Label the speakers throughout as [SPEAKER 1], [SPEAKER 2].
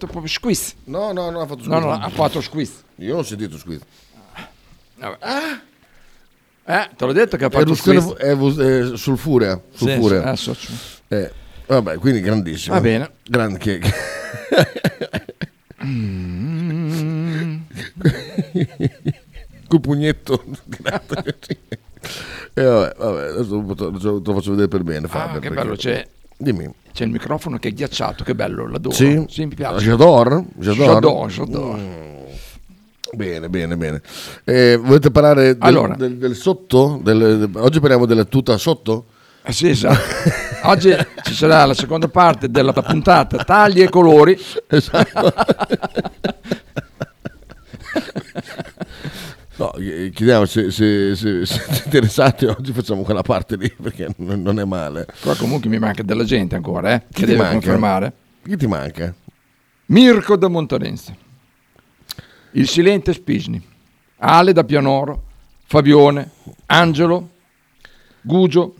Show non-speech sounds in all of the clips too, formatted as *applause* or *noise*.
[SPEAKER 1] proprio squiz.
[SPEAKER 2] No, no, no, ha fatto
[SPEAKER 1] No,
[SPEAKER 2] squid.
[SPEAKER 1] no, ha fatto squiz.
[SPEAKER 2] Io non ho sentito squid.
[SPEAKER 1] Eh, te l'ho detto che ha fatto
[SPEAKER 2] Erruzione
[SPEAKER 1] squiz.
[SPEAKER 2] fu- eh, vu- eh, sulfurea. sulfurea.
[SPEAKER 1] Ah, so- so.
[SPEAKER 2] Eh, vabbè, quindi grandissimo.
[SPEAKER 1] Va bene.
[SPEAKER 2] Grand cake.
[SPEAKER 1] Mm.
[SPEAKER 2] Col pugnetto. e vabbè, vabbè, adesso te lo- te lo faccio vedere per bene. Fabio,
[SPEAKER 1] Ah, che
[SPEAKER 2] perché-
[SPEAKER 1] bello, c'è-
[SPEAKER 2] Dimmi.
[SPEAKER 1] C'è il microfono che è ghiacciato, che bello, l'adoro.
[SPEAKER 2] Sì?
[SPEAKER 1] mi piace.
[SPEAKER 2] J'adore?
[SPEAKER 1] J'adore, j'adore.
[SPEAKER 2] Bene, bene, bene. Eh, volete parlare del,
[SPEAKER 1] Allora.
[SPEAKER 2] del- del sotto? Del- oggi parliamo della tuta sotto?
[SPEAKER 1] Eh, sì, esatto. Oggi ci sarà la seconda parte della puntata Tagli e colori. Esatto.
[SPEAKER 2] *laughs* No, eh, chiediamo se, se- se- se siete interessati oggi facciamo quella parte lì perché non, non è male.
[SPEAKER 1] Qua comunque mi manca della gente ancora, eh, che
[SPEAKER 2] ti
[SPEAKER 1] deve
[SPEAKER 2] manca?
[SPEAKER 1] confermare.
[SPEAKER 2] Chi ti manca?
[SPEAKER 1] Mirko da Montarense, il silente Spisni, Ale da Pianoro, Fabione, Angelo, Gugio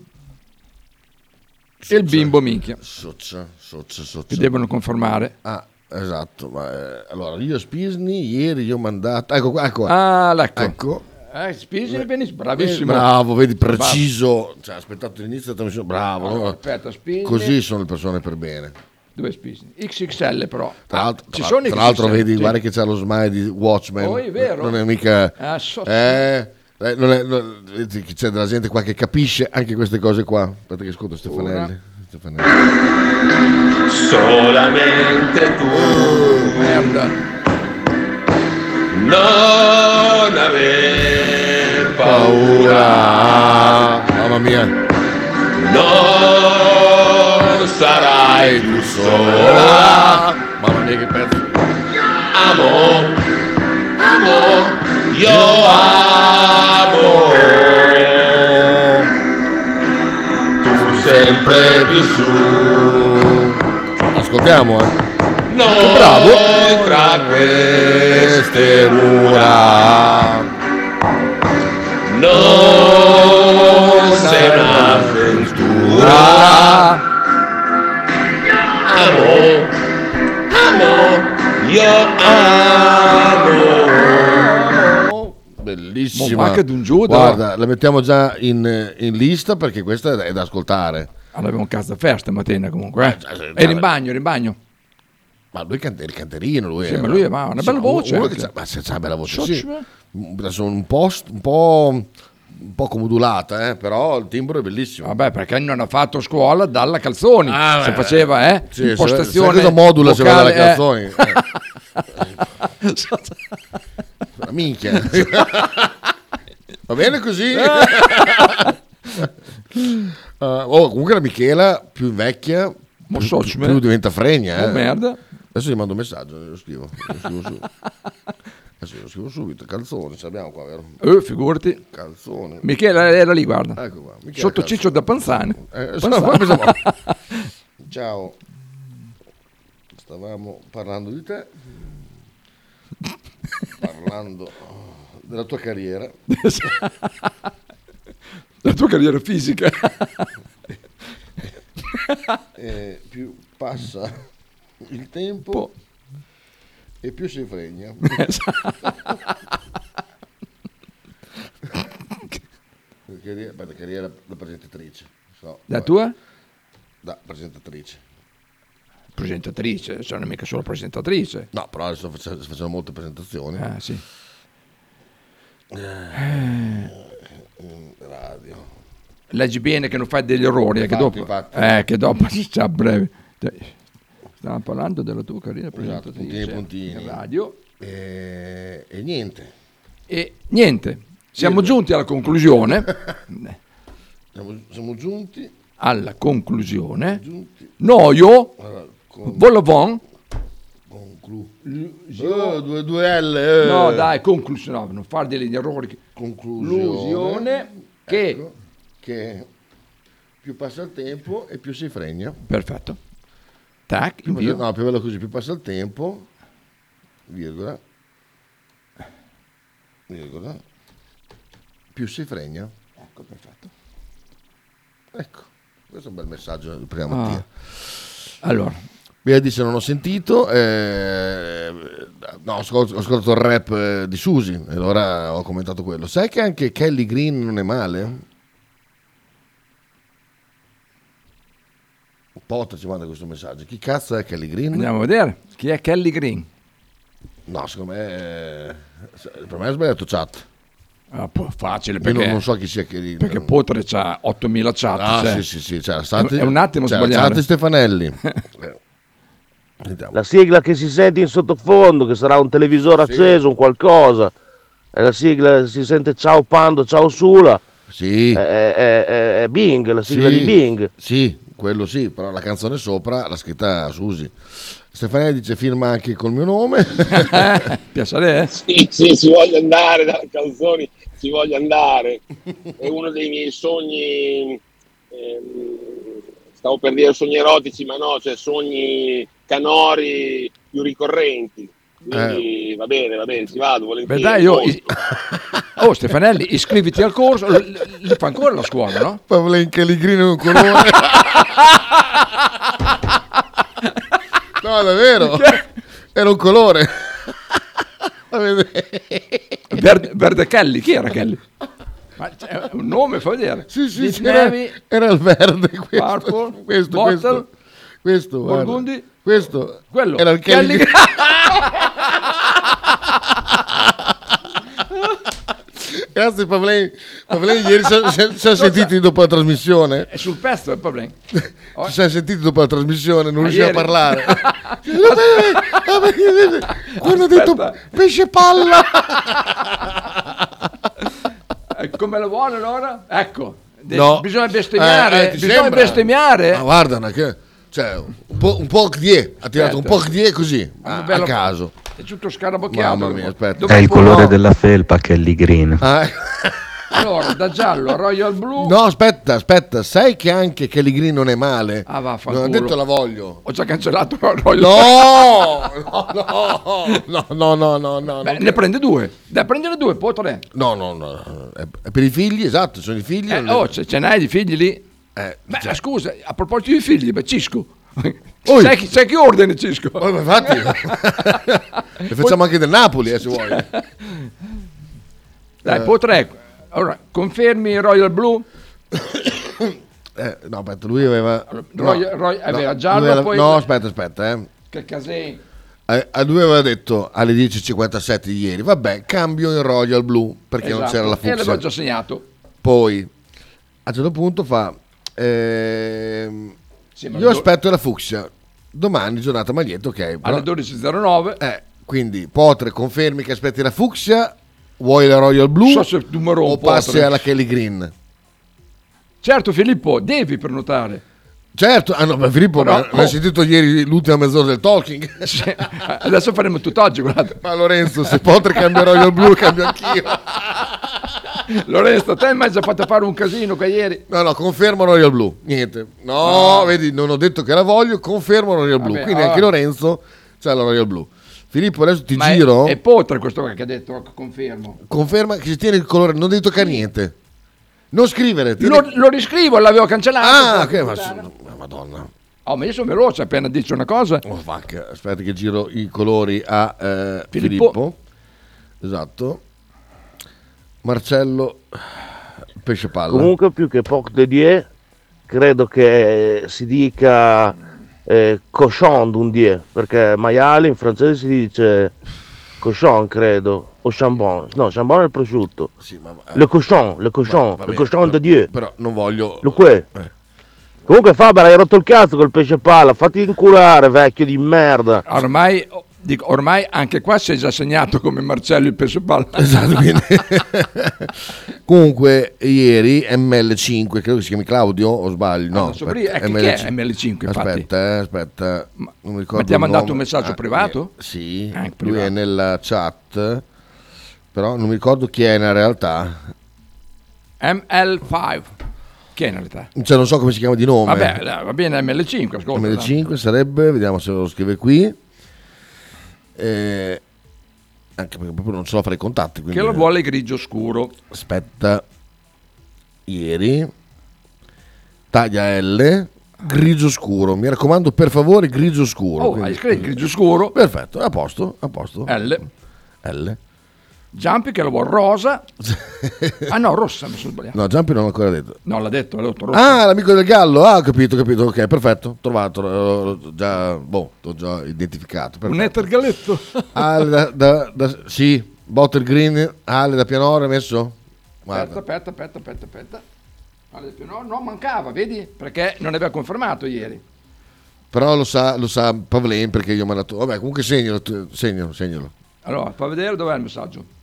[SPEAKER 1] e il bimbo minchia,
[SPEAKER 2] Soccia, soccia,
[SPEAKER 1] che
[SPEAKER 2] soccia.
[SPEAKER 1] devono confermare.
[SPEAKER 2] Ah, esatto. Ma, eh, allora, io Spisni, ieri gli ho mandato... Ecco, qua, ecco. qua.
[SPEAKER 1] Ah, ecco.
[SPEAKER 2] ecco. Eh,
[SPEAKER 1] Eh, Spisni, benissimo, bravissimo.
[SPEAKER 2] Bravo, vedi, preciso. Cioè, ha aspettato l'inizio della trasmissione. Bravo.
[SPEAKER 1] Allora,
[SPEAKER 2] no?
[SPEAKER 1] aspetta, Spisni.
[SPEAKER 2] Così sono le persone per bene.
[SPEAKER 1] Dove è Spisni? XXL però.
[SPEAKER 2] Tra
[SPEAKER 1] Ah,
[SPEAKER 2] l'altro,
[SPEAKER 1] ci
[SPEAKER 2] tra-
[SPEAKER 1] sono i
[SPEAKER 2] tra l'altro
[SPEAKER 1] XXL,
[SPEAKER 2] vedi,
[SPEAKER 1] sì.
[SPEAKER 2] guarda che c'ha lo smile di Watchmen.
[SPEAKER 1] Oh, è vero.
[SPEAKER 2] Non è mica...
[SPEAKER 1] Ah, so-
[SPEAKER 2] Eh, eh, non è- non- vedi che c'è della gente qua che capisce anche queste cose qua. Aspetta che ascolto Stefanelli. Stefanelli.
[SPEAKER 3] Solamente tu
[SPEAKER 1] Merda.
[SPEAKER 3] non aver
[SPEAKER 2] Ah,
[SPEAKER 3] paura,
[SPEAKER 2] mamma mia.
[SPEAKER 3] non sarai più sola.
[SPEAKER 2] Ah, Mamma mia che pezzo.
[SPEAKER 3] Amo, amo, io amo. Tu sempre più su.
[SPEAKER 2] Ascoltiamo, eh.
[SPEAKER 3] Non
[SPEAKER 2] Bravo.
[SPEAKER 3] tra queste mura non sei un'avventura amo amo io amo
[SPEAKER 2] Bellissima.
[SPEAKER 1] Ma anche d'un Giuda.
[SPEAKER 2] Guarda, la mettiamo già in, eh, in lista perché questa è da ascoltare.
[SPEAKER 1] Allora abbiamo un cazzo da festa mattina comunque. eh.
[SPEAKER 2] già, già,
[SPEAKER 1] Era in
[SPEAKER 2] beh.
[SPEAKER 1] bagno, era in bagno.
[SPEAKER 2] Ma lui canta il canterino, lui
[SPEAKER 1] Sì,
[SPEAKER 2] era.
[SPEAKER 1] ma lui aveva una bella
[SPEAKER 2] uno-
[SPEAKER 1] voce
[SPEAKER 2] uno
[SPEAKER 1] anche.
[SPEAKER 2] che c'ha- ma se c'ha una bella voce,
[SPEAKER 1] Socio,
[SPEAKER 2] sì.
[SPEAKER 1] eh?
[SPEAKER 2] Mm, adesso un po', st- un po', un po' comodulata, eh, però il timbro è bellissimo.
[SPEAKER 1] Vabbè, perché non ha fatto scuola dalla Calzoni.
[SPEAKER 2] Ah,
[SPEAKER 1] se
[SPEAKER 2] beh,
[SPEAKER 1] faceva, eh,
[SPEAKER 2] Sì, se-
[SPEAKER 1] impostazione.
[SPEAKER 2] sai cosa modula se va
[SPEAKER 1] vocale,
[SPEAKER 2] dalla canzone? Eh,
[SPEAKER 1] eh. *laughs*
[SPEAKER 2] la minchia. Va bene così?
[SPEAKER 1] *laughs*
[SPEAKER 2] Eh, oh, comunque la Michela, più vecchia,
[SPEAKER 1] Mo
[SPEAKER 2] più,
[SPEAKER 1] socio,
[SPEAKER 2] più
[SPEAKER 1] eh.
[SPEAKER 2] diventa fregna.
[SPEAKER 1] Oh,
[SPEAKER 2] eh.
[SPEAKER 1] merda.
[SPEAKER 2] Adesso gli mando un messaggio, lo scrivo. Lo scrivo su. Adesso lo scrivo subito. Calzone, ce l'abbiamo qua, vero?
[SPEAKER 1] Eh, figurati.
[SPEAKER 2] Calzone.
[SPEAKER 1] Michela era lì, guarda.
[SPEAKER 2] Ecco qua. Michela
[SPEAKER 1] Sotto
[SPEAKER 2] Calzone.
[SPEAKER 1] Ciccio da Panzani.
[SPEAKER 2] Eh, sono- pensavo-
[SPEAKER 1] *laughs*
[SPEAKER 2] Ciao. Stavamo parlando di te. Parlando della tua carriera.
[SPEAKER 1] La tua carriera
[SPEAKER 2] *laughs*
[SPEAKER 1] fisica. *laughs*
[SPEAKER 2] E più passa il tempo
[SPEAKER 1] Po-
[SPEAKER 2] e più si fregna.
[SPEAKER 1] esatto.
[SPEAKER 2] La carriera, beh, la carriera da presentatrice. so,
[SPEAKER 1] La tua?
[SPEAKER 2] Da presentatrice.
[SPEAKER 1] Presentatrice, cioè non è mica solo presentatrice.
[SPEAKER 2] No, però adesso facciamo, facciamo molte presentazioni.
[SPEAKER 1] Ah, sì.
[SPEAKER 2] Radio.
[SPEAKER 1] Leggi bene che non fai degli errori, eh, che
[SPEAKER 2] Infatti,
[SPEAKER 1] dopo,
[SPEAKER 2] infatti.
[SPEAKER 1] eh, che dopo *laughs* si sa a breve. Stiamo parlando della tua carriera
[SPEAKER 2] Esatto,
[SPEAKER 1] presentatrice
[SPEAKER 2] puntini, puntini.
[SPEAKER 1] in radio
[SPEAKER 2] E, e niente.
[SPEAKER 1] e niente, siamo giunti alla
[SPEAKER 2] *laughs*
[SPEAKER 1] conclusione, Eh.
[SPEAKER 2] Siamo, siamo giunti.
[SPEAKER 1] alla conclusione,
[SPEAKER 2] Giunti.
[SPEAKER 1] noio,
[SPEAKER 2] Allora, con,
[SPEAKER 1] volavon,
[SPEAKER 2] con clu. Oh, due, due L. eh.
[SPEAKER 1] no dai, conclusione, no, non fare degli errori,
[SPEAKER 2] Conclusione.
[SPEAKER 1] conclusione che,
[SPEAKER 2] Ecco, che più passa il tempo e più si fregna.
[SPEAKER 1] perfetto, tac,
[SPEAKER 2] Più
[SPEAKER 1] invio.
[SPEAKER 2] passa- no, più bello così, più passa il tempo, virgola, virgola, più si fregna.
[SPEAKER 1] ecco perfetto.
[SPEAKER 2] Ecco, questo è un bel messaggio di prima
[SPEAKER 1] Ah.
[SPEAKER 2] mattina.
[SPEAKER 1] Allora,
[SPEAKER 2] Mira dice non ho sentito, eh, no, ho ascolt- ho ascoltato, il rap eh, di Susi e allora ho commentato quello. Sai che anche Kelly Green non è male? Potta ci manda questo messaggio. Chi cazzo è Kelly Green?
[SPEAKER 1] Andiamo a vedere chi è Kelly Green.
[SPEAKER 2] No, secondo me... eh, per me ha sbagliato chat.
[SPEAKER 1] Ah, po- facile
[SPEAKER 2] Io
[SPEAKER 1] perché,
[SPEAKER 2] non, non so chi sia Kelly Green.
[SPEAKER 1] perché Potre c'ha 8000 chat.
[SPEAKER 2] Ah,
[SPEAKER 1] cioè.
[SPEAKER 2] sì, sì, sì. c'era Santi-
[SPEAKER 1] È un attimo
[SPEAKER 2] c'era
[SPEAKER 1] sbagliare.
[SPEAKER 2] Santi Stefanelli.
[SPEAKER 1] *laughs*
[SPEAKER 2] Eh, Sentiamo.
[SPEAKER 4] La sigla che si sente in sottofondo, che sarà un televisore
[SPEAKER 2] Sì.
[SPEAKER 4] acceso, un qualcosa. È la sigla, si sente ciao Pando, ciao Sula.
[SPEAKER 2] Sì.
[SPEAKER 4] È, è- è- è Bing, la sigla
[SPEAKER 2] Sì,
[SPEAKER 4] di Bing.
[SPEAKER 2] Sì, quello sì, però la canzone sopra l'ha scritta Susi. Stefanelli dice firma anche col mio nome.
[SPEAKER 1] *laughs* Piacere, eh?
[SPEAKER 5] Sì, sì, si voglio andare dalle canzoni, si voglio andare. È uno dei miei sogni, ehm, stavo per dire sogni erotici, ma no, cioè sogni canori più ricorrenti. Quindi va bene, va bene, ci vado,
[SPEAKER 1] Eh. Beh,
[SPEAKER 5] volentieri.
[SPEAKER 1] dai, io.
[SPEAKER 5] molto.
[SPEAKER 1] Oh, Stefanelli, iscriviti al corso. L- l- Li fa ancora la scuola, no?
[SPEAKER 2] Pavlen Caligrino è
[SPEAKER 1] *laughs*
[SPEAKER 2] un colore. no, davvero. Era
[SPEAKER 1] *laughs*
[SPEAKER 2] un colore.
[SPEAKER 1] Verde, Verde Kelly, chi era Kelly? Ma c'è un nome, fa vedere.
[SPEAKER 2] sì, sì,
[SPEAKER 1] Dick
[SPEAKER 2] sì, era,
[SPEAKER 1] Navy,
[SPEAKER 2] era il verde questo.
[SPEAKER 1] Purple,
[SPEAKER 2] questo,
[SPEAKER 1] Bottle,
[SPEAKER 2] questo. Questo, guarda.
[SPEAKER 1] Burgundy,
[SPEAKER 2] questo
[SPEAKER 1] quello.
[SPEAKER 2] era il
[SPEAKER 1] Kelly.
[SPEAKER 2] Kelly. Grazie Pavlen. Pavlen ieri ci
[SPEAKER 1] *laughs*
[SPEAKER 2] ha- ci ha- ci ha sentiti dopo la trasmissione.
[SPEAKER 1] È sul pezzo il problema.
[SPEAKER 2] Ci siamo sentiti dopo la trasmissione, non riusciva a
[SPEAKER 1] ieri. *laughs*
[SPEAKER 2] parlare. Quando ho detto
[SPEAKER 1] Aspetta.
[SPEAKER 2] pesce palla,
[SPEAKER 1] Eh, Come lo vuole allora? Ecco. De-
[SPEAKER 2] No.
[SPEAKER 1] Bisogna bestemmiare.
[SPEAKER 2] Eh, eh, ti
[SPEAKER 1] bisogna
[SPEAKER 2] sembra? Ah,
[SPEAKER 1] bestemmiare.
[SPEAKER 2] ma guarda, ma che- cioè, un po', un po' di E, ha tirato un po' di E così, a,
[SPEAKER 1] Ah, bello-
[SPEAKER 2] a caso.
[SPEAKER 1] È tutto scarabocchiato.
[SPEAKER 2] Mamma mia, aspetta.
[SPEAKER 1] Dopo
[SPEAKER 6] È il
[SPEAKER 1] un po',
[SPEAKER 6] colore
[SPEAKER 1] no.
[SPEAKER 6] della felpa Kelly Green.
[SPEAKER 2] Ah,
[SPEAKER 1] Allora, da giallo a royal blu.
[SPEAKER 2] no, aspetta, aspetta, sai che anche Kelly Green non è male?
[SPEAKER 1] Ah, vaffanculo.
[SPEAKER 2] non ha detto
[SPEAKER 1] *laughs*
[SPEAKER 2] la voglio.
[SPEAKER 1] Ho già cancellato la royal
[SPEAKER 2] No, no, no, no, no, no, no.
[SPEAKER 1] Beh, ne prende due. Dai, prendene due, poi tre.
[SPEAKER 2] No, no, no, è è per i figli, esatto, sono i figli.
[SPEAKER 1] Eh, oh, ce, ce n'hai di figli lì?
[SPEAKER 2] Eh,
[SPEAKER 1] Beh,
[SPEAKER 2] cioè-
[SPEAKER 1] scusa, a proposito di figli, beh, Cisco.
[SPEAKER 2] Oi.
[SPEAKER 1] C'è chi, c'è chi ordina Cisco?
[SPEAKER 2] Oh, ma infatti, *laughs* le facciamo anche del Napoli eh, se vuoi.
[SPEAKER 1] Dai, poi tre. Allora, confermi il Royal Blue?
[SPEAKER 2] Eh, no, aspetta, lui aveva.
[SPEAKER 1] Roy-
[SPEAKER 2] no,
[SPEAKER 1] Roy- aveva
[SPEAKER 2] no,
[SPEAKER 1] giallo,
[SPEAKER 2] lui aveva-
[SPEAKER 1] poi-
[SPEAKER 2] No, aspetta, aspetta. Eh.
[SPEAKER 1] Che casei.
[SPEAKER 2] A- A lui aveva detto alle 10.57 di ieri, vabbè, cambio in Royal Blue perché non
[SPEAKER 1] Esatto.
[SPEAKER 2] c'era la
[SPEAKER 1] E l'avevo
[SPEAKER 2] fucsia.
[SPEAKER 1] già segnato.
[SPEAKER 2] Poi a un certo punto fa, ehm,
[SPEAKER 1] Sì, ma
[SPEAKER 2] io
[SPEAKER 1] do-
[SPEAKER 2] aspetto la fucsia, domani giornata maglietto, ok. però-
[SPEAKER 1] Alle 12.09.
[SPEAKER 2] eh, quindi Potre confermi che aspetti la fucsia, vuoi la Royal Blue
[SPEAKER 1] So se tu mi rompo,
[SPEAKER 2] o passi
[SPEAKER 1] Potre.
[SPEAKER 2] alla Kelly Green?
[SPEAKER 1] Certo, Filippo, devi prenotare.
[SPEAKER 2] *laughs* Certo, ah no, ma Filippo,
[SPEAKER 1] Però-
[SPEAKER 2] ma l'hai sentito ieri l'ultima mezz'ora del talking?
[SPEAKER 1] Sì, Adesso faremo tutt'oggi, guarda.
[SPEAKER 2] Ma Lorenzo, se Potter cambia Royal Blue, cambio anch'io.
[SPEAKER 1] Lorenzo, te mi hai già fatto fare un casino qua ieri.
[SPEAKER 2] No, no, confermo Royal Blue. Niente. No, vedi, non ho detto che la voglio, confermo Royal Blue.
[SPEAKER 1] Vabbè,
[SPEAKER 2] Quindi
[SPEAKER 1] ah.
[SPEAKER 2] anche Lorenzo c'ha la Royal Blue. Filippo, adesso ti
[SPEAKER 1] Ma è-
[SPEAKER 2] giro.
[SPEAKER 1] È, Potre questo qua che ha detto, ecco, confermo.
[SPEAKER 2] Conferma che si tiene il colore, non devi toccare niente. Non scrivere. tieni-
[SPEAKER 1] Lo, lo riscrivo, l'avevo cancellato.
[SPEAKER 2] Ah, ok, ma ma madonna.
[SPEAKER 1] Oh, ma io sono veloce, appena dici una cosa.
[SPEAKER 2] Oh, fuck. Aspetta che giro i colori a eh,
[SPEAKER 1] Filippo.
[SPEAKER 2] Filippo. Esatto. Marcello Pesce Palla.
[SPEAKER 4] Comunque più che Poc de Die, credo che eh, si dica eh, cochon d'un die, perché maiale in francese si dice cochon, credo, o chambon. No, chambon è il prosciutto.
[SPEAKER 2] Sì, ma- eh.
[SPEAKER 4] Le cochon, le cochon,
[SPEAKER 2] vabbè,
[SPEAKER 4] le cochon de
[SPEAKER 2] però-
[SPEAKER 4] Dieu.
[SPEAKER 2] Però non voglio. Eh.
[SPEAKER 4] Lo que. Comunque Faber hai rotto il cazzo col pesce palla, fatti inculare vecchio di merda.
[SPEAKER 1] Ormai, oh, dico, ormai anche qua sei già segnato come Marcello il pesce palla. *laughs*
[SPEAKER 2] Esatto, quindi- Comunque, ieri ML5, credo che si chiami Claudio, o sbaglio? No,
[SPEAKER 1] non so prima, ecco, chi è ML5, infatti?
[SPEAKER 2] Aspetta, eh, aspetta.
[SPEAKER 1] Ma-
[SPEAKER 2] non mi
[SPEAKER 1] ma
[SPEAKER 2] ricordo
[SPEAKER 1] ti ha
[SPEAKER 2] il
[SPEAKER 1] mandato
[SPEAKER 2] nome.
[SPEAKER 1] un messaggio privato?
[SPEAKER 2] eh, Sì,
[SPEAKER 1] Ah, in
[SPEAKER 2] lui
[SPEAKER 1] privato.
[SPEAKER 2] è nella chat, però non mi ricordo chi è in realtà.
[SPEAKER 1] ML5. Che è in realtà?
[SPEAKER 2] Cioè, non so come si chiama di nome.
[SPEAKER 1] Vabbè, dai, va bene ML5, ascolta. dai.
[SPEAKER 2] ML5 sarebbe, vediamo se lo scrive qui. Eh, anche perché proprio non so fare i contatti. Quindi...
[SPEAKER 1] Che lo vuole grigio scuro.
[SPEAKER 2] aspetta ieri taglia L grigio scuro. Mi raccomando, per favore, grigio scuro.
[SPEAKER 1] Oh,
[SPEAKER 2] Quindi-
[SPEAKER 1] hai scritto Eh. grigio scuro,
[SPEAKER 2] Perfetto, a posto, a posto.
[SPEAKER 1] L,
[SPEAKER 2] L.
[SPEAKER 1] Giampi che lo vuole
[SPEAKER 2] *laughs*
[SPEAKER 1] rosa. Ah no, rossa, mi sono sbagliato.
[SPEAKER 2] No, Giampi non l'ho ancora detto.
[SPEAKER 1] No, l'ha detto, l'ha detto rossa.
[SPEAKER 2] Ah, l'amico del gallo. Ah, ho capito, ho capito. Ok, perfetto. Trovato. l'ho già, boh, l'ho già identificato.
[SPEAKER 1] Un
[SPEAKER 2] Perfetto.
[SPEAKER 1] Ether Galletto.
[SPEAKER 2] Ale da, da- da- sì, Bottle Green, Ale da Pianoro hai messo?
[SPEAKER 1] Aspetta,
[SPEAKER 2] Guarda.
[SPEAKER 1] aspetta, aspetta, aspetta, aspetta. Guarda, più No, no, mancava, vedi? Perché non aveva confermato ieri.
[SPEAKER 2] Però lo sa, lo sa Pavlen perché io ho mandato. Vabbè, comunque segnalo, tu- segnalo, segnalo.
[SPEAKER 1] Allora, fa vedere dov'è il messaggio.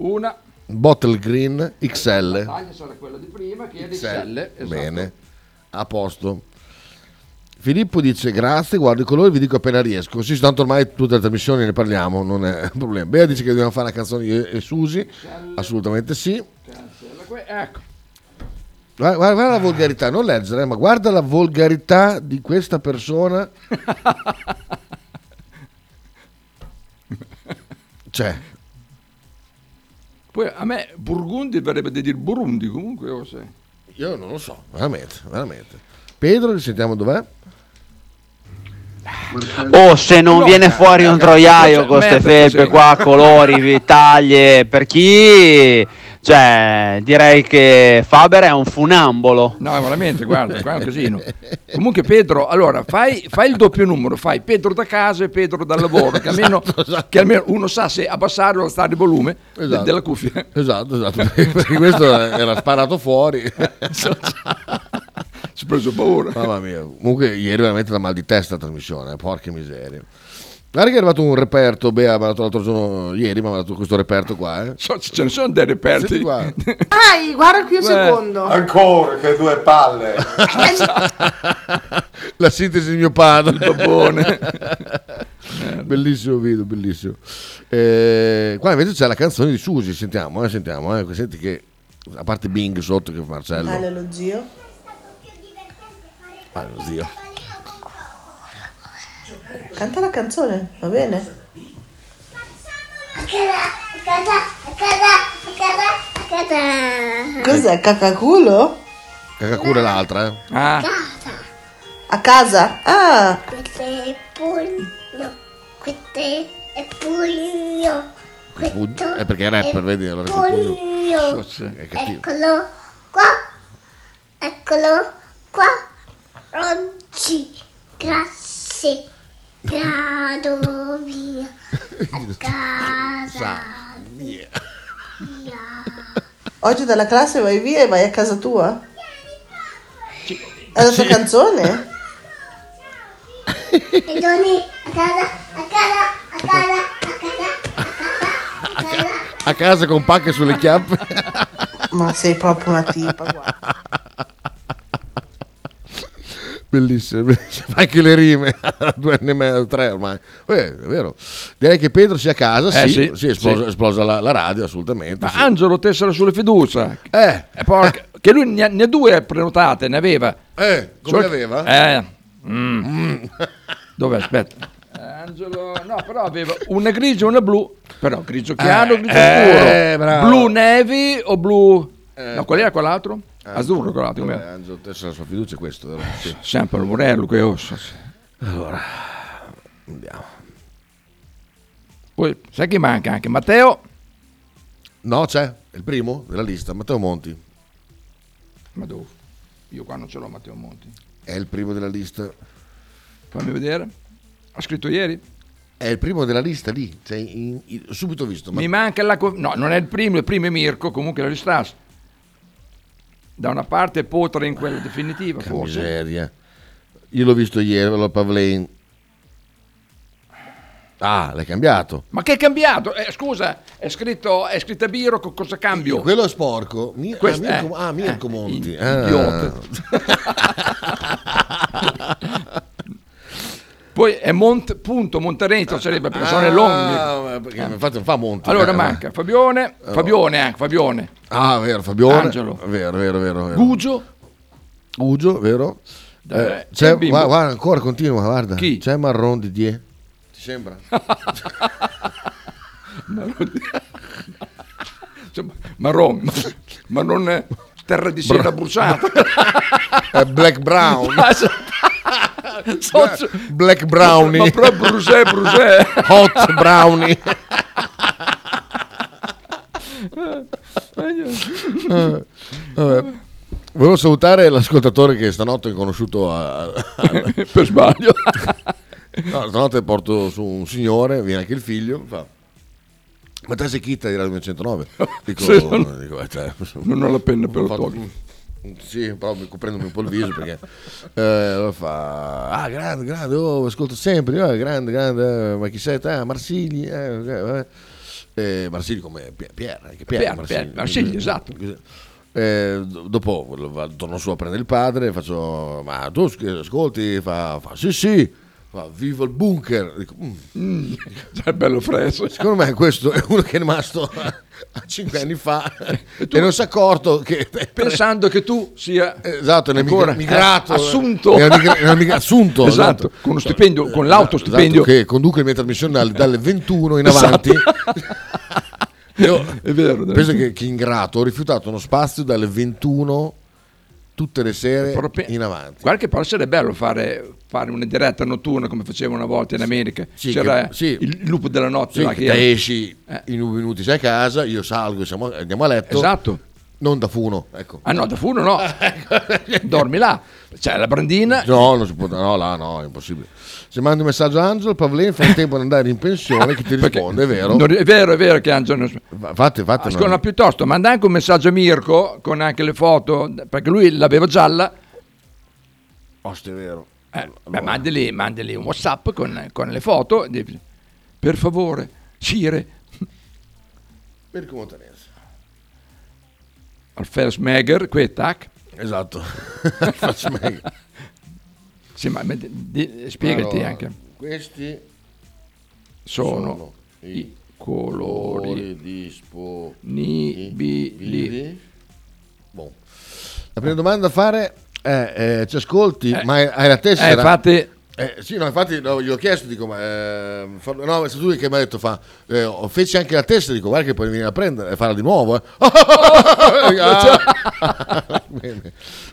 [SPEAKER 1] Una
[SPEAKER 2] Bottle Green XL.
[SPEAKER 1] taglia sarà quella di prima che è di XL. esatto.
[SPEAKER 2] Eh. Bene, a posto. Filippo dice grazie, guardo i colori, vi dico appena riesco. Sì, tanto ormai tutte le trasmissioni ne parliamo, non è un problema. Bea dice che dobbiamo fare una canzone io e Susi, assolutamente sì.
[SPEAKER 1] Cancella que- Ecco,
[SPEAKER 2] Guarda, guarda- guarda la volgarità, non leggere, eh, ma guarda la volgarità di questa persona. cioè,
[SPEAKER 1] poi a me Burgundi verrebbe da dire Burundi comunque. o se-
[SPEAKER 2] io non lo so, veramente, veramente. Pedro, sentiamo dov'è?
[SPEAKER 7] Oh, se non
[SPEAKER 1] No,
[SPEAKER 7] viene
[SPEAKER 1] eh,
[SPEAKER 7] fuori un
[SPEAKER 1] ragazzi,
[SPEAKER 7] troiaio
[SPEAKER 1] cioè,
[SPEAKER 7] con queste
[SPEAKER 1] merda, così.
[SPEAKER 7] felpe qua, colori, taglie, per chi... Cioè, direi che Faber è un funambolo.
[SPEAKER 1] No, veramente, guarda, qua è un casino. Comunque Pedro, allora fai, fai il doppio numero, fai Pedro da casa e Pedro dal lavoro, che almeno, che almeno uno sa se abbassare o alzare il volume de-
[SPEAKER 2] Esatto.
[SPEAKER 1] della cuffia.
[SPEAKER 2] *laughs* Esatto, esatto, perché questo era sparato fuori.
[SPEAKER 1] Si è preso paura.
[SPEAKER 2] *laughs* Mamma mia, comunque ieri veramente da mal di testa la trasmissione, eh, porca miseria. Guarda che è arrivato un reperto, Bea, mi ha mandato l'altro giorno, ieri mi ha mandato questo reperto qua, eh.
[SPEAKER 1] So- ce ne sono dei reperti.
[SPEAKER 2] Senti *laughs* qua.
[SPEAKER 8] Dai, guarda qui un secondo.
[SPEAKER 5] Ancora che due palle.
[SPEAKER 2] La sintesi di mio padre.
[SPEAKER 1] Babbone.
[SPEAKER 2] Certo. bellissimo video, bellissimo. Eh, qua invece c'è la canzone di Susi, sentiamo, eh, sentiamo, eh, senti che a parte Bing sotto che Marcello.
[SPEAKER 8] lo zio.
[SPEAKER 2] Ah, lo zio.
[SPEAKER 8] Canta la canzone, va bene? Cos'è, cacaculo?
[SPEAKER 2] Cacacura è l'altra, eh.
[SPEAKER 1] Ah,
[SPEAKER 8] A casa? Ah,
[SPEAKER 9] Questo è pugno, questo è pugno, questo
[SPEAKER 2] È perché è rapper, vedi, allora che pugno.
[SPEAKER 9] pugno.
[SPEAKER 1] forse.
[SPEAKER 2] È cattivo.
[SPEAKER 9] Eccolo qua, eccolo qua, oggi, grazie, grado via,
[SPEAKER 2] *laughs*
[SPEAKER 9] a casa via.
[SPEAKER 8] oggi dalla classe vai via e vai a casa tua? È la tua canzone?
[SPEAKER 9] E Johnny, a casa, a casa, a casa, a casa, a casa, a casa.
[SPEAKER 2] A casa con pacche sulle chiappe.
[SPEAKER 8] Ma sei proprio una tipa, guarda.
[SPEAKER 2] Bellissimo, bellissimo. anche le rime, *laughs* due anni e mezzo, tre ormai. Eh, è vero. Direi che Pedro sia a casa,
[SPEAKER 1] Eh,
[SPEAKER 2] sì,
[SPEAKER 1] sì,
[SPEAKER 2] sì, è esplosa,
[SPEAKER 1] sì.
[SPEAKER 2] è esplosa la, la radio, assolutamente.
[SPEAKER 1] Ma
[SPEAKER 2] sì.
[SPEAKER 1] Angelo tessera sulle fiducia.
[SPEAKER 2] Eh,
[SPEAKER 1] Eh, porca- che lui ne ha, ne ha due prenotate, ne aveva.
[SPEAKER 2] eh, come
[SPEAKER 1] Cioè-
[SPEAKER 2] aveva?
[SPEAKER 1] Eh. mm. Dove aspetta? Eh, Angelo, no, però aveva una grigia e una blu. Però grigio chiaro, grigio
[SPEAKER 2] eh,
[SPEAKER 1] scuro. Eh.
[SPEAKER 2] bravo.
[SPEAKER 1] Blu nevi o blu No, qual era quell'altro? Azzurro quell'altro,
[SPEAKER 2] Eh,
[SPEAKER 1] com'era?
[SPEAKER 2] Angelo, adesso la sua fiducia è questo, vero? Sì.
[SPEAKER 1] Sempre il Morello che osso.
[SPEAKER 2] Andiamo.
[SPEAKER 1] Poi sai chi manca anche Matteo?
[SPEAKER 2] No, c'è il primo della lista, Matteo Monti.
[SPEAKER 1] Ma dove? Io qua non ce l'ho Matteo Monti.
[SPEAKER 2] È il primo della lista.
[SPEAKER 1] Fammi vedere. Ha scritto ieri?
[SPEAKER 2] È il primo della lista lì, cioè, in- in- subito visto. Ma
[SPEAKER 1] Mi manca la... co- No, non è il primo, il primo è Mirko, comunque la ristas. Da una parte potere in quella definitiva,
[SPEAKER 2] che
[SPEAKER 1] forse.
[SPEAKER 2] miseria. Io l'ho visto ieri, l'ho Pavlein. Ah, l'hai cambiato.
[SPEAKER 1] Ma che è cambiato? Eh, scusa, è scritto, è scritta Biro, co- cosa cambio?
[SPEAKER 2] Quello è sporco. Mi-
[SPEAKER 1] Questo-
[SPEAKER 2] ah, Mirko,
[SPEAKER 1] eh,
[SPEAKER 2] eh, ah, Mirko
[SPEAKER 1] eh,
[SPEAKER 2] Monti.
[SPEAKER 1] i-
[SPEAKER 2] Ah.
[SPEAKER 1] idiota. Poi è Mont, punto, Monterento sarebbe perché sono
[SPEAKER 2] Ah,
[SPEAKER 1] è Long.
[SPEAKER 2] ma perché infatti non fa Monti.
[SPEAKER 1] Allora
[SPEAKER 2] eh,
[SPEAKER 1] manca Fabione,
[SPEAKER 2] Oh.
[SPEAKER 1] Fabione anche, Fabione,
[SPEAKER 2] ma- Ah, vero, Fabione.
[SPEAKER 1] Angelo.
[SPEAKER 2] Vero, vero, vero. vero.
[SPEAKER 1] Gugio,
[SPEAKER 2] Gugio, vero?
[SPEAKER 1] Dai,
[SPEAKER 2] Eh, c'è,
[SPEAKER 1] il bimbo.
[SPEAKER 2] guarda, guarda, ancora continua, guarda.
[SPEAKER 1] Chi?
[SPEAKER 2] C'è Marron di Die. Ti sembra?
[SPEAKER 1] insomma,
[SPEAKER 2] *laughs*
[SPEAKER 1] Marron, Cioè, ma, ma
[SPEAKER 2] *laughs*
[SPEAKER 1] non è terra di sera bruciata.
[SPEAKER 2] È Eh, Black Brown.
[SPEAKER 1] *laughs* Basta. So- so-
[SPEAKER 2] Black Brownie.
[SPEAKER 1] Ma proprio brusè, brusè.
[SPEAKER 2] *laughs*
[SPEAKER 1] *laughs*
[SPEAKER 2] Hot Brownie. Vabbè. Eh, Volevo salutare l'ascoltatore che stanotte ho conosciuto a- a-
[SPEAKER 1] per sbaglio.
[SPEAKER 2] No, stanotte porto su un signore, viene anche il figlio, fa... Ma te sei chitta di Radio 909? Dico,
[SPEAKER 1] Sì, no.
[SPEAKER 2] dico, eh, cioè,
[SPEAKER 1] Non ho la penna per
[SPEAKER 2] ho
[SPEAKER 1] la
[SPEAKER 2] fatto-
[SPEAKER 1] toga.
[SPEAKER 2] Sì, però mi coprendomi un po' il viso perché... *laughs* eh, allora fa... Ah, grande, grande, oh, ascolto sempre, ah, grande, grande, eh, ma chi sei te? Ah, Marsigli, eh, eh, eh. Eh, Marsigli come eh, Pier, Pier, anche Pier,
[SPEAKER 1] Pier, Pier, Marsigli, esatto.
[SPEAKER 2] Eh, do- dopo vado- torno su a prendere il padre, faccio, ma tu sch- ascolti? Fa, fa, sì, sì, fa, viva il bunker. Dico, "Mm,
[SPEAKER 1] Cioè, bello fresco.
[SPEAKER 2] Secondo me questo è uno che è rimasto *laughs* a 5
[SPEAKER 1] *laughs*
[SPEAKER 2] anni fa e non si è accorto che...
[SPEAKER 1] Pensando che tu sia
[SPEAKER 2] Esatto, è
[SPEAKER 1] ancora
[SPEAKER 2] migrato.
[SPEAKER 1] eh, assunto.
[SPEAKER 2] Era migra- era migra- assunto.
[SPEAKER 1] Esatto, con lo stipendio, con l'autostipendio.
[SPEAKER 2] Esatto, che conduce le mie trasmissioni dal- dalle 21 in
[SPEAKER 1] Esatto. *laughs*
[SPEAKER 2] avanti. Io
[SPEAKER 1] È vero, dai.
[SPEAKER 2] penso che, che ingrato, ho rifiutato uno spazio dalle 21 tutte le sere
[SPEAKER 1] Proprio-
[SPEAKER 2] in avanti.
[SPEAKER 1] Guarda che però sarebbe bello fare, fare una diretta notturna come faceva una volta in America.
[SPEAKER 2] Sì,
[SPEAKER 1] C'era
[SPEAKER 2] che- sì.
[SPEAKER 1] il lupo della notte.
[SPEAKER 2] Sì,
[SPEAKER 1] là,
[SPEAKER 2] che
[SPEAKER 1] che
[SPEAKER 2] te
[SPEAKER 1] era-
[SPEAKER 2] esci in due minuti sei a casa, io salgo, siamo- andiamo a letto,
[SPEAKER 1] Eh. Esatto.
[SPEAKER 2] non da funo, ecco.
[SPEAKER 1] Ah no, da funo
[SPEAKER 2] *laughs*
[SPEAKER 1] no. Dormi là. C'è la brandina.
[SPEAKER 2] No, non si può, no, là no, è impossibile. Se mandi un messaggio a Angelo, Pavlen fa in tempo ad andare in pensione che ti
[SPEAKER 1] perché-
[SPEAKER 2] risponde, è vero?
[SPEAKER 1] Non- è vero, è vero che Angelo... non-
[SPEAKER 2] Va- Fate, fate.
[SPEAKER 1] Ascolta, ma piuttosto, manda anche un messaggio a Mirko con anche le foto, perché lui l'aveva gialla.
[SPEAKER 2] Oste, è vero.
[SPEAKER 1] Eh, beh, mandali, mandali un WhatsApp con, con le foto. di- Per favore, Cire,
[SPEAKER 2] Per Montanese.
[SPEAKER 1] al Felsmager, qui, tac.
[SPEAKER 2] *laughs* Esatto. Faccio meglio.
[SPEAKER 1] Sì, ma di- di- spiegati
[SPEAKER 2] Allora,
[SPEAKER 1] anche.
[SPEAKER 2] Questi
[SPEAKER 1] Sono,
[SPEAKER 2] sono
[SPEAKER 1] i,
[SPEAKER 2] i
[SPEAKER 1] colori
[SPEAKER 2] colori
[SPEAKER 1] nibili.
[SPEAKER 2] disponibili. Boh. La prima domanda da fare è, eh, ci ascolti, ma hai- hai la tessera?
[SPEAKER 1] Ah. Eh, infatti,
[SPEAKER 2] Eh, sì, no, infatti no, gli ho chiesto, dico, ma... eh, fa- no, è stato lui che mi ha detto, fa... eh, ho- feci anche la testa, dico, guarda che puoi venire a prendere e farla di nuovo, eh.
[SPEAKER 1] Oh.
[SPEAKER 2] *laughs* Ah! *laughs* Bene.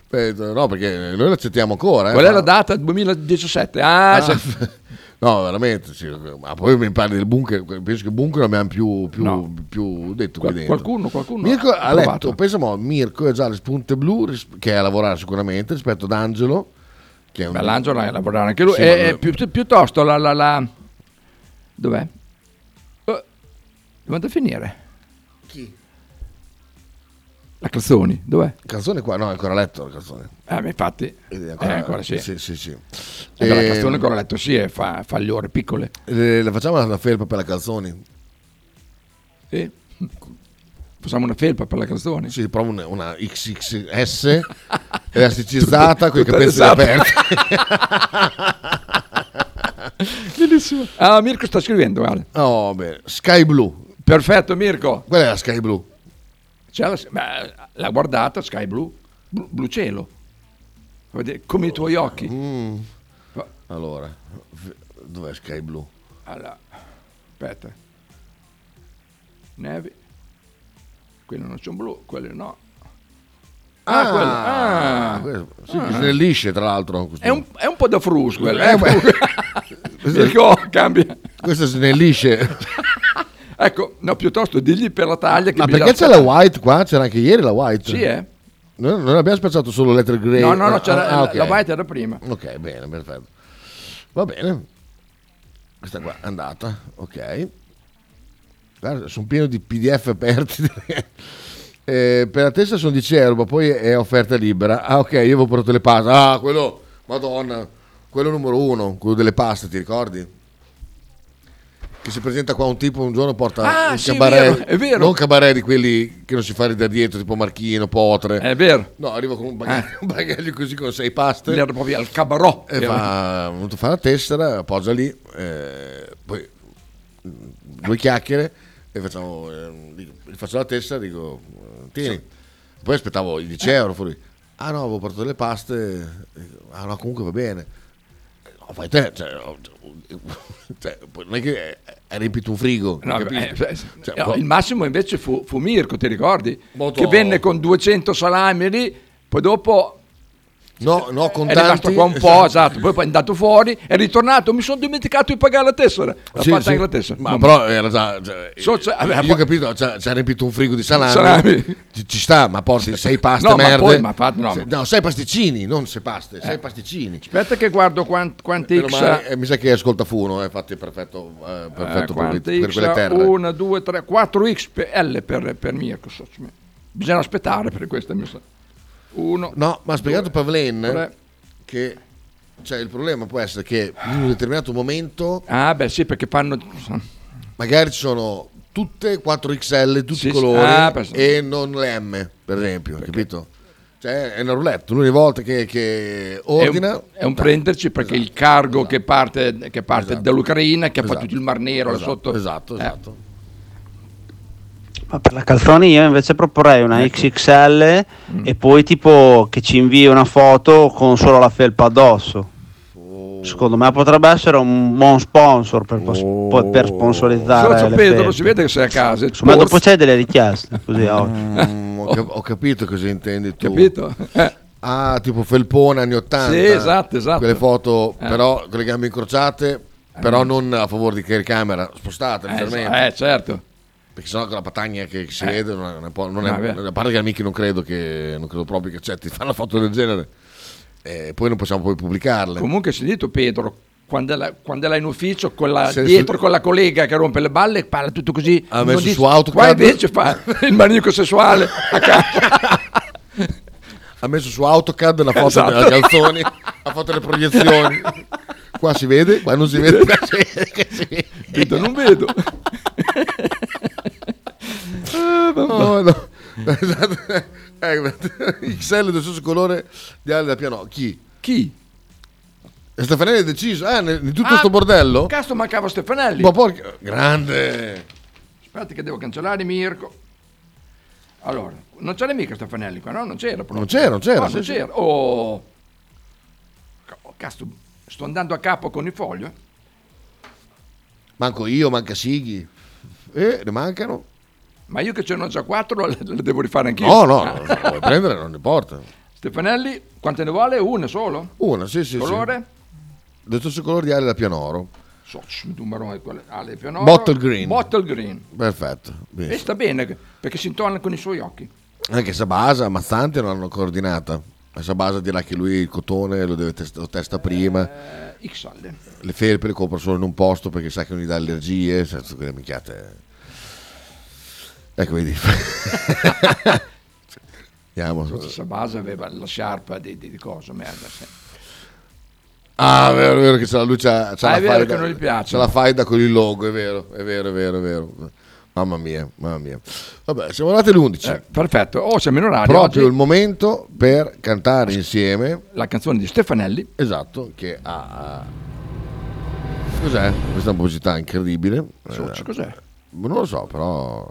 [SPEAKER 2] Eh, no, perché noi l'accettiamo ancora, eh.
[SPEAKER 1] qual è
[SPEAKER 2] Fa-
[SPEAKER 1] la data? 2017. Ah,
[SPEAKER 2] Ah,
[SPEAKER 1] se-
[SPEAKER 2] *laughs* No, veramente, sì, ma poi mi parli del bunker, penso che bunker l'abbiamo più, più,
[SPEAKER 1] No.
[SPEAKER 2] più detto qui
[SPEAKER 1] qual-
[SPEAKER 2] dentro.
[SPEAKER 1] qualcuno, qualcuno
[SPEAKER 2] Mirko ha
[SPEAKER 1] provato.
[SPEAKER 2] letto, pensiamo, Mirko è già alle spunte blu, ris- che è a lavorare sicuramente, rispetto ad Angelo, che è un...
[SPEAKER 1] Beh, l'Angelo è lavorare anche lui.
[SPEAKER 2] Sì,
[SPEAKER 1] E-
[SPEAKER 2] ma-
[SPEAKER 1] e più- piuttosto la, la, la... Dov'è? Eh, devo andare a finire.
[SPEAKER 2] Chi?
[SPEAKER 1] La Calzoni, dov'è?
[SPEAKER 2] Canzone qua, no, è ancora letto la canzone.
[SPEAKER 1] Eh, ma infatti...
[SPEAKER 2] Ed è
[SPEAKER 1] eh, ancora sì.
[SPEAKER 2] sì, sì, sì.
[SPEAKER 1] Eh, la
[SPEAKER 2] Eh,
[SPEAKER 1] Calzoni ancora ha letto sì e fa, fa le ore piccole.
[SPEAKER 2] eh, la facciamo una felpa per la Calzoni?
[SPEAKER 1] Sì. Facciamo una felpa per la Calzoni.
[SPEAKER 2] Sì, proprio una, una
[SPEAKER 1] *laughs*
[SPEAKER 2] XXS elasticizzata con i
[SPEAKER 1] Tutta-
[SPEAKER 2] capelli
[SPEAKER 1] esatto.
[SPEAKER 2] aperti.
[SPEAKER 1] Bellissimo. Ah, Mirko sta scrivendo, guarda.
[SPEAKER 2] Oh, bene. Sky Blue.
[SPEAKER 1] Perfetto, Mirko.
[SPEAKER 2] Qual è la Sky Blue?
[SPEAKER 1] C'è la, ma eh, l'ha guardata, sky blu, blu, blu cielo. Vedi, Come i tuoi occhi.
[SPEAKER 2] Allora, v- dov'è Sky Blue?
[SPEAKER 1] Allora, aspetta. Nevi. Quello non c'è un blu, quello no. Ah, quello. ah.
[SPEAKER 2] Questo- sì, che snellisce tra l'altro. Questo,
[SPEAKER 1] È, un, è un po' da frus quello.
[SPEAKER 2] Eh,
[SPEAKER 1] Eh, *laughs*
[SPEAKER 2] beh.
[SPEAKER 1] Mirko, cambia. *laughs*
[SPEAKER 2] questo snellisce.
[SPEAKER 1] Ecco, no, piuttosto digli per la taglia che
[SPEAKER 2] Ma
[SPEAKER 1] mi
[SPEAKER 2] perché
[SPEAKER 1] dà-
[SPEAKER 2] c'è la white qua? C'era anche ieri la white.
[SPEAKER 1] Sì, eh.
[SPEAKER 2] Noi non abbiamo spazzato solo letter grey.
[SPEAKER 1] No, no, no,
[SPEAKER 2] Ah,
[SPEAKER 1] c'era,
[SPEAKER 2] ah, ok.
[SPEAKER 1] la white era prima.
[SPEAKER 2] Ok, bene, perfetto. Va bene. Questa qua è andata, ok. Guarda, sono pieno di PDF aperti. *laughs* Eh, per la testa sono di Cerba, poi è offerta libera. Ah, ok, io avevo portato le paste. Ah, quello, madonna, quello numero uno, quello delle paste, ti ricordi? Che si presenta qua un tipo un giorno porta
[SPEAKER 1] Ah,
[SPEAKER 2] un
[SPEAKER 1] sì, è
[SPEAKER 2] cabaret,
[SPEAKER 1] vero, è vero.
[SPEAKER 2] non cabaret di quelli che non si fa ridere dietro, tipo Marchino, Potre.
[SPEAKER 1] È vero.
[SPEAKER 2] No, arrivo
[SPEAKER 1] Eh.
[SPEAKER 2] con un bagaglio, *laughs* un bagaglio così con sei paste
[SPEAKER 1] Era proprio al cabarò.
[SPEAKER 2] e fa, venuto a fare la tessera, appoggia lì, eh, poi mm, due chiacchiere e facciamo, eh, dico- gli faccio la tessera, dico, eh, tieni. Poi aspettavo i 10 euro fuori. Ah no, avevo portato le paste, Dico, ah no, comunque va bene. No, fai te, cioè, *laughs* no, cioè, poi non è che eh, hai riempito un frigo,
[SPEAKER 1] No,
[SPEAKER 2] capisci?
[SPEAKER 1] beh, eh,
[SPEAKER 2] Cioè,
[SPEAKER 1] no,
[SPEAKER 2] boh.
[SPEAKER 1] il massimo invece fu, fu Mirko, ti ricordi?
[SPEAKER 2] Madonna.
[SPEAKER 1] Che venne con 200 salami lì, poi dopo
[SPEAKER 2] No, no, con
[SPEAKER 1] È rimasto
[SPEAKER 2] tanti.
[SPEAKER 1] qua un po', esatto. poi poi è andato fuori, è ritornato, mi sono dimenticato di pagare la tessera. La
[SPEAKER 2] Sì,
[SPEAKER 1] fatta
[SPEAKER 2] sì.
[SPEAKER 1] anche la tessera.
[SPEAKER 2] Ma
[SPEAKER 1] Mamma
[SPEAKER 2] però era già. già-
[SPEAKER 1] So- cioè,
[SPEAKER 2] io
[SPEAKER 1] vabbè,
[SPEAKER 2] ho
[SPEAKER 1] poi-
[SPEAKER 2] capito, c'ha, c'ha riempito un frigo di salami.
[SPEAKER 1] Salami.
[SPEAKER 2] Ci, ci sta, ma porti sei paste
[SPEAKER 1] No, ma
[SPEAKER 2] merde.
[SPEAKER 1] poi- ma fa- no,
[SPEAKER 2] Se-
[SPEAKER 1] ma- Eh.
[SPEAKER 2] sei pasticcini, non sei paste, sei pasticcini.
[SPEAKER 1] Aspetta che guardo quant- quante
[SPEAKER 2] Meno
[SPEAKER 1] X
[SPEAKER 2] male,
[SPEAKER 1] ha.
[SPEAKER 2] eh, mi sa che ascolta Funo, eh, infatti è perfetto, eh, perfetto
[SPEAKER 1] Eh,
[SPEAKER 2] per,
[SPEAKER 1] quante
[SPEAKER 2] per
[SPEAKER 1] X
[SPEAKER 2] quelle
[SPEAKER 1] ha?
[SPEAKER 2] terre.
[SPEAKER 1] Una, due, tre, quattro X per L per, per Mirko. so, cioè, Bisogna aspettare per questa mi sa. Uno,
[SPEAKER 2] No, ma ha spiegato Pavlen
[SPEAKER 1] tre.
[SPEAKER 2] che cioè, il problema può essere che in un determinato momento
[SPEAKER 1] Ah, beh, sì, perché fanno.
[SPEAKER 2] magari ci sono tutte 4XL, tutti
[SPEAKER 1] Sì,
[SPEAKER 2] i
[SPEAKER 1] sì.
[SPEAKER 2] colori
[SPEAKER 1] Ah, per-
[SPEAKER 2] e non le M, per esempio, capito? Cioè è una roulette, l'unica volta che, che
[SPEAKER 1] È
[SPEAKER 2] ordina...
[SPEAKER 1] un, è un prenderci perché il cargo che parte, che parte
[SPEAKER 2] Esatto.
[SPEAKER 1] dall'Ucraina, che ha
[SPEAKER 2] Esatto.
[SPEAKER 1] fatto tutto il Mar Nero là
[SPEAKER 2] Esatto,
[SPEAKER 1] sotto.
[SPEAKER 2] Esatto,
[SPEAKER 1] Eh,
[SPEAKER 2] esatto.
[SPEAKER 1] *laughs*
[SPEAKER 7] Ma per la calzone io invece proporrei una XXL e poi tipo che ci invii una foto con solo la felpa addosso. Secondo me potrebbe essere un buon sponsor per, pos- po- per sponsorizzare
[SPEAKER 1] Socio
[SPEAKER 7] le
[SPEAKER 1] Pedro,
[SPEAKER 7] felpe.
[SPEAKER 1] si vede che Eh. sei a casa.
[SPEAKER 7] Insomma,
[SPEAKER 1] sporco,
[SPEAKER 7] dopo c'è delle richieste, così a occhio.
[SPEAKER 2] Mm, ho, cap- ho capito cosa intendi tu.
[SPEAKER 1] capito? Eh,
[SPEAKER 2] Ah, tipo Felpone anni 80.
[SPEAKER 1] Sì, esatto, esatto.
[SPEAKER 2] Quelle foto, però, con le gambe incrociate, però non a favore di caricamera, spostate leggermente.
[SPEAKER 1] eh, certo.
[SPEAKER 2] Perché sennò con la patagna che si vede non è, non è po- non è-
[SPEAKER 1] Eh. Ah, beh.
[SPEAKER 2] a parte che amici non credo che non credo proprio che cioè, ti fanno foto del genere. E poi non possiamo poi pubblicarle.
[SPEAKER 1] Comunque, si è detto Pedro, quando è, là, quando è là in ufficio, con la-
[SPEAKER 2] Se-
[SPEAKER 1] dietro
[SPEAKER 2] se-
[SPEAKER 1] con la collega che rompe le balle, parla tutto così.
[SPEAKER 2] Ha
[SPEAKER 1] non
[SPEAKER 2] messo
[SPEAKER 1] dice-
[SPEAKER 2] su AutoCAD.
[SPEAKER 1] Qua invece fa il manico sessuale a
[SPEAKER 2] *laughs*
[SPEAKER 1] casa.
[SPEAKER 2] Ha messo su AutoCAD la foto
[SPEAKER 1] Esatto. *laughs*
[SPEAKER 2] della Calzoni, la foto delle proiezioni. Qua si vede, qua non si vede. qua si vede, che si vede.
[SPEAKER 1] Detto, non vedo.
[SPEAKER 2] No, Oh, no. *laughs* Esatto. Eh, *laughs* XL dello stesso colore di Ale da Pianocchi.
[SPEAKER 1] Chi?
[SPEAKER 2] E Stefanelli è deciso, eh, nel- di tutto
[SPEAKER 1] Ah,
[SPEAKER 2] sto bordello?
[SPEAKER 1] Cazzo, mancava Stefanelli.
[SPEAKER 2] Ma porca... Grande!
[SPEAKER 1] Aspetta che devo cancellare Mirko. Allora, non c'era mica Stefanelli qua, no? Non c'era proprio.
[SPEAKER 2] Non c'era, non c'era,
[SPEAKER 1] No,
[SPEAKER 2] sì,
[SPEAKER 1] non
[SPEAKER 2] sì.
[SPEAKER 1] c'era. Oh. Ca- oh, Cazzo, sto andando a capo con il foglio. eh.
[SPEAKER 2] Manco io, manca Sighi. Eh, ne mancano?
[SPEAKER 1] Ma io che ce n'ho già quattro, *laughs* le le devo rifare anch'io.
[SPEAKER 2] No, no, no, se vuoi prendere non importa.
[SPEAKER 1] Stefanelli, quante ne vuole? Una solo?
[SPEAKER 2] Una, sì, sì, sì.
[SPEAKER 1] Colore?
[SPEAKER 2] Dello stesso colore di Ale da Pianoro.
[SPEAKER 1] So, numero è quale? Ale Pianoro.
[SPEAKER 2] Bottle green.
[SPEAKER 1] Bottle green.
[SPEAKER 2] Perfetto.
[SPEAKER 1] E
[SPEAKER 2] benissimo.
[SPEAKER 1] sta bene, perché si intona con i suoi occhi.
[SPEAKER 2] Eh? Anche Sabasa, Mazzante non hanno coordinata. Ma Sabasa dirà che lui il cotone lo deve test- lo testa prima.
[SPEAKER 1] Eh, XL.
[SPEAKER 2] le felpe le compro solo in un posto perché sa che non gli dà allergie, sa- quelle minchiate. Ecco,
[SPEAKER 1] *laughs*
[SPEAKER 2] vedi. Andiamo.
[SPEAKER 1] Sabasa aveva la sciarpa di, di, di cosa, merda. sì.
[SPEAKER 2] Ah, è vero, è vero che c'è la luce. C'è
[SPEAKER 1] Ah,
[SPEAKER 2] la
[SPEAKER 1] è vero
[SPEAKER 2] faida-
[SPEAKER 1] che non gli piace.
[SPEAKER 2] C'è la faida con il logo, è vero, è vero, è vero, è vero. Mamma mia, mamma mia. Vabbè, siamo andati alle 11.
[SPEAKER 1] Eh, perfetto. Oh, siamo in orario.
[SPEAKER 2] Proprio
[SPEAKER 1] oggi.
[SPEAKER 2] il momento per cantare insieme.
[SPEAKER 1] la canzone di Stefanelli.
[SPEAKER 2] Esatto, che ha. ha- Cos'è? Questa pubblicità incredibile.
[SPEAKER 1] Socio,
[SPEAKER 2] Eh,
[SPEAKER 1] cos'è?
[SPEAKER 2] Non lo so, però.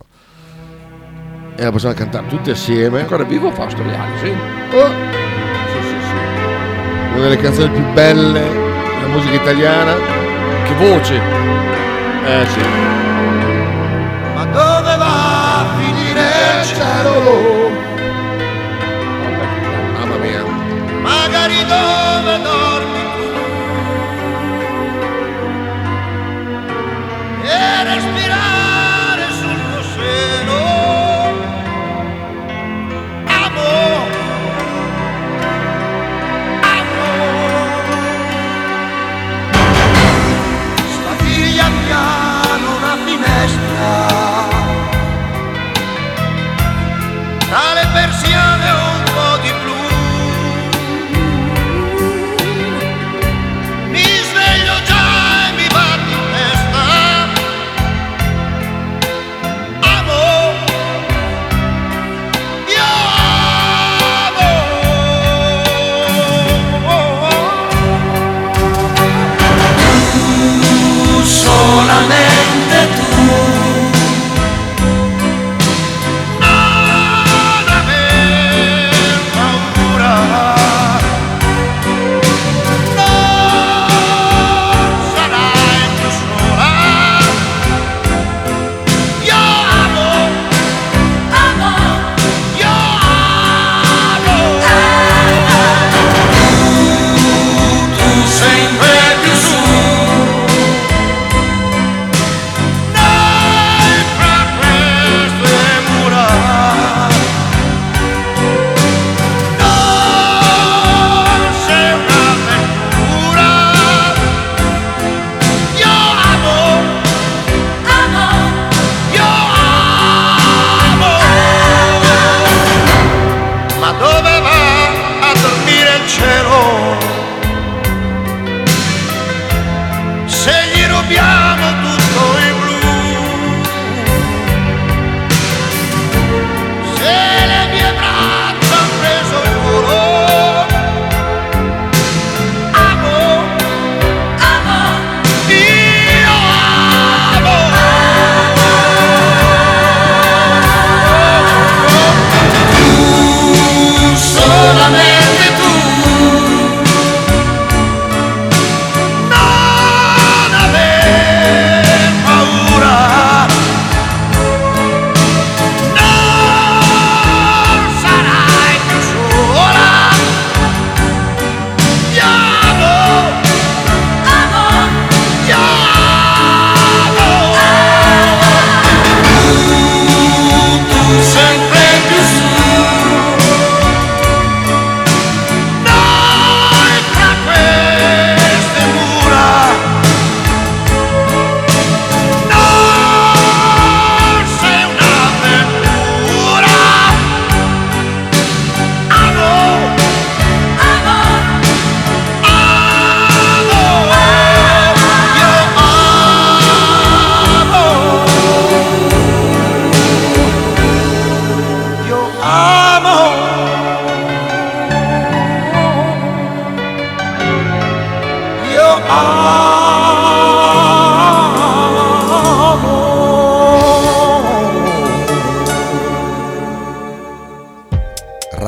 [SPEAKER 2] E la possiamo cantare tutti assieme.
[SPEAKER 1] Ancora vivo Fausto Leali, sì.
[SPEAKER 2] Oh! Sì, sì, sì. Una delle canzoni più belle della musica italiana.
[SPEAKER 1] Che voce!
[SPEAKER 2] Eh sì.
[SPEAKER 5] Ma dove va a finire il cielo?
[SPEAKER 2] Mamma mia.
[SPEAKER 5] Magari dove dormi tu? E respirare sul tuo seno. Amo. Amo. Sta figlia mia non ha finestra. Tra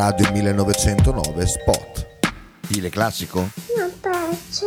[SPEAKER 2] 1909 Spot. Stile classico?
[SPEAKER 9] non piace,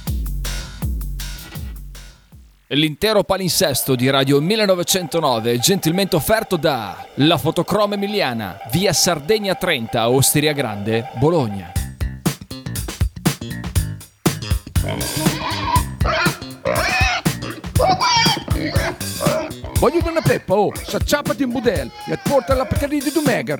[SPEAKER 10] L'intero palinsesto di Radio 1909 è gentilmente offerto da La Fotocroma Emiliana, via Sardegna 30, Osteria Grande, Bologna.
[SPEAKER 1] Voglio una peppa, oh, s'acciappati in budel e porta la Pcaridi di Dumegar.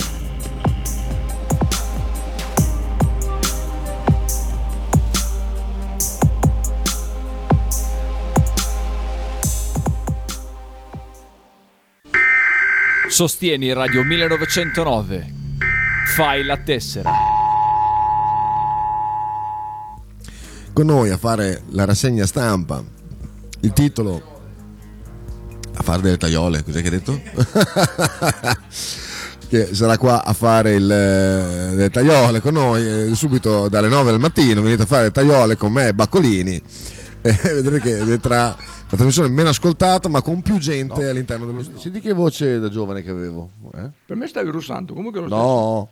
[SPEAKER 10] Sostieni Radio 1909. Fai la tessera.
[SPEAKER 2] con noi a fare la rassegna stampa. Il titolo a fare delle tagliole, cos'è che hai detto? *laughs* che sarà qua a fare il, eh, le tagliole con noi eh, subito dalle 9 del mattino, venite a fare le tagliole con me e Baccolini *laughs* e vedrete che tra la trasmissione meno ascoltata ma con più gente all'interno dello studio. Senti che voce da giovane che avevo? eh?
[SPEAKER 1] Per me stavi russando, comunque lo
[SPEAKER 2] *laughs* No.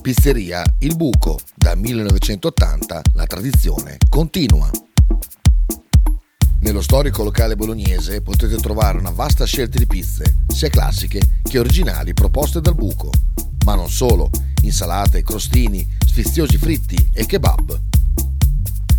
[SPEAKER 2] Pizzeria Il Buco, da 1980 la tradizione continua. Nello storico locale bolognese potete trovare una vasta scelta di pizze, sia classiche che originali proposte dal Buco, ma non solo, insalate, crostini, sfiziosi fritti e kebab.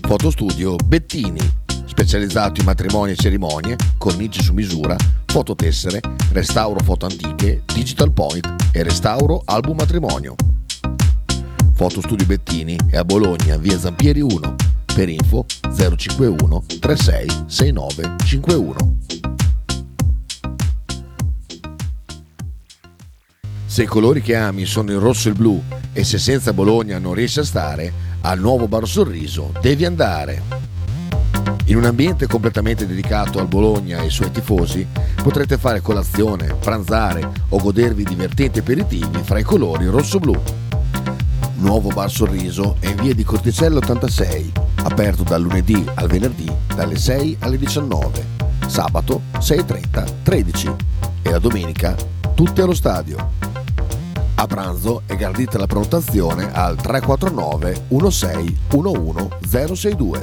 [SPEAKER 2] Fotostudio Bettini, specializzato in matrimoni e cerimonie, cornici su misura, fototessere, restauro foto antiche, digital point e restauro album matrimonio. Fotostudio Bettini è a Bologna, via Zampieri 1, per info 051 36 69 51. Se i colori che ami sono il rosso e il blu e se senza Bologna non riesci a stare, al nuovo Bar Sorriso devi andare. In un ambiente completamente dedicato al Bologna e ai suoi tifosi, potrete fare colazione, pranzare o godervi divertenti aperitivi fra i colori rosso-blu. Nuovo Bar Sorriso è in via di Corticello 86, aperto dal lunedì al venerdì dalle 6 alle 19, sabato 6.30 13 e la domenica tutti allo stadio. A pranzo è gardita la prenotazione al 349 16 11 062.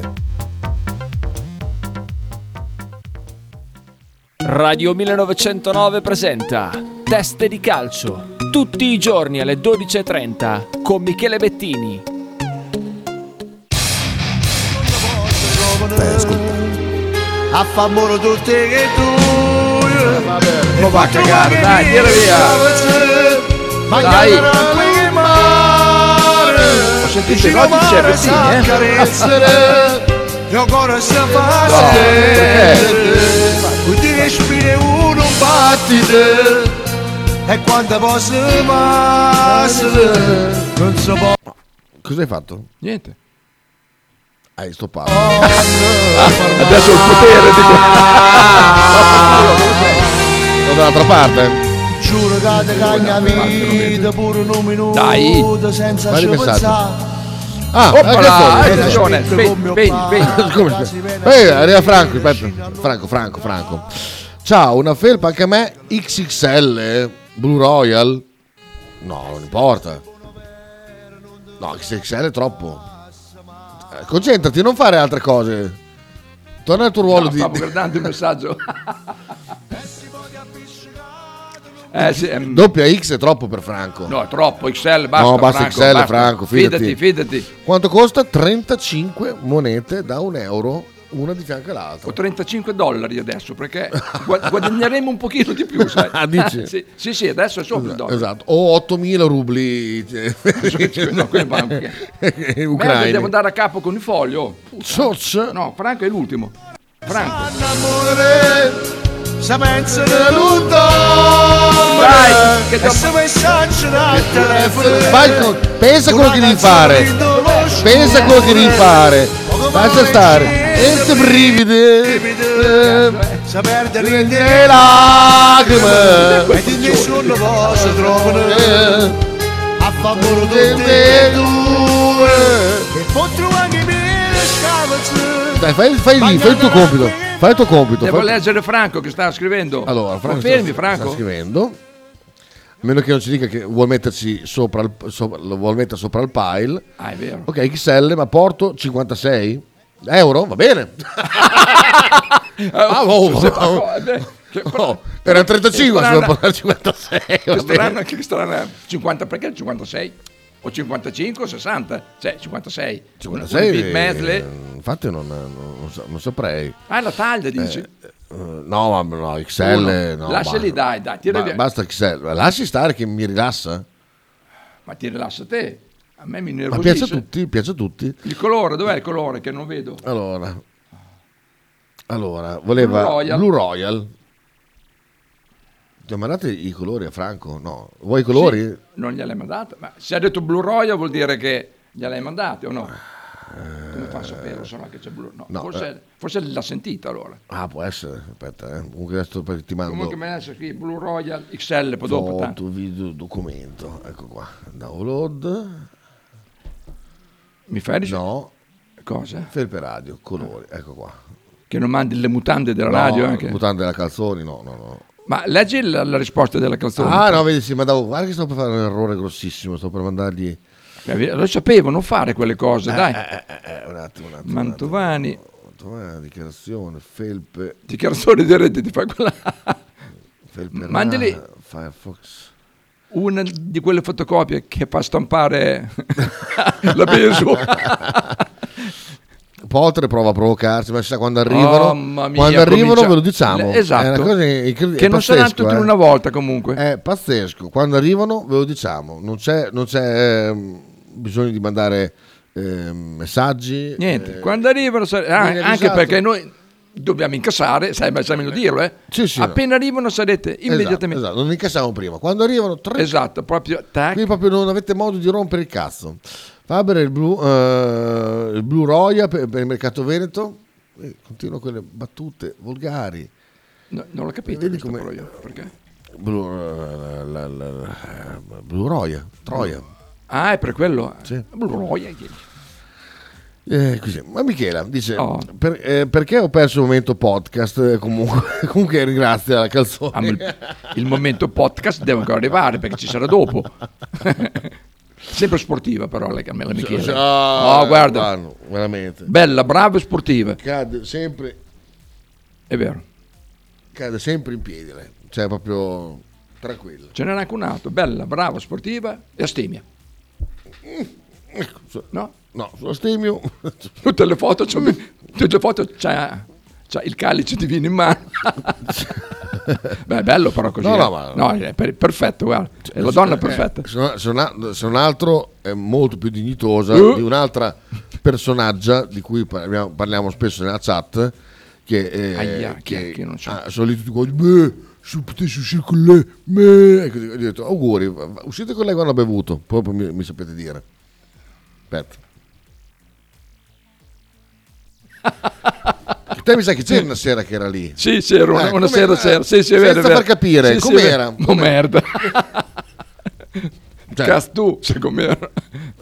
[SPEAKER 10] Radio 1909 presenta Teste di calcio. Tutti i giorni alle 12.30 con Michele Bettini.
[SPEAKER 11] A favore tutti che tu
[SPEAKER 1] Ma va a cagare, dai, tira via!
[SPEAKER 11] Ma
[SPEAKER 1] Dai.
[SPEAKER 11] che ma
[SPEAKER 1] tutte notti c'è Bettini, eh? *laughs*
[SPEAKER 5] Your cuore sta
[SPEAKER 1] No,
[SPEAKER 5] facendo Ti respiri uno battito E quando posso passare Non so può
[SPEAKER 2] Cosa hai fatto?
[SPEAKER 1] Niente.
[SPEAKER 2] Hai stoppato.
[SPEAKER 5] Oh,
[SPEAKER 1] Adesso il potere
[SPEAKER 5] *laughs*
[SPEAKER 2] dico. dall'altra parte.
[SPEAKER 5] Giuro che ti cagna vita Pure un minuto
[SPEAKER 1] Eh,
[SPEAKER 2] Dai.
[SPEAKER 5] Senza
[SPEAKER 2] Fai
[SPEAKER 5] ci
[SPEAKER 2] il messaggio.
[SPEAKER 5] pensare
[SPEAKER 2] Ah,
[SPEAKER 5] Oppala,
[SPEAKER 2] hai
[SPEAKER 1] Eh,
[SPEAKER 5] hai ragione, spegni, spegni, spegni.
[SPEAKER 2] Come spegni? Eh, arriva Franco, aspetta. Franco, Franco, Franco. Ciao, una felpa anche a me XXL Blue Royal. No, non importa. No, XXL è troppo. Eh, Concentrati, non fare altre cose. Torna al tuo ruolo
[SPEAKER 1] No,
[SPEAKER 2] di... *laughs*
[SPEAKER 1] stavo guardando il messaggio. Eh, sì, ehm.
[SPEAKER 2] Doppia X è troppo per Franco.
[SPEAKER 1] No, è troppo, XL, basta.
[SPEAKER 2] No, basta
[SPEAKER 1] Franco,
[SPEAKER 2] XL,
[SPEAKER 1] basta.
[SPEAKER 2] Franco,
[SPEAKER 1] fidati.
[SPEAKER 2] fidati.
[SPEAKER 1] Fidati,
[SPEAKER 2] Quanto costa? 35 monete da un euro, una di fianco all'altra.
[SPEAKER 1] Ho 35 dollari adesso perché gua- guadagneremo un pochino di più, sai?
[SPEAKER 2] Ah, dici?
[SPEAKER 1] Cioè, sì, sì, sì, adesso è sopra il dollaro.
[SPEAKER 2] Esatto, o 8.000 rubli eh,
[SPEAKER 1] No, quello va
[SPEAKER 2] *laughs*
[SPEAKER 1] anche. Merda,
[SPEAKER 2] ucraini.
[SPEAKER 1] devo andare a capo con il foglio.
[SPEAKER 2] Puttana.
[SPEAKER 1] No, Franco è l'ultimo. Franco.
[SPEAKER 5] Se pensi di tutto
[SPEAKER 1] Dai, che
[SPEAKER 5] E se messaggio dal telefono
[SPEAKER 2] Fai co- pensa a quello che devi fare. Pensa a quello che devi fare. Lascia stare. E se brividi. eh,
[SPEAKER 5] Se perdere in
[SPEAKER 2] Le lacrime.
[SPEAKER 5] E di nessuno cosa trovano A favore delle due E potro anche mille scavalzi
[SPEAKER 2] Dai, fai, fai lì, fai il tuo compito. Fai il tuo compito.
[SPEAKER 1] Devo
[SPEAKER 2] fai-
[SPEAKER 1] leggere Franco che sta scrivendo.
[SPEAKER 2] Allora, Franco sta-
[SPEAKER 1] Oh. Fermi,
[SPEAKER 2] sta
[SPEAKER 1] Franco.
[SPEAKER 2] scrivendo. A meno che non ci dica che vuol metterci sopra il, sopra- lo vuol mettere sopra il pile.
[SPEAKER 1] Ah, è vero.
[SPEAKER 2] Ok, XL, ma porto 56 euro,
[SPEAKER 1] *laughs*
[SPEAKER 2] va bene. ah, oh,
[SPEAKER 1] Se-
[SPEAKER 2] oh,
[SPEAKER 1] eh, che-
[SPEAKER 2] oh, era
[SPEAKER 1] che
[SPEAKER 2] 35, se devo
[SPEAKER 1] strana-
[SPEAKER 2] portare 56.
[SPEAKER 1] Che
[SPEAKER 2] va
[SPEAKER 1] strana,
[SPEAKER 2] bene.
[SPEAKER 1] che strana. 50 perché il 56? O 55 o 60? Cioè, 56. Una- una
[SPEAKER 2] 56,
[SPEAKER 1] big medley.
[SPEAKER 2] eh, Infatti non, non- non so- non saprei.
[SPEAKER 1] Ah, la taglia, dici?
[SPEAKER 2] Eh, eh, no, ma no, XL.
[SPEAKER 1] Uno.
[SPEAKER 2] No,
[SPEAKER 1] Lasciali,
[SPEAKER 2] basta.
[SPEAKER 1] dai, dai, tira
[SPEAKER 2] Ba-
[SPEAKER 1] via.
[SPEAKER 2] Basta XL, lasci stare che mi rilassa.
[SPEAKER 1] Ma ti rilassa te. A me mi
[SPEAKER 2] Ma piace a
[SPEAKER 1] nervosisce.
[SPEAKER 2] tutti, piace a tutti.
[SPEAKER 1] Il colore, dov'è il colore che non vedo?
[SPEAKER 2] Allora, allora voleva
[SPEAKER 1] Blue
[SPEAKER 2] Blue Royal.
[SPEAKER 1] Royal.
[SPEAKER 2] Ti ho mandato i colori a Franco? No, vuoi i colori?
[SPEAKER 1] Sì, non gliel'hai mandata. Ma se ha detto Blue Royal vuol dire che gliel'hai mandata o no? Come
[SPEAKER 2] Eh.
[SPEAKER 1] fa a sapere se no che c'è Blue No,
[SPEAKER 2] no,
[SPEAKER 1] forse,
[SPEAKER 2] eh.
[SPEAKER 1] forse l'ha sentita allora.
[SPEAKER 2] Ah, può essere. Aspetta, eh. comunque adesso poi ti mando
[SPEAKER 1] Comunque me ne esce qui Blue Royal XL, poi dopo tanto.
[SPEAKER 2] foto, video, documento. Ecco qua, download.
[SPEAKER 1] Mi fai ris-
[SPEAKER 2] No,
[SPEAKER 1] Cosa?
[SPEAKER 2] felpe radio, colori, ecco qua.
[SPEAKER 1] Che non mandi le mutande della
[SPEAKER 2] No,
[SPEAKER 1] radio anche?
[SPEAKER 2] mutande della calzoni, no, no, no.
[SPEAKER 1] Ma leggi la, la risposta della canzone.
[SPEAKER 2] Ah, no, vedi, sì, ma davo, guarda che sto per fare un errore grossissimo, sto per mandargli...
[SPEAKER 1] Eh, Lo sapevo, non fare quelle cose,
[SPEAKER 2] Eh,
[SPEAKER 1] dai.
[SPEAKER 2] eh, eh, eh, un attimo, un attimo.
[SPEAKER 1] Mantovani,
[SPEAKER 2] Mantovani, dichiarazione, felpe...
[SPEAKER 1] dichiarazione di redditi, fai
[SPEAKER 2] *laughs*
[SPEAKER 1] quella...
[SPEAKER 2] Felperà,
[SPEAKER 1] Mandali-
[SPEAKER 2] Firefox.
[SPEAKER 1] Una di quelle fotocopie che fa stampare *laughs* la peso.
[SPEAKER 2] *laughs* Potre prova a provocarci, ma chissà quando arrivano.
[SPEAKER 1] mamma mia,
[SPEAKER 2] quando arrivano
[SPEAKER 1] comincia-
[SPEAKER 2] ve lo diciamo.
[SPEAKER 1] Le- esatto.
[SPEAKER 2] È una cosa incredibile.
[SPEAKER 1] che non saranno
[SPEAKER 2] pazzesco,
[SPEAKER 1] tutti in
[SPEAKER 2] eh.
[SPEAKER 1] una volta comunque.
[SPEAKER 2] È pazzesco. Quando arrivano ve lo diciamo. Non c'è, non c'è ehm, bisogno di mandare ehm, messaggi.
[SPEAKER 1] Niente,
[SPEAKER 2] eh,
[SPEAKER 1] quando arrivano, sa- ah,
[SPEAKER 2] viene
[SPEAKER 1] anche
[SPEAKER 2] avvisato.
[SPEAKER 1] perché noi dobbiamo incassare, sai, ma sai meno dirlo, eh.
[SPEAKER 2] Sì, sì, no.
[SPEAKER 1] Appena arrivano sarete
[SPEAKER 2] Esatto,
[SPEAKER 1] immediatamente.
[SPEAKER 2] esatto, non incassiamo prima. Quando arrivano,
[SPEAKER 1] Esatto,
[SPEAKER 2] tre
[SPEAKER 1] proprio tac.
[SPEAKER 2] Qui proprio non avete modo di rompere il cazzo. Faber il blu, eh, il blu Roya per, per il mercato veneto. Eh, continuo con le battute volgari.
[SPEAKER 1] No, non l'ho capito.
[SPEAKER 2] Vedi
[SPEAKER 1] questo
[SPEAKER 2] come-
[SPEAKER 1] però io, perché?
[SPEAKER 2] Blu, eh, la- la- la- eh, Blu Roya, Troia.
[SPEAKER 1] Ah, è per quello.
[SPEAKER 2] Sì.
[SPEAKER 1] Blue Royal, che-
[SPEAKER 2] Eh, così. Ma Michela dice:
[SPEAKER 1] Oh.
[SPEAKER 2] per- eh, Perché ho perso il momento podcast? Eh, Comunque, *laughs* comunque ringrazia la
[SPEAKER 1] Ah, ma
[SPEAKER 2] calzone. *laughs*
[SPEAKER 1] il, il momento podcast deve ancora arrivare perché ci sarà dopo. Sempre sportiva però la, la Michele.
[SPEAKER 2] Ah,
[SPEAKER 1] Oh, guarda,
[SPEAKER 2] guarda, veramente.
[SPEAKER 1] bella, brava e sportiva.
[SPEAKER 2] Cade sempre,
[SPEAKER 1] È vero.
[SPEAKER 2] cade sempre in piedi lei. Cioè, proprio tranquilla.
[SPEAKER 1] Ce n'era anche un altro, bella, brava, sportiva e astemia. No?
[SPEAKER 2] Ecco, No, sono stemio.
[SPEAKER 1] Tutte le foto c'ho- tutte le foto c'ha, c'ha il calice di vino in mano. Beh, è bello però così.
[SPEAKER 2] *laughs* No,
[SPEAKER 1] eh.
[SPEAKER 2] no, ma-
[SPEAKER 1] No, è per- perfetto, guarda. È la
[SPEAKER 2] Eh,
[SPEAKER 1] donna perfetta.
[SPEAKER 2] Se non, se non- se non altro è molto più dignitosa
[SPEAKER 1] Uh.
[SPEAKER 2] di un'altra personaggia di cui parliamo, parliamo spesso nella chat, che, eh,
[SPEAKER 1] Aia, chi è?
[SPEAKER 2] che,
[SPEAKER 1] Che non so.
[SPEAKER 2] ah, sono lì tutti quanti, beh, se potessi uscire con lei, beh", e così, ho detto, auguri, va- va- uscite con lei quando ha bevuto, poi poi mi, mi sapete dire.
[SPEAKER 1] *laughs*
[SPEAKER 2] Aspetta. Te mi sa che c'era una sera che era lì.
[SPEAKER 1] Sì, sì, era una,
[SPEAKER 2] Eh,
[SPEAKER 1] una
[SPEAKER 2] come-
[SPEAKER 1] sera
[SPEAKER 2] eh,
[SPEAKER 1] c'era. Sì, sì, è
[SPEAKER 2] senza
[SPEAKER 1] vero, è vero.
[SPEAKER 2] far capire,
[SPEAKER 1] Sì, sì, è
[SPEAKER 2] com'era?
[SPEAKER 1] vero. Oh, merda.
[SPEAKER 2] *laughs* Cioè-
[SPEAKER 1] Cazzo tu, sai com'era.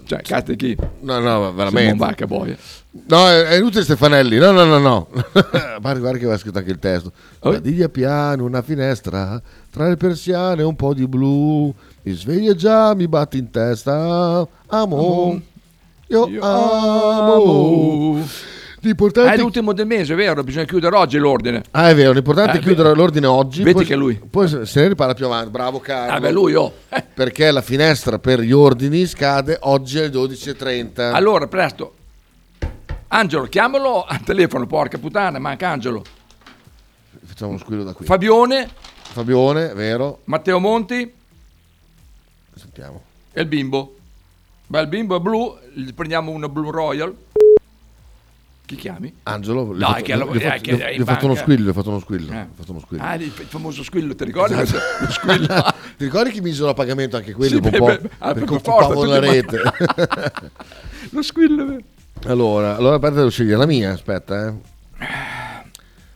[SPEAKER 1] Cioè, cazzo chi?
[SPEAKER 2] No, no, veramente.
[SPEAKER 1] Simon Vacca boia.
[SPEAKER 2] No, è, è inutile Stefanelli. No, no, no, no. *laughs* guarda, guarda che aveva scritto anche il testo.
[SPEAKER 1] Oh.
[SPEAKER 2] Diglia piano, una finestra, tra le persiane un po' di blu. Mi sveglio già, mi batti in testa. Amo. Io, amo. L'importante...
[SPEAKER 1] Ah, è l'ultimo del mese, è vero, bisogna chiudere oggi l'ordine.
[SPEAKER 2] Ah, è vero, l'importante
[SPEAKER 1] Eh,
[SPEAKER 2] è chiudere l'ordine oggi.
[SPEAKER 1] vedi
[SPEAKER 2] poi-
[SPEAKER 1] che è lui.
[SPEAKER 2] Poi se se ne riparla più avanti. Bravo Carlo.
[SPEAKER 1] Ah, beh, lui, oh.
[SPEAKER 2] Perché la finestra per gli ordini scade oggi alle 12.30.
[SPEAKER 1] Allora, presto. Angelo, chiamalo al telefono, porca puttana, manca Angelo.
[SPEAKER 2] Facciamo uno squillo da qui.
[SPEAKER 1] Fabione,
[SPEAKER 2] Fabione, vero?
[SPEAKER 1] Matteo Monti
[SPEAKER 2] Sentiamo.
[SPEAKER 1] e il bimbo. Beh, il bimbo è blu, gli prendiamo uno Blue Royal. Chi chiami?
[SPEAKER 2] Angelo, gli
[SPEAKER 1] Dai,
[SPEAKER 2] ho fatto-
[SPEAKER 1] che alla-
[SPEAKER 2] gli ho
[SPEAKER 1] eh,
[SPEAKER 2] fatto-
[SPEAKER 1] che
[SPEAKER 2] gli ho-
[SPEAKER 1] è in
[SPEAKER 2] gli ho fatto uno
[SPEAKER 1] banca.
[SPEAKER 2] squillo, gli ho fatto uno squillo.
[SPEAKER 1] Eh.
[SPEAKER 2] Ho fatto uno squillo.
[SPEAKER 1] Ah, il il famoso squillo, ti ricordi?
[SPEAKER 2] Esatto.
[SPEAKER 1] Lo *laughs* squillo.
[SPEAKER 2] Ti ricordi che misero a pagamento anche quelli
[SPEAKER 1] Sì,
[SPEAKER 2] dopo un
[SPEAKER 1] beh,
[SPEAKER 2] po'?
[SPEAKER 1] beh, ah,
[SPEAKER 2] perché
[SPEAKER 1] per forza,
[SPEAKER 2] occupavano la
[SPEAKER 1] tutti
[SPEAKER 2] rete.
[SPEAKER 1] *laughs* Lo squillo. è vero.
[SPEAKER 2] allora, allora aspetta, devo scegliere la mia, aspetta, eh.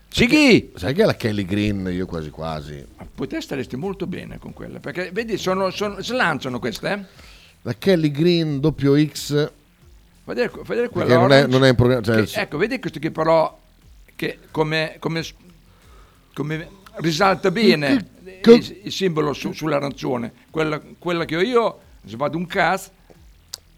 [SPEAKER 1] Sighi!
[SPEAKER 2] Sai che è la Kelly Green, io quasi quasi.
[SPEAKER 1] Poi te staresti molto bene con quella, perché vedi, sono, sono, si lanciano queste, eh?
[SPEAKER 2] La Kelly Green doppio X,
[SPEAKER 1] Fai vedere, fai vedere quella
[SPEAKER 2] perché non è,
[SPEAKER 1] orange.
[SPEAKER 2] non è in programma.
[SPEAKER 1] Che-
[SPEAKER 2] Cioè, sì.
[SPEAKER 1] ecco, vedi questo che però che come, come, come risalta bene il, il simbolo su- sull'arancione. Quella, quella che ho io, se vado un cazzo,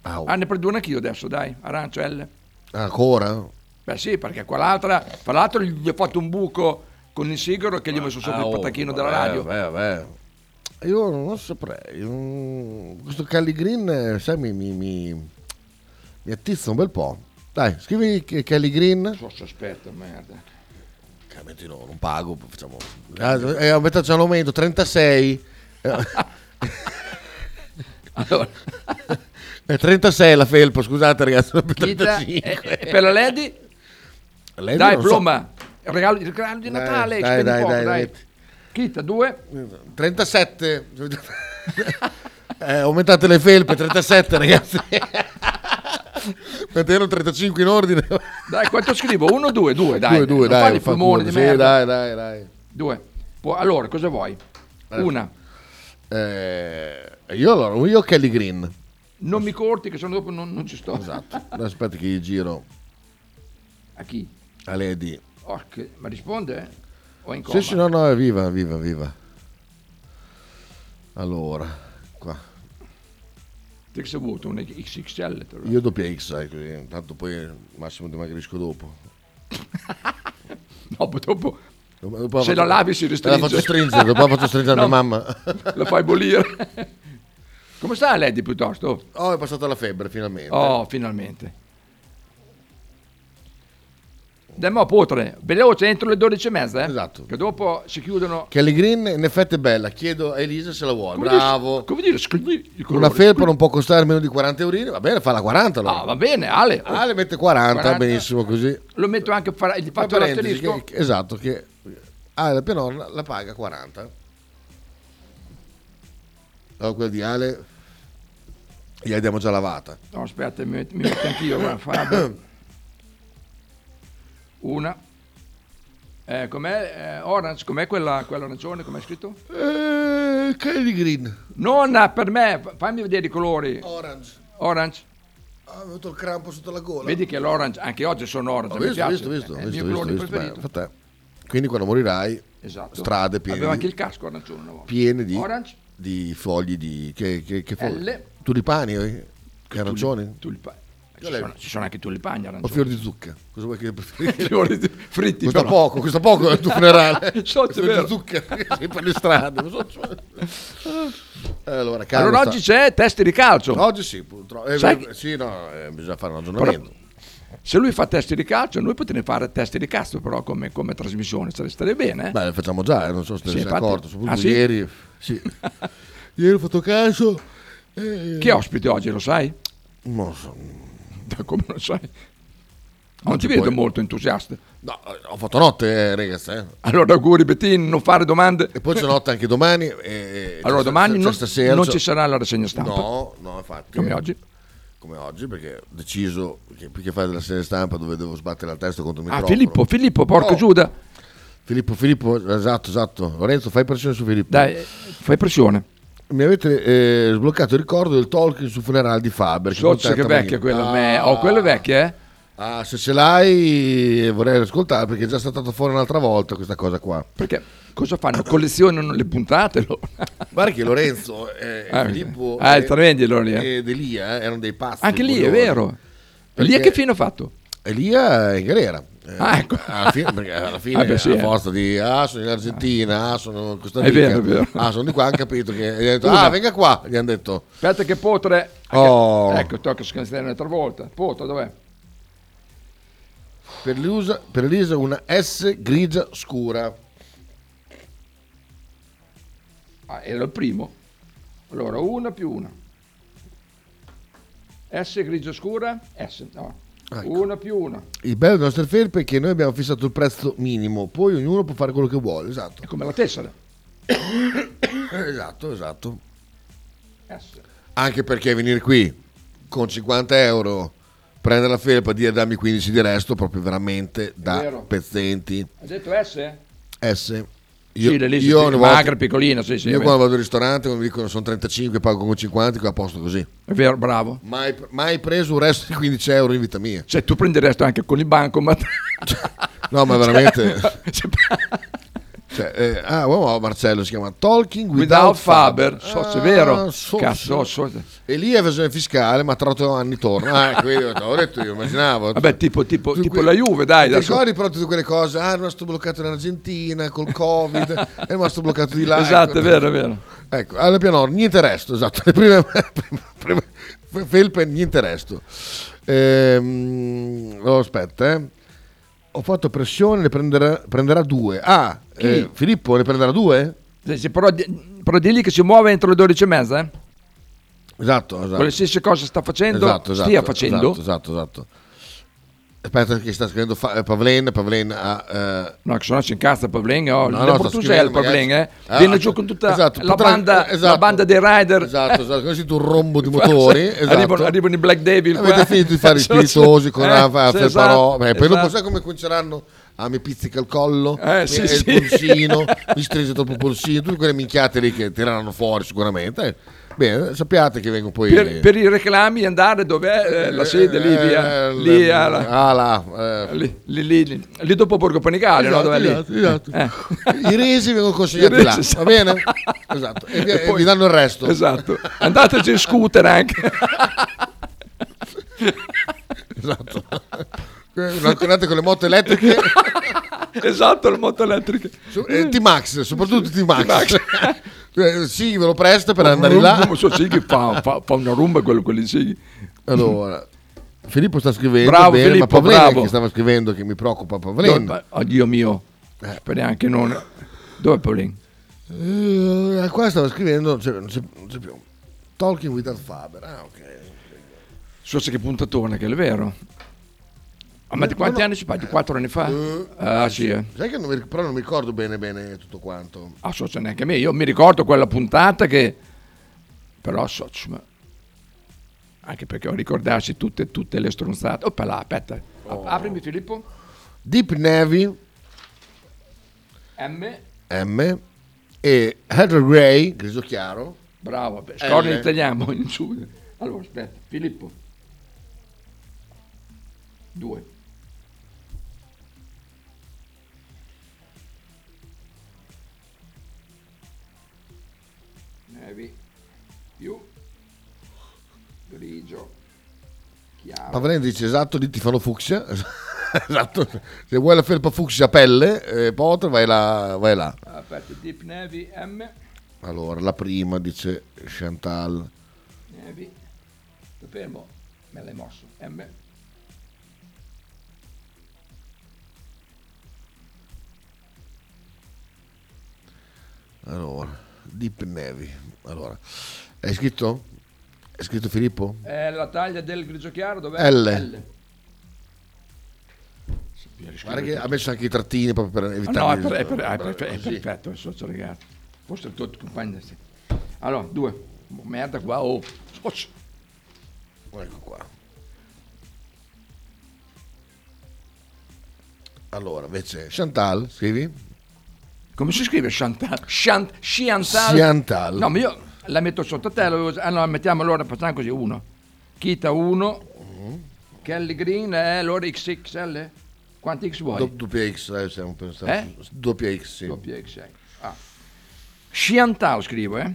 [SPEAKER 2] Au.
[SPEAKER 1] ah, ne prendo una anch'io adesso, dai, arancio L.
[SPEAKER 2] Ancora?
[SPEAKER 1] Beh sì, perché quell'altra, tra l'altro gli ho fatto un buco con il sigaro che gli ho messo sopra
[SPEAKER 2] Ah,
[SPEAKER 1] il
[SPEAKER 2] oh,
[SPEAKER 1] patacchino della
[SPEAKER 2] vabbè,
[SPEAKER 1] radio.
[SPEAKER 2] vabbè, vabbè. Io non lo saprei. mm, Questo Kelly Green, eh, sai, mi, mi, mi- mi attizza un bel po'. Dai, scrivi che- Kelly Green.
[SPEAKER 1] So sospetto, merda.
[SPEAKER 2] Chiaramente no, non pago, facciamo... Ah, eh, aspetta, c'è un aumento, 36. Eh,
[SPEAKER 1] Allora,
[SPEAKER 2] eh, 36 la felpa, scusate ragazzi, non più
[SPEAKER 1] Chita,
[SPEAKER 2] 35.
[SPEAKER 1] eh, eh, per la Lady,
[SPEAKER 2] Lady
[SPEAKER 1] dai,
[SPEAKER 2] non so.
[SPEAKER 1] plomba, il regalo, il regalo di
[SPEAKER 2] Dai,
[SPEAKER 1] Natale,
[SPEAKER 2] dai,
[SPEAKER 1] spendi
[SPEAKER 2] dai,
[SPEAKER 1] poco,
[SPEAKER 2] dai,
[SPEAKER 1] dai. Chita, due.
[SPEAKER 2] 37. Eh, aumentate le felpe,
[SPEAKER 1] *laughs*
[SPEAKER 2] 37 ragazzi. Perché erano 35 in ordine.
[SPEAKER 1] Dai, quanto scrivo? Uno, due, due, dai.
[SPEAKER 2] Due, due,
[SPEAKER 1] Non
[SPEAKER 2] dai,
[SPEAKER 1] fare il
[SPEAKER 2] fa
[SPEAKER 1] pulmone
[SPEAKER 2] culo,
[SPEAKER 1] di
[SPEAKER 2] sì,
[SPEAKER 1] merda.
[SPEAKER 2] dai, dai, dai.
[SPEAKER 1] Due. Poi, allora, cosa vuoi?
[SPEAKER 2] Eh.
[SPEAKER 1] Una.
[SPEAKER 2] Eh, io allora, io Kelly Green.
[SPEAKER 1] Non mi corti, che sennò dopo non, non ci sto.
[SPEAKER 2] Esatto. Aspetta che gli giro
[SPEAKER 1] A chi?
[SPEAKER 2] a Lady.
[SPEAKER 1] Oh, che- ma risponde? eh? O è in coma?
[SPEAKER 2] Sì, sì, no, no, è viva, viva, viva. Allora, qua.
[SPEAKER 1] Te che sei avuto un XXL? te lo-
[SPEAKER 2] Io doppia X, sai, così, intanto poi massimo dimagrisco dopo.
[SPEAKER 1] No, poi dopo
[SPEAKER 2] Dopo- dopo
[SPEAKER 1] Se
[SPEAKER 2] faccio-
[SPEAKER 1] la lavi si
[SPEAKER 2] me
[SPEAKER 1] restringe.
[SPEAKER 2] La faccio stringere, dopo la faccio stringere
[SPEAKER 1] *laughs*
[SPEAKER 2] a
[SPEAKER 1] No.
[SPEAKER 2] mia mamma.
[SPEAKER 1] la fai
[SPEAKER 2] *laughs*
[SPEAKER 1] bollire. Come sta Lady piuttosto?
[SPEAKER 2] Oh, è passata la febbre finalmente.
[SPEAKER 1] Oh, finalmente. Dai, ma potre, veloce entro le 12 e mezza, eh?
[SPEAKER 2] Esatto.
[SPEAKER 1] Che dopo si chiudono.
[SPEAKER 2] Kelly Green in effetti è bella, chiedo a Elisa se la vuole.
[SPEAKER 1] Come dire-
[SPEAKER 2] Bravo.
[SPEAKER 1] come dire, scrivi il colore.
[SPEAKER 2] Una felpa non può costare meno di 40 euro, va bene, fa la 40 allora.
[SPEAKER 1] Ah, va bene, Ale.
[SPEAKER 2] Ah, le mette 40,
[SPEAKER 1] 40.
[SPEAKER 2] benissimo così.
[SPEAKER 1] Lo metto anche, fra- gli
[SPEAKER 2] Fa
[SPEAKER 1] faccio
[SPEAKER 2] parentesi,
[SPEAKER 1] l'asterisco.
[SPEAKER 2] che- esatto, che Ale la pianonna la paga 40. Allora quella di Ale gli abbiamo già lavata.
[SPEAKER 1] No, aspetta, mi, met- mi metto anch'io, guarda, Fabio. Una. Eh, com'è, eh, orange, com'è quella, quella arancione, com'è scritto?
[SPEAKER 2] Esatto. Eh, Kelly Green,
[SPEAKER 1] Nonna, per me, fa- fammi vedere i colori.
[SPEAKER 2] orange.
[SPEAKER 1] Orange,
[SPEAKER 2] Ah, ho avuto il crampo sotto la gola.
[SPEAKER 1] vedi che l'orange, anche oggi sono orange,
[SPEAKER 2] Ho
[SPEAKER 1] mi
[SPEAKER 2] visto,
[SPEAKER 1] piace.
[SPEAKER 2] visto, visto,
[SPEAKER 1] è
[SPEAKER 2] visto,
[SPEAKER 1] il mio
[SPEAKER 2] visto,
[SPEAKER 1] colore
[SPEAKER 2] visto, beh,
[SPEAKER 1] preferito.
[SPEAKER 2] fatta. Quindi quando morirai,
[SPEAKER 1] esatto.
[SPEAKER 2] strade piene
[SPEAKER 1] Avevo
[SPEAKER 2] di-
[SPEAKER 1] anche il casco arancione una volta.
[SPEAKER 2] piene di,
[SPEAKER 1] Orange,
[SPEAKER 2] di fogli di... che, che, che fogli?
[SPEAKER 1] L.
[SPEAKER 2] Tulipani, eh? che arancioni?
[SPEAKER 1] tulipa- Ci
[SPEAKER 2] l'ho-
[SPEAKER 1] sono, ci sono anche tulipani
[SPEAKER 2] O
[SPEAKER 1] arancioni.
[SPEAKER 2] fiori di zucca? Cosa vuoi
[SPEAKER 1] *laughs*
[SPEAKER 2] che preferisci?
[SPEAKER 1] Fiori di- fritti
[SPEAKER 2] Costa
[SPEAKER 1] però.
[SPEAKER 2] poco, costa poco al tuo funerale.
[SPEAKER 1] *laughs* So, c'è
[SPEAKER 2] Fiori
[SPEAKER 1] vero.
[SPEAKER 2] di zucca, sei per le strade. non so, cioè. Allora, Carlo
[SPEAKER 1] Allora
[SPEAKER 2] sta-
[SPEAKER 1] oggi c'è test di calcio.
[SPEAKER 2] Oggi sì, purtroppo. Eh,
[SPEAKER 1] Sai che-
[SPEAKER 2] sì, no, eh, bisogna fare un
[SPEAKER 1] Però-
[SPEAKER 2] ragionamento.
[SPEAKER 1] Se lui fa testi di calcio, noi potremmo fare testi di cazzo, però come, come trasmissione, ce ne starei bene. eh.
[SPEAKER 2] Beh, le facciamo già, eh, non so se te ne
[SPEAKER 1] Sì,
[SPEAKER 2] sei
[SPEAKER 1] infatti.
[SPEAKER 2] accorto. Soprattutto
[SPEAKER 1] Ah, sì?
[SPEAKER 2] ieri.
[SPEAKER 1] *laughs*
[SPEAKER 2] Sì. ieri ho fatto caso. eh,
[SPEAKER 1] Chi è ospite oggi, lo sai?
[SPEAKER 2] Non lo so.
[SPEAKER 1] Da come lo sai? Non ti
[SPEAKER 2] si
[SPEAKER 1] vedo
[SPEAKER 2] può-
[SPEAKER 1] molto entusiasta.
[SPEAKER 2] No, eh, ho fatto notte, eh, ragazzi. eh.
[SPEAKER 1] Allora, auguri Bettin, non fare domande.
[SPEAKER 2] E poi c'è notte anche domani. eh,
[SPEAKER 1] Allora,
[SPEAKER 2] c'è-
[SPEAKER 1] domani
[SPEAKER 2] c'è
[SPEAKER 1] non,
[SPEAKER 2] stasera,
[SPEAKER 1] non
[SPEAKER 2] c'è-
[SPEAKER 1] ci sarà la rassegna stampa.
[SPEAKER 2] No, no, infatti.
[SPEAKER 1] Come oggi?
[SPEAKER 2] Come oggi, perché ho deciso che più che fare della serie stampa dove devo sbattere la testa contro il
[SPEAKER 1] Ah,
[SPEAKER 2] microfono.
[SPEAKER 1] Filippo, Filippo, porca
[SPEAKER 2] No.
[SPEAKER 1] Giuda.
[SPEAKER 2] Filippo, Filippo, esatto, esatto. Lorenzo, fai pressione su Filippo.
[SPEAKER 1] Dai, fai pressione.
[SPEAKER 2] Mi avete eh, sbloccato il ricordo del talk sul funerale di Faber.
[SPEAKER 1] Soccia che
[SPEAKER 2] contenta
[SPEAKER 1] vecchia
[SPEAKER 2] Marino.
[SPEAKER 1] quella.
[SPEAKER 2] Ah,
[SPEAKER 1] me- Oh, quella è vecchia, eh?
[SPEAKER 2] ah, se ce l'hai vorrei ascoltare perché è già stata fuori un'altra volta questa cosa qua.
[SPEAKER 1] Perché cosa
[SPEAKER 2] *coughs*
[SPEAKER 1] fanno? Collezionano le puntate? loro?
[SPEAKER 2] Guarda che Lorenzo e
[SPEAKER 1] Ah,
[SPEAKER 2] Filippo
[SPEAKER 1] ah,
[SPEAKER 2] e-
[SPEAKER 1] il Trevendi allora lì, eh.
[SPEAKER 2] ed Elia eh, erano dei pazzi.
[SPEAKER 1] Anche lì, è
[SPEAKER 2] coglioni.
[SPEAKER 1] vero.
[SPEAKER 2] Perché-
[SPEAKER 1] Lì è che fine ha fatto?
[SPEAKER 2] Elia è in galera. Eh,
[SPEAKER 1] Ah, ecco.
[SPEAKER 2] alla fine, perché alla fine
[SPEAKER 1] Ah, beh, sì,
[SPEAKER 2] a
[SPEAKER 1] eh.
[SPEAKER 2] forza di ah sono in Argentina ah sono in Costa
[SPEAKER 1] È
[SPEAKER 2] Rica
[SPEAKER 1] vero, è vero.
[SPEAKER 2] ah sono di qua hanno capito che gli hanno detto,
[SPEAKER 1] Una.
[SPEAKER 2] ah venga qua gli hanno detto
[SPEAKER 1] Aspetta che Potre...
[SPEAKER 2] Oh.
[SPEAKER 1] Ecco, tocca scansare un'altra volta. Potre, dov'è?
[SPEAKER 2] per l'Isa, per l'Isa una S grigia scura
[SPEAKER 1] Ah, era il primo. Allora, una più una. S grigia scura, S. No. Una più una.
[SPEAKER 2] Ecco. il bello delle nostre felpe è che noi abbiamo fissato il prezzo minimo poi ognuno può fare quello che vuole esatto
[SPEAKER 1] È come la tessera.
[SPEAKER 2] esatto esatto
[SPEAKER 1] S.
[SPEAKER 2] anche perché venire qui con 50 euro prendere la felpa e dire dammi 15 di resto proprio veramente da
[SPEAKER 1] vero.
[SPEAKER 2] pezzenti Eh,
[SPEAKER 1] Ha detto S?
[SPEAKER 2] S.
[SPEAKER 1] Sì, le liste
[SPEAKER 2] ogni volta-
[SPEAKER 1] magra, piccolina, sì, sì. È
[SPEAKER 2] io quando
[SPEAKER 1] vero,
[SPEAKER 2] vado al ristorante, quando mi dicono sono 35, pago con 50, qua a posto così.
[SPEAKER 1] È vero, bravo.
[SPEAKER 2] Mai, mai preso un resto di 15 euro in vita mia.
[SPEAKER 1] Cioè, tu prenderesti anche con il banco, ma... *laughs*
[SPEAKER 2] No, ma veramente.
[SPEAKER 1] Cioè,
[SPEAKER 2] cioè, eh, ah, wow, wow, Marcello si chiama Talking
[SPEAKER 1] Without
[SPEAKER 2] Without,
[SPEAKER 1] Faber, so se è vero.
[SPEAKER 2] Ah, so,
[SPEAKER 1] Cazzo,
[SPEAKER 2] so.
[SPEAKER 1] so-
[SPEAKER 2] E lì è versione fiscale, ma tra 8 anni torna. Ah, ecco, io te l'ho detto, io immaginavo.
[SPEAKER 1] Vabbè, tipo, tipo,
[SPEAKER 2] Tu
[SPEAKER 1] tipo
[SPEAKER 2] qui-
[SPEAKER 1] la Juve, dai.
[SPEAKER 2] Ti
[SPEAKER 1] adesso.
[SPEAKER 2] ricordi però tutte quelle cose? Ah, è rimasto bloccato in Argentina
[SPEAKER 1] *laughs*
[SPEAKER 2] col Covid, è rimasto bloccato di là.
[SPEAKER 1] Esatto,
[SPEAKER 2] ecco.
[SPEAKER 1] è vero, è vero.
[SPEAKER 2] Ecco, alla pianor, niente resto, esatto, le prime, *laughs* prime- prime- felpe, niente resto. Ehm, oh, aspetta, eh. ho fatto pressione, ne prenderà, prenderà due. Ah, eh,
[SPEAKER 1] Chi?
[SPEAKER 2] Filippo ne prenderà due?
[SPEAKER 1] Sì, sì, però, di- però digli che si muove entro le 12 e mezza, eh?
[SPEAKER 2] Esatto, esatto.
[SPEAKER 1] Qualsiasi cosa sta facendo,
[SPEAKER 2] Esatto, esatto,
[SPEAKER 1] stia facendo.
[SPEAKER 2] Esatto, esatto, esatto. Aspetta che sta scrivendo Fa- eh, Pavlen, Pavlen a... eh,
[SPEAKER 1] No, che sennò si incazza Pavlen, oh, no,
[SPEAKER 2] No, no, sta
[SPEAKER 1] Portusel
[SPEAKER 2] scrivendo, magari-
[SPEAKER 1] Pavlen, eh.
[SPEAKER 2] Ah,
[SPEAKER 1] Viene
[SPEAKER 2] ah,
[SPEAKER 1] giù con tutta
[SPEAKER 2] esatto,
[SPEAKER 1] la,
[SPEAKER 2] potrà-
[SPEAKER 1] banda,
[SPEAKER 2] esatto.
[SPEAKER 1] la banda dei rider. *laughs*
[SPEAKER 2] Esatto, esatto, così tu un rombo di motori. esatto.
[SPEAKER 1] arrivano, arrivano i Black Devil qua.
[SPEAKER 2] Avete finito di
[SPEAKER 1] *laughs*
[SPEAKER 2] fare i spiritosi con
[SPEAKER 1] Eh,
[SPEAKER 2] la la
[SPEAKER 1] sì,
[SPEAKER 2] Felparò.
[SPEAKER 1] esatto,
[SPEAKER 2] Beh, poi dopo
[SPEAKER 1] esatto.
[SPEAKER 2] Eh, sai come cominceranno? Ah, mi pizzica il collo,
[SPEAKER 1] Eh,
[SPEAKER 2] mi-
[SPEAKER 1] sì,
[SPEAKER 2] eh,
[SPEAKER 1] sì.
[SPEAKER 2] il polsino, *laughs* mi stringe troppo il polsino, tutte quelle minchiate lì che tireranno fuori sicuramente. Eh, Bene, sappiate che vengo poi...
[SPEAKER 1] per, per i reclami andare dov'è eh, la sede lì via
[SPEAKER 2] Eh,
[SPEAKER 1] lì,
[SPEAKER 2] l-
[SPEAKER 1] alla-
[SPEAKER 2] ah, là, eh.
[SPEAKER 1] lì, lì, lì- lì dopo Borgo Panigale
[SPEAKER 2] Esatto,
[SPEAKER 1] no? Dov'è
[SPEAKER 2] esatto,
[SPEAKER 1] lì?
[SPEAKER 2] esatto.
[SPEAKER 1] Eh.
[SPEAKER 2] I resi vengono consegnati
[SPEAKER 1] I
[SPEAKER 2] là,
[SPEAKER 1] resi,
[SPEAKER 2] va bene? Esatto. E, vi- e vi danno il resto.
[SPEAKER 1] esatto andateci in scooter anche *laughs*
[SPEAKER 2] Esatto. *laughs* Andate con le moto elettriche
[SPEAKER 1] esatto le moto elettriche
[SPEAKER 2] su- e T-Max, soprattutto T-Max. *laughs* Eh, sì, ve lo presto per andare là.
[SPEAKER 1] Rumbo, Oh, so, sì, che fa, fa- fa una rumba quello quelli sì.
[SPEAKER 2] Allora, Filippo sta scrivendo
[SPEAKER 1] Bravo,
[SPEAKER 2] bene,
[SPEAKER 1] Filippo,
[SPEAKER 2] ma Pavlen
[SPEAKER 1] bravo.
[SPEAKER 2] che stava scrivendo che mi preoccupa Pavlen.
[SPEAKER 1] Dove- oh, Dio mio speriamo che non dove è Paulin?
[SPEAKER 2] Eh, qua stava scrivendo, non c'è, non c'è- non c'è più. Talking without Faber. Ah, ok.
[SPEAKER 1] so se che puntatone che è vero Ah, ma di quanti
[SPEAKER 2] no.
[SPEAKER 1] anni ci parli? Di quattro anni fa?
[SPEAKER 2] Eh,
[SPEAKER 1] ah sì eh.
[SPEAKER 2] Sai che non mi ric- però non mi ricordo bene bene tutto quanto.
[SPEAKER 1] Ah, so se neanche me. Io mi ricordo quella puntata che... Però so, insomma, Anche perché ricordarsi tutte, tutte le stronzate. Oppa là, aspetta. A- Aprimi Filippo.
[SPEAKER 2] Oh. Deep Navy
[SPEAKER 1] M.
[SPEAKER 2] M e Heather Gray, grigio chiaro.
[SPEAKER 1] Bravo. beh, Scorda
[SPEAKER 2] L.
[SPEAKER 1] in italiano. In su. Allora, aspetta. Filippo. Due. Nevi. Più. Grigio. Chiaro.
[SPEAKER 2] Pavlen dice esatto, lì ti fanno fucsia. *laughs* esatto. Se vuoi la felpa fucsia a pelle, eh, Potter, vai là, vai là.
[SPEAKER 1] Aspetta, Deep Navy M,
[SPEAKER 2] Allora, la prima dice Chantal.
[SPEAKER 1] Navy, fermo, me l'hai mosso, M,
[SPEAKER 2] Allora, Deep Navy. Allora, hai scritto? Hai scritto Filippo?
[SPEAKER 1] È la taglia del grigio chiaro dov'è?
[SPEAKER 2] L. Guarda che ha messo anche i trattini proprio per
[SPEAKER 1] Ah,
[SPEAKER 2] evitare.
[SPEAKER 1] no, è, per- è
[SPEAKER 2] il-
[SPEAKER 1] per- è per- è
[SPEAKER 2] Sì.
[SPEAKER 1] perfetto, è socio ragazzi. Forse il tuo compagno. sì. Allora, due. Oh, Merda qua, oh. Socio.
[SPEAKER 2] Ecco qua. Allora, invece, Chantal, scrivi?
[SPEAKER 1] Come si scrive Chantal? Chant, Chiantal?
[SPEAKER 2] Chiantal.
[SPEAKER 1] No, ma io la metto sotto te. la avevo già- Ah, no, mettiamo allora, facciamo così, uno. Kita 1,
[SPEAKER 2] Mm-hmm.
[SPEAKER 1] Kelly Green, eh, allora XXL. Quanti X vuoi?
[SPEAKER 2] Do- doppia X, eh, siamo pensando.
[SPEAKER 1] Eh?
[SPEAKER 2] Doppia X, sì.
[SPEAKER 1] Doppia X, eh. Ah. Chiantal scrivo, eh.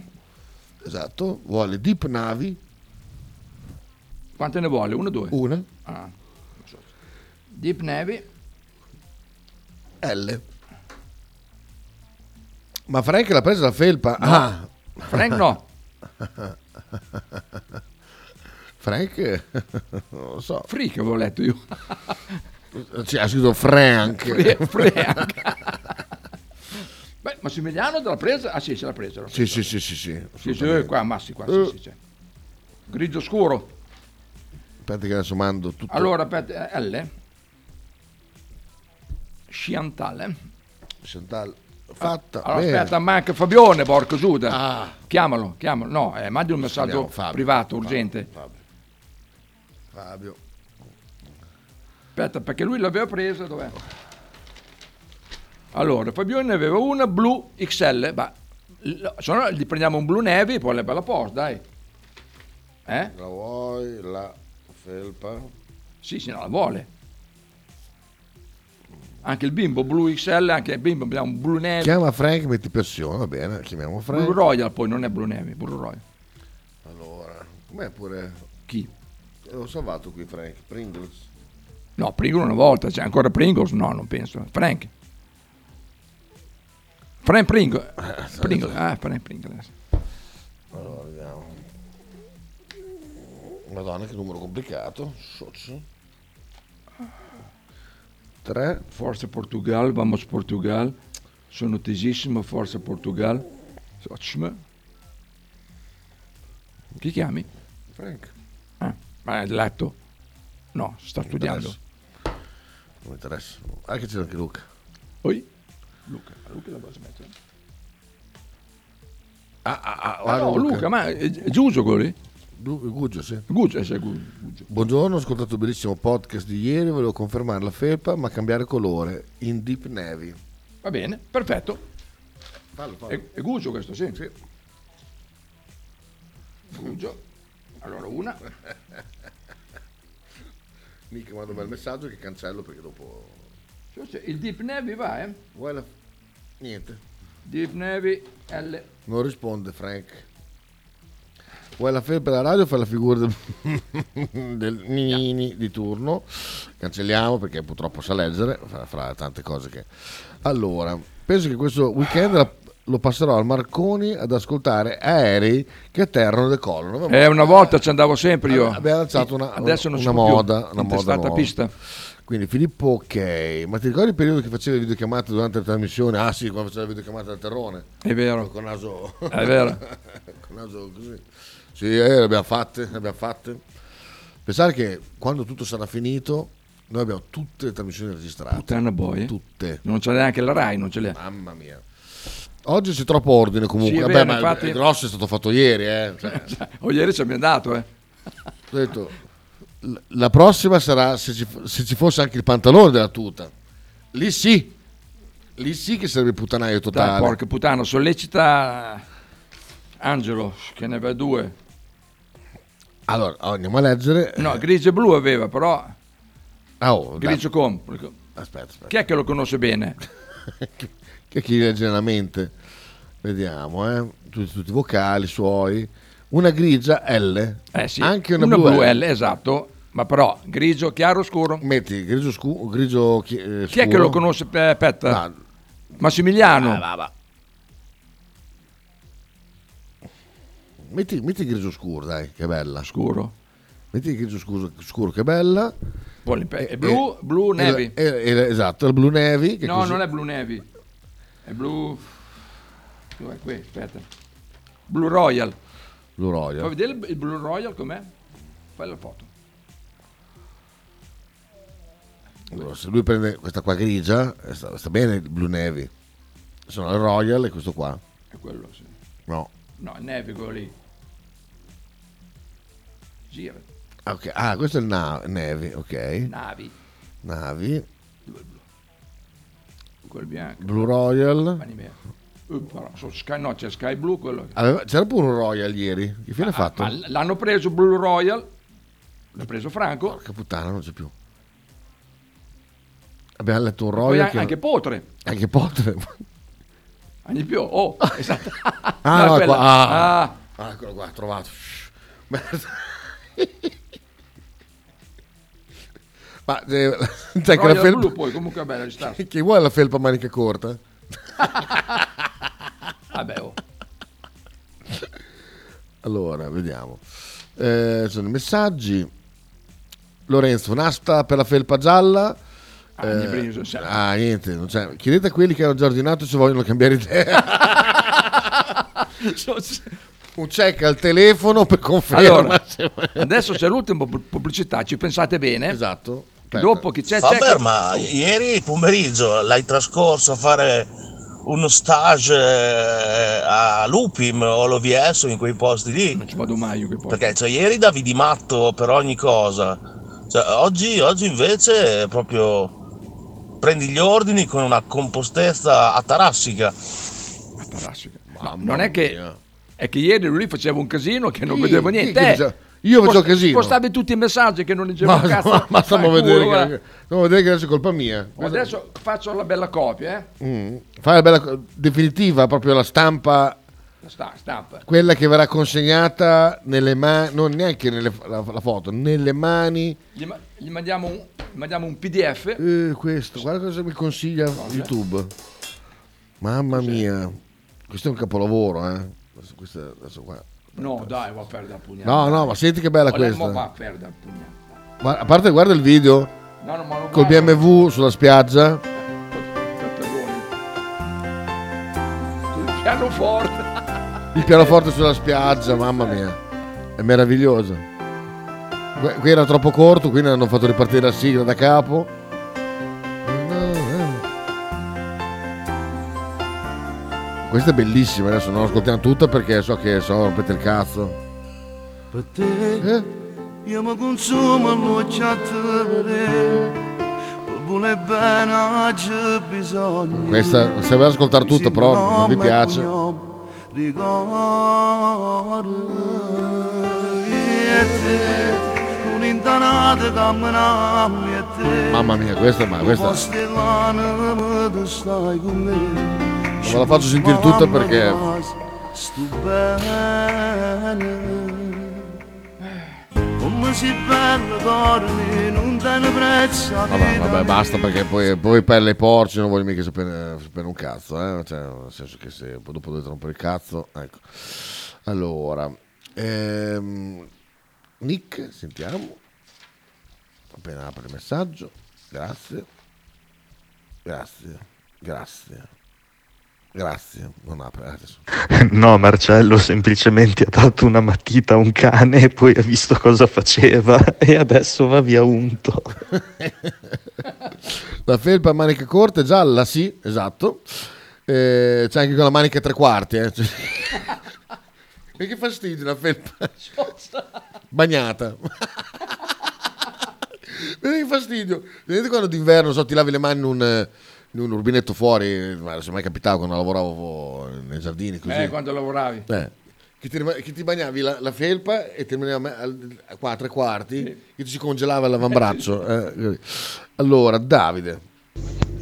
[SPEAKER 2] Esatto, vuole Deep Navi,
[SPEAKER 1] Quante ne vuole? Uno o due?
[SPEAKER 2] una,
[SPEAKER 1] Ah. Deep Navy.
[SPEAKER 2] L. Ma Frank l'ha presa la felpa. Ah,
[SPEAKER 1] Frank no.
[SPEAKER 2] *laughs* Frank, *laughs* eh, non lo so.
[SPEAKER 1] Freak avevo letto
[SPEAKER 2] *laughs*
[SPEAKER 1] io.
[SPEAKER 2] Cioè, ha scritto Frank.
[SPEAKER 1] *laughs* Fre- Frank. Beh, Massimiliano te l'ha presa? Ah sì, ce l'ha presa. l'ha
[SPEAKER 2] Sì, sì, sì, sì, sì.
[SPEAKER 1] Sì, sì,
[SPEAKER 2] assolutamente.
[SPEAKER 1] qua Massi, qua,
[SPEAKER 2] Eh.
[SPEAKER 1] sì, sì, c'è. Grigio scuro.
[SPEAKER 2] Aspetta che adesso mando tutto.
[SPEAKER 1] Allora, aspetta, eh, L. Sciantale.
[SPEAKER 2] Chantal, fatta.
[SPEAKER 1] eh? Allora,
[SPEAKER 2] bene.
[SPEAKER 1] aspetta, manca Fabione, porco Giuda.
[SPEAKER 2] Ah.
[SPEAKER 1] Chiamalo, chiamalo. No, eh, mandi un messaggio
[SPEAKER 2] Scriviamo, Fabio.
[SPEAKER 1] privato,
[SPEAKER 2] Fabio,
[SPEAKER 1] urgente.
[SPEAKER 2] Fabio. Fabio.
[SPEAKER 1] Aspetta, perché lui l'aveva presa, dov'è? Allora, Fabione aveva una blu XL, ma l- se no gli prendiamo un blu neve e poi la bella posta, dai. Eh?
[SPEAKER 2] La vuoi la felpa?
[SPEAKER 1] Sì, sì, no, la vuole. Anche il bimbo blu XL, anche il bimbo abbiamo un blu neve.
[SPEAKER 2] Chiama Frank, metti pressione, va bene, chiamiamo Frank.
[SPEAKER 1] Blue Royal poi non è Blue Navy, Blue Royal.
[SPEAKER 2] Allora, com'è pure?
[SPEAKER 1] Chi?
[SPEAKER 2] L'ho salvato qui Frank, Pringles.
[SPEAKER 1] No, Pringles una volta, c'è ancora Pringles? No, non penso. Frank. Frank Pringles.
[SPEAKER 2] Eh,
[SPEAKER 1] Pringles. Ah, Frank Pringles.
[SPEAKER 2] Allora, vediamo. Madonna, che numero complicato. Socio. 3.
[SPEAKER 1] Forza Portugal, vamos Portugal. Sono tesissimo, forza Portugal. Sochme. Chi chiami?
[SPEAKER 2] Frank.
[SPEAKER 1] Ah, ma è letto. No, sta studiando.
[SPEAKER 2] Non mi interessa. Ah, che c'è anche Luca.
[SPEAKER 1] Oi? Luca, Luca la posso mettere?
[SPEAKER 2] Ah, ah, ah,
[SPEAKER 1] Ah,
[SPEAKER 2] guarda
[SPEAKER 1] no, Luca, ma è è Giuso quello lì?
[SPEAKER 2] Lu- Gugio, sì.
[SPEAKER 1] Gugio, eh, sì, Gugio. Gugio.
[SPEAKER 2] Buongiorno, ho ascoltato il bellissimo podcast di ieri, volevo confermare la felpa ma cambiare colore in Deep Navy.
[SPEAKER 1] Va bene, perfetto.
[SPEAKER 2] Fallo, fallo.
[SPEAKER 1] È, è Gugio questo, sì. Gugio. Allora una.
[SPEAKER 2] Mica mando un bel messaggio che cancello perché dopo...
[SPEAKER 1] Cioè, se Il Deep Navy va, eh?
[SPEAKER 2] Vuoi la... Niente.
[SPEAKER 1] Deep Navy L.
[SPEAKER 2] Non risponde Frank. Vuoi la felpa della radio fa la figura del, *laughs* del nini di turno. Cancelliamo perché purtroppo sa leggere, fra, fra tante cose che... Allora, penso che questo weekend la- lo passerò al Marconi ad ascoltare aerei che atterrano e decollano.
[SPEAKER 1] Eh, una volta ci andavo sempre io.
[SPEAKER 2] Abbiamo lanciato una,
[SPEAKER 1] Adesso non
[SPEAKER 2] una
[SPEAKER 1] si può più.
[SPEAKER 2] moda, una moda
[SPEAKER 1] Intestata
[SPEAKER 2] nuova.
[SPEAKER 1] pista.
[SPEAKER 2] Quindi Filippo, ok, ma ti ricordi il periodo che facevi le videochiamate durante la trasmissione? Ah sì, quando facevi le videochiamate dal terrone.
[SPEAKER 1] È vero.
[SPEAKER 2] Con naso... *laughs*
[SPEAKER 1] È vero.
[SPEAKER 2] con naso così. Sì, eh, le abbiamo fatte, le abbiamo fatte. Pensare che quando tutto sarà finito, noi abbiamo tutte le trasmissioni registrate.
[SPEAKER 1] Puttana boia.
[SPEAKER 2] Tutte.
[SPEAKER 1] Non c'è neanche la Rai, non ce l'ha.
[SPEAKER 2] Mamma mia. Oggi c'è troppo ordine comunque.
[SPEAKER 1] Eh. Sì, è vero,
[SPEAKER 2] Vabbè, ma
[SPEAKER 1] infatti-
[SPEAKER 2] il grosso è stato fatto ieri, eh. Cioè,
[SPEAKER 1] Oh, ieri ci abbiamo dato, eh.
[SPEAKER 2] ho detto, l- la prossima sarà se ci, se ci fosse anche il pantalone della tuta. Lì sì, lì sì che sarebbe puttanaio
[SPEAKER 1] Dai,
[SPEAKER 2] totale.
[SPEAKER 1] porca puttana, sollecita Angelo, che ne aveva due.
[SPEAKER 2] Allora, oh, andiamo a leggere.
[SPEAKER 1] No, grigio e blu aveva, però
[SPEAKER 2] Ah, oh, dai.
[SPEAKER 1] grigio complico.
[SPEAKER 2] Aspetta, aspetta.
[SPEAKER 1] Chi è che lo conosce bene?
[SPEAKER 2] Che chi legge nella mente? Vediamo, eh. Tutti, tutti i vocali suoi. Una grigia L.
[SPEAKER 1] Eh sì,
[SPEAKER 2] Anche una,
[SPEAKER 1] blu,
[SPEAKER 2] blu,
[SPEAKER 1] L, esatto, ma però grigio, chiaro, scuro.
[SPEAKER 2] Metti grigio scu- grigio chi- eh,
[SPEAKER 1] Chi è che
[SPEAKER 2] scuro.
[SPEAKER 1] lo conosce? Eh, Ah, Aspetta,
[SPEAKER 2] Ah,
[SPEAKER 1] Massimiliano.
[SPEAKER 2] metti, metti grigio scuro, dai, che bella.
[SPEAKER 1] Scuro.
[SPEAKER 2] Metti il grigio scuro, scuro che bella.
[SPEAKER 1] Poi l'impe- è blu, blu,
[SPEAKER 2] e la-
[SPEAKER 1] nevi.
[SPEAKER 2] e- e la- esatto, il blu nevi. Che
[SPEAKER 1] No,
[SPEAKER 2] così-
[SPEAKER 1] non è blu nevi. È blu... Dov'è qui? Aspetta. Blue Royal.
[SPEAKER 2] Blue
[SPEAKER 1] Puoi
[SPEAKER 2] Royal.
[SPEAKER 1] vedere il- il Blue Royal com'è? Fai la foto.
[SPEAKER 2] Allora, se lui prende questa qua grigia, eh, sta, sta bene il Blue Navy. Sono il Royal e questo qua.
[SPEAKER 1] È quello, sì.
[SPEAKER 2] No.
[SPEAKER 1] No, il neve quello lì. Gira.
[SPEAKER 2] Ah, ok. Ah, questo è il na- Navy, ok.
[SPEAKER 1] Navi.
[SPEAKER 2] Navi.
[SPEAKER 1] Quel bianco.
[SPEAKER 2] Blue Royal.
[SPEAKER 1] Mani mia. Eh, però, so Sky, no, c'è Sky Blue quello.
[SPEAKER 2] Aveva- c'era pure un Royal ieri. Che fine ha fatto?
[SPEAKER 1] Ah, Ma l- l'hanno preso Blue Royal. L'ha preso Franco.
[SPEAKER 2] Porca puttana, non c'è più. Abbiamo letto un
[SPEAKER 1] Poi
[SPEAKER 2] Royal.
[SPEAKER 1] anche,
[SPEAKER 2] Che...
[SPEAKER 1] anche Potre.
[SPEAKER 2] anche Potter.
[SPEAKER 1] Anche più.
[SPEAKER 2] *laughs*
[SPEAKER 1] Oh, esatto.
[SPEAKER 2] Ah,
[SPEAKER 1] No,
[SPEAKER 2] no,
[SPEAKER 1] quella-
[SPEAKER 2] qua- ah.
[SPEAKER 1] ah.
[SPEAKER 2] Ah, eccolo qua, trovato. *laughs* Ma eh, *laughs* c'è anche la
[SPEAKER 1] Royal
[SPEAKER 2] felpa.
[SPEAKER 1] Blue poi, comunque è bella città.
[SPEAKER 2] Chi vuole la felpa a manica corta?
[SPEAKER 1] Vabbè, oh.
[SPEAKER 2] Allora, vediamo. Eh, sono i messaggi. Lorenzo, un'asta per la felpa gialla. Eh,
[SPEAKER 1] Ah, ne preso, sai.
[SPEAKER 2] *laughs* ah, niente, non c'è. chiedete a quelli che hanno già ordinato se vogliono
[SPEAKER 1] *laughs*
[SPEAKER 2] cambiare idea. Un check al telefono per conferma.
[SPEAKER 1] Allora, adesso c'è l'ultima pu- pubblicità, ci pensate bene.
[SPEAKER 2] Esatto.
[SPEAKER 1] Dopo che c'è...
[SPEAKER 4] Vabbè,
[SPEAKER 1] c'è-
[SPEAKER 4] ma ieri pomeriggio l'hai trascorso a fare uno stage eh, a Lupim o all'OVS o in quei posti lì. Non
[SPEAKER 1] ci vado mai in quei posti.
[SPEAKER 4] Perché cioè, ieri davi di matto per ogni cosa. Cioè, oggi, oggi invece è proprio prendi gli ordini con una compostezza atarassica.
[SPEAKER 1] Atarassica. non è che... È che ieri lui faceva un casino che non
[SPEAKER 2] Chi?
[SPEAKER 1] vedevo
[SPEAKER 2] Chi
[SPEAKER 1] niente.
[SPEAKER 2] che
[SPEAKER 1] Eh,
[SPEAKER 2] faceva- io facevo
[SPEAKER 1] post-
[SPEAKER 2] casino.
[SPEAKER 1] Postavi tutti i messaggi che non leggevo
[SPEAKER 2] ma,
[SPEAKER 1] un cazzo.
[SPEAKER 2] *laughs* ma, ma stiamo a
[SPEAKER 1] Fai
[SPEAKER 2] vedere,
[SPEAKER 1] culo,
[SPEAKER 2] che,
[SPEAKER 1] guarda.
[SPEAKER 2] stiamo a vedere che adesso è colpa mia.
[SPEAKER 1] Oh, Adesso faccio la bella copia, eh.
[SPEAKER 2] Mm. Fai la bella co- definitiva, proprio la stampa,
[SPEAKER 1] La sta- stampa.
[SPEAKER 2] quella che verrà consegnata nelle mani, non neanche nelle, la, la foto, nelle mani.
[SPEAKER 1] Gli, ma- gli mandiamo, un, gli mandiamo un PDF.
[SPEAKER 2] Eh, questo, guarda cosa mi consiglia YouTube. Mamma mia, questo è un capolavoro, eh. Questo, questo è- adesso qua.
[SPEAKER 1] No, dai, va a perdere il pugnale.
[SPEAKER 2] No, no, ma senti che bella
[SPEAKER 1] Oh, lei mo
[SPEAKER 2] questa.
[SPEAKER 1] va a perdere il pugnale.
[SPEAKER 2] Ma a parte guarda il video
[SPEAKER 1] No, no, ma lo
[SPEAKER 2] col
[SPEAKER 1] guardo.
[SPEAKER 2] BMW sulla spiaggia.
[SPEAKER 1] Il pianoforte.
[SPEAKER 2] Il pianoforte sulla spiaggia, mamma mia, è meraviglioso. Que- Qui era troppo corto, quindi hanno fatto ripartire la sigla da capo. Questa è bellissima, adesso non l'ascoltiamo tutta perché so che so, rompete il cazzo.
[SPEAKER 5] Pe te Eu mă consum în lucea tăre Pe bune bene age bisogno
[SPEAKER 2] Eh? Questa se vuoi ascoltare tutta, però non vi piace.
[SPEAKER 5] E te Un'intanata camminam E te
[SPEAKER 2] Mamma mia, questa, ma questa.
[SPEAKER 5] Castellana tu stai con me
[SPEAKER 2] Non ve la faccio sentire tutta perché.
[SPEAKER 5] Sto bene Come si bello torni Non te ne prezzo a
[SPEAKER 2] Vabbè,
[SPEAKER 5] te
[SPEAKER 2] vabbè, basta perché poi, poi per le porci non voglio mica sapere, sapere un cazzo, eh? Cioè, nel senso che se poi dopo dovete rompere il cazzo, ecco. Allora, ehm, Nick, sentiamo. Appena apre il messaggio, grazie. Grazie, grazie. Grazie, non apre eh, adesso.
[SPEAKER 12] *laughs* No, Marcello semplicemente ha dato una matita a un cane e poi ha visto cosa faceva *laughs* e adesso va via unto.
[SPEAKER 2] La felpa a manica corta è gialla, sì, esatto. Eh, c'è anche con la manica a tre quarti,
[SPEAKER 1] *laughs*
[SPEAKER 2] eh. Cioè- E che fastidio la felpa
[SPEAKER 1] *laughs*
[SPEAKER 2] bagnata. Vedete che fastidio. Vedete quando d'inverno so, ti lavi le mani in un, eh, in un rubinetto fuori, ma non si è mai capitato quando lavoravo nei giardini così.
[SPEAKER 1] Eh, quando lavoravi.
[SPEAKER 2] Eh, Che ti, rima- che ti bagnavi la, la felpa e ti rimaneva me- al- a qua a tre quarti che si congelava l'avambraccio. eh, così. Allora, Davide,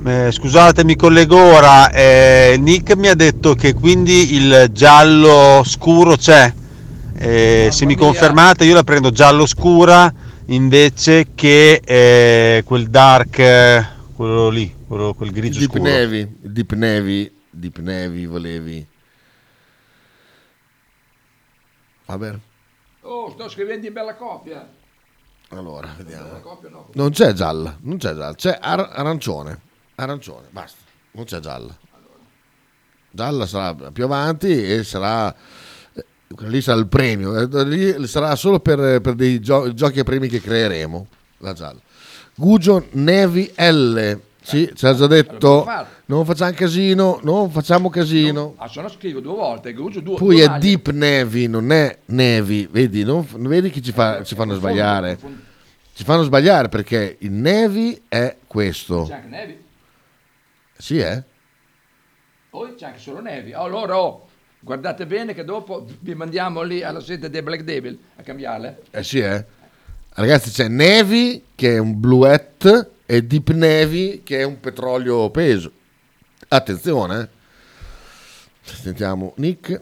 [SPEAKER 13] Eh, scusate, mi collego ora. Eh, Nick mi ha detto che quindi il giallo scuro c'è. Eh, se mi confermate, io la prendo giallo scura invece che eh, quel dark, eh, quello lì, quello- quel grigio
[SPEAKER 2] Deep
[SPEAKER 13] scuro.
[SPEAKER 2] Navy, Deep Navy, Deep Navy volevi. Va bene.
[SPEAKER 1] Oh, sto scrivendo in bella copia.
[SPEAKER 2] Allora, vediamo.
[SPEAKER 1] Copia no.
[SPEAKER 2] Non c'è gialla, non c'è gialla, c'è ar- arancione. Arancione, basta. Non c'è gialla. Dalla sarà più avanti e sarà eh, lì sarà il premio, Eh, lì sarà solo per, per dei gio- giochi e premi che creeremo. La gialla. Gugio Nevi L. Sì,
[SPEAKER 1] Eh,
[SPEAKER 2] ci ha già detto, non facciamo casino, non facciamo casino.
[SPEAKER 1] Ah, se no scrivo due volte, che uso due
[SPEAKER 2] Poi
[SPEAKER 1] due
[SPEAKER 2] è
[SPEAKER 1] maglie.
[SPEAKER 2] Deep Nevi, non è Nevi, vedi, non, vedi che ci, fa- ci fanno sbagliare. Ci fanno sbagliare perché il Nevi è questo.
[SPEAKER 1] C'è anche Nevi.
[SPEAKER 2] Sì, eh?
[SPEAKER 1] Poi c'è anche solo Nevi. Allora, oh, guardate bene che dopo vi mandiamo lì alla sede dei Black Devil a cambiarle.
[SPEAKER 2] Eh sì, eh? Ragazzi, c'è Nevi che è un bluette e Deep Nevi che è un petrolio peso. Attenzione, eh. Sentiamo Nick.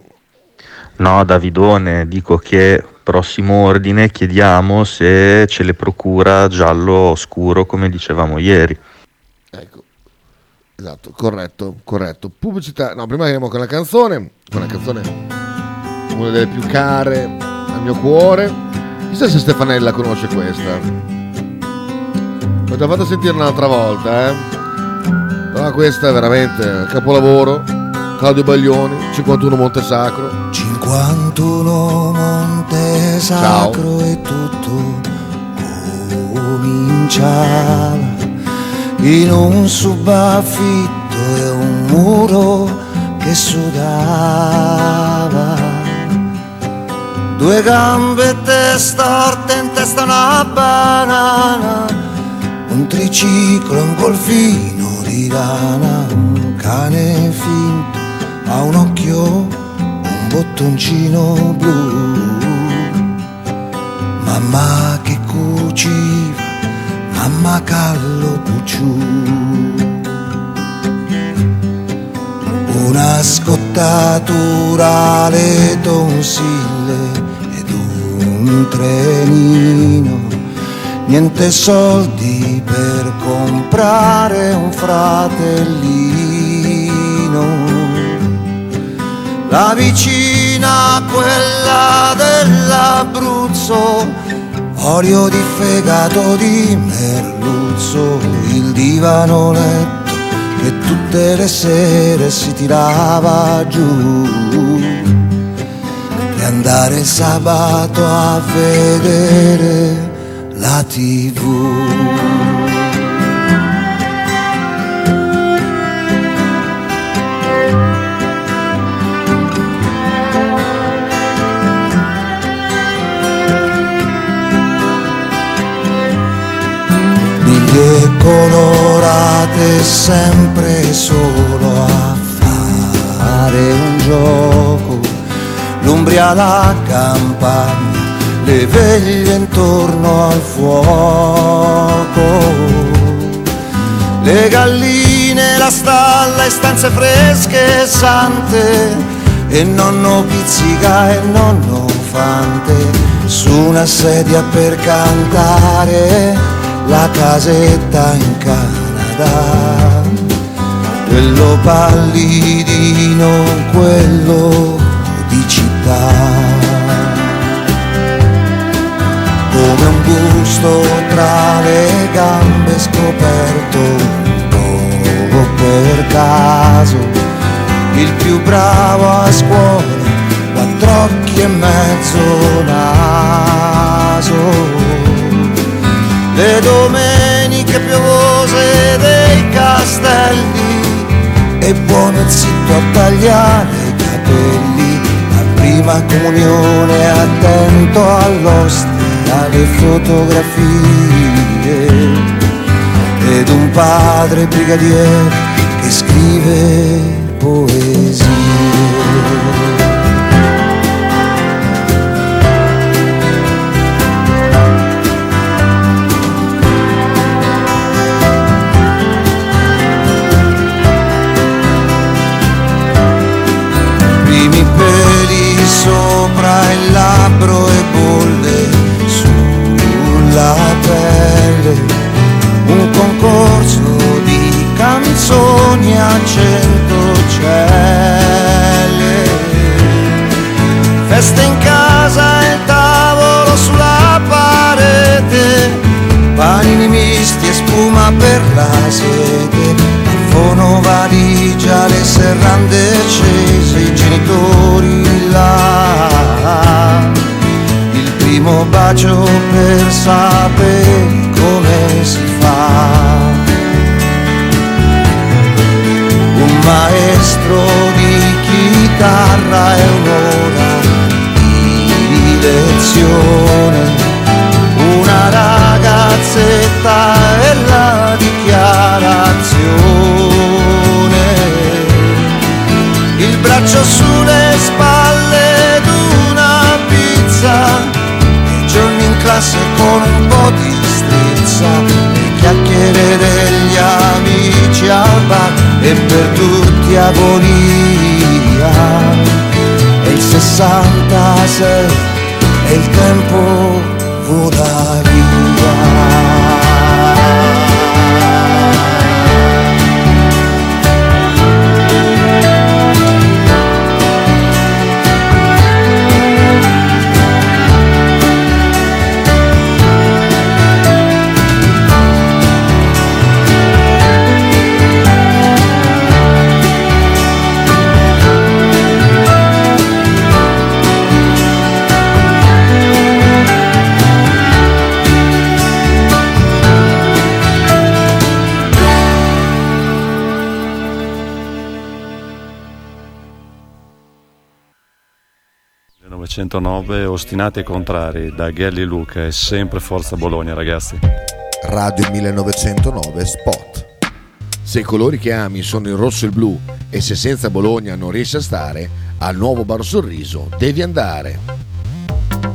[SPEAKER 12] No, Davidone, dico che prossimo ordine chiediamo se ce le procura giallo scuro come dicevamo ieri.
[SPEAKER 2] Ecco. Esatto, corretto, corretto. Pubblicità. No, prima andiamo con la canzone. Con la canzone, una delle più care al mio cuore. Chissà se Stefanella conosce questa. L'ho già fatta sentire un'altra volta, eh. Però questa è veramente capolavoro. Claudio Baglioni, 51 Montesacro.
[SPEAKER 14] 51 Monte Sacro e tutto cominciava in un subaffitto e un muro che sudava. Due gambe e testa storte, in testa una banana, un triciclo, un golfino di lana, un cane finto, ha un occhio un bottoncino blu. Mamma che cuciva, mamma callo pucciù. Una scottatura le tonsille ed un trenino. Niente soldi per comprare un fratellino. La vicina, quella dell'Abruzzo, olio di fegato di merluzzo, il divano letto che tutte le sere si tirava giù. E andare sabato a vedere la tv. biglie colorate sempre solo a fare un gioco. L'umbria la campagna, le veglie intorno al fuoco. Le galline, la stalla e stanze fresche e sante. E nonno pizzica e nonno fante su una sedia per cantare la casetta in Canada. Quello pallidino, quello di città come un busto tra le gambe scoperto un po' per caso il più bravo a scuola quattro occhi e mezzo naso le domeniche piovose dei castelli e buono e zitto a tagliare i capelli prima comunione attento all'oste, alle fotografie ed un padre brigadier che scrive poesie. primi peli sopra il labbro e bolle sulla pelle. Un concorso di canzoni a cento celle. Feste in casa e il tavolo sulla parete. Panini misti e spuma per la sete. Fono va
[SPEAKER 12] valigia, le serrande accese, i genitori là. Il primo bacio per sapere come si fa. Un maestro di chitarra è un'ora di lezione una ragazzetta è la dichiarazione. Il braccio sulle spalle d'una pizza, i giorni in classe con un po' di strizza, le chiacchiere degli amici al bar e per tutti agonia. E il 66 e il tempo vola via.
[SPEAKER 4] 909 ostinati e contrari da Gelli Luca e sempre Forza Bologna ragazzi
[SPEAKER 2] Radio 1909 Spot. Se i colori che ami sono il rosso e il blu e se senza Bologna non riesci a stare, al nuovo Bar Sorriso devi andare.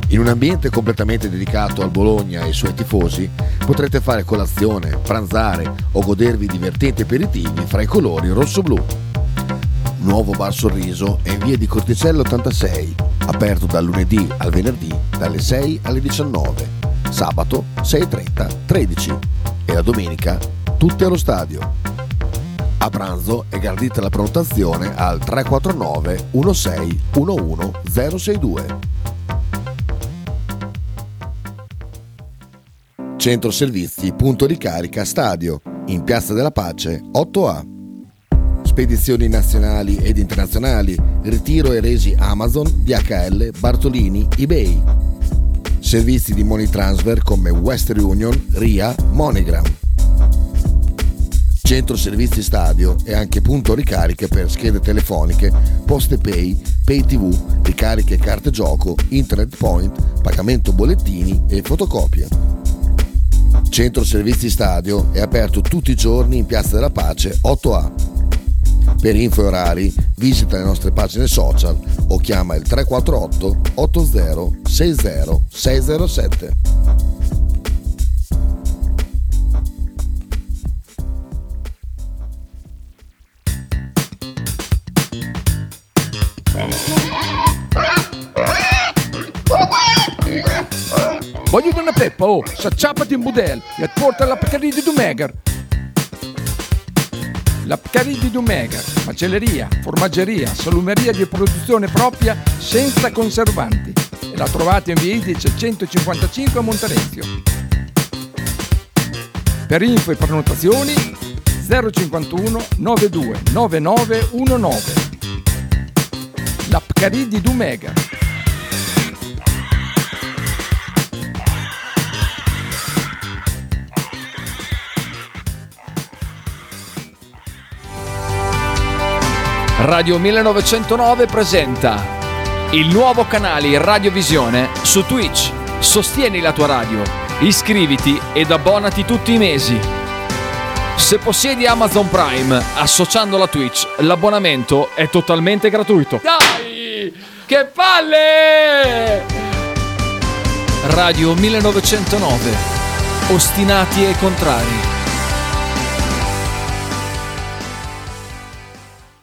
[SPEAKER 2] In un ambiente completamente dedicato al Bologna e ai suoi tifosi, potrete fare colazione, pranzare o godervi divertenti aperitivi fra i colori rosso-blu. Nuovo Bar Sorriso è in via di Corticello 86, aperto dal lunedì al venerdì dalle 6 alle 19, sabato 6.30 13 e la domenica tutti allo stadio. A pranzo è gardita la prenotazione al 349 16 11 062. Centro Servizi Punto Ricarica Stadio in Piazza della Pace 8A. Spedizioni nazionali ed internazionali, ritiro e resi Amazon, DHL, Bartolini, eBay. Servizi di money transfer come Western Union, RIA, MoneyGram. Centro Servizi Stadio e anche punto ricariche per schede telefoniche, poste pay, pay tv, ricariche carte gioco, internet point, pagamento bollettini e fotocopie. Centro Servizi Stadio è aperto tutti i giorni in Piazza della Pace 8A. Per info e orari visita le nostre pagine social o chiama il 348 80 60 607.
[SPEAKER 15] Voglio una peppa, oh, s'acciappati in budel e porta la Pcaridi di Dumegar. La Pcaridi di Dumegar, macelleria, formaggeria, salumeria di produzione propria senza conservanti. E la trovate in via Idice 155 a Monterezio. Per info e prenotazioni 051 92 9919. La Pcaridi di Dumegar.
[SPEAKER 1] Radio 1909 presenta il nuovo canale Radiovisione su Twitch. Sostieni la tua radio, iscriviti ed abbonati tutti i mesi. Se possiedi Amazon Prime, associando la Twitch, l'abbonamento è totalmente gratuito. Dai! Che palle! Radio 1909. Ostinati e contrari.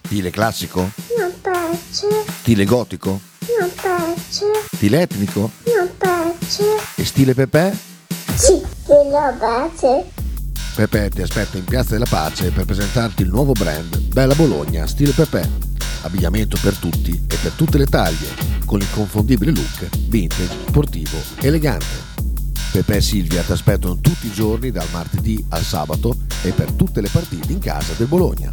[SPEAKER 2] Stile classico?
[SPEAKER 9] Non piace,
[SPEAKER 2] Stile gotico?
[SPEAKER 9] non piace,
[SPEAKER 2] Stile etnico?
[SPEAKER 9] non piace.
[SPEAKER 2] E stile Pepe?
[SPEAKER 9] Sì, non piace.
[SPEAKER 2] Pepe ti aspetta in Piazza della Pace per presentarti il nuovo brand Bella Bologna Stile Pepe. Abbigliamento per tutti e per tutte le taglie, con l'inconfondibile look vintage, sportivo, elegante. Pepe e Silvia ti aspettano tutti i giorni dal martedì al sabato e per tutte le partite in casa del Bologna.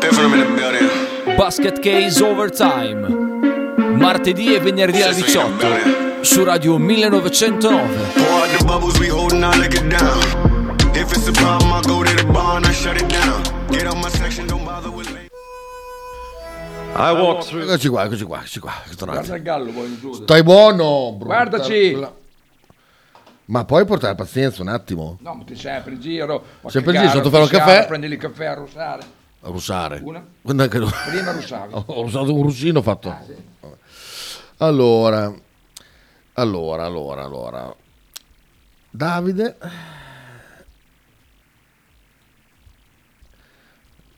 [SPEAKER 16] Pay for them in the building.
[SPEAKER 17] Basket Case Overtime. Martedì e venerdì alle 18 su Radio 1909.
[SPEAKER 16] Pour out the bubbles, we holding on, lick it down. If it's a problem, I go to the bar and I shut it down. Get out my section, don't bother with late.
[SPEAKER 2] Eccoci qua, eccoci qua, eccoci qua. tornati.
[SPEAKER 1] Guarda il gallo, voglio chiudere.
[SPEAKER 2] Stai buono, brutta-
[SPEAKER 1] Guardaci.
[SPEAKER 2] Ma puoi portare pazienza un attimo?
[SPEAKER 1] No, ma ti sempre in giro. a
[SPEAKER 2] Sempre in
[SPEAKER 1] cagare,
[SPEAKER 2] giro, sotto fare un
[SPEAKER 1] russare,
[SPEAKER 2] caffè.
[SPEAKER 1] Prendi il caffè a russare.
[SPEAKER 2] A russare.
[SPEAKER 1] Una?
[SPEAKER 2] Quando è che-
[SPEAKER 1] Prima russavi.
[SPEAKER 2] Ho usato un russino ho fatto. Vabbè. Allora, allora, allora, allora. Davide.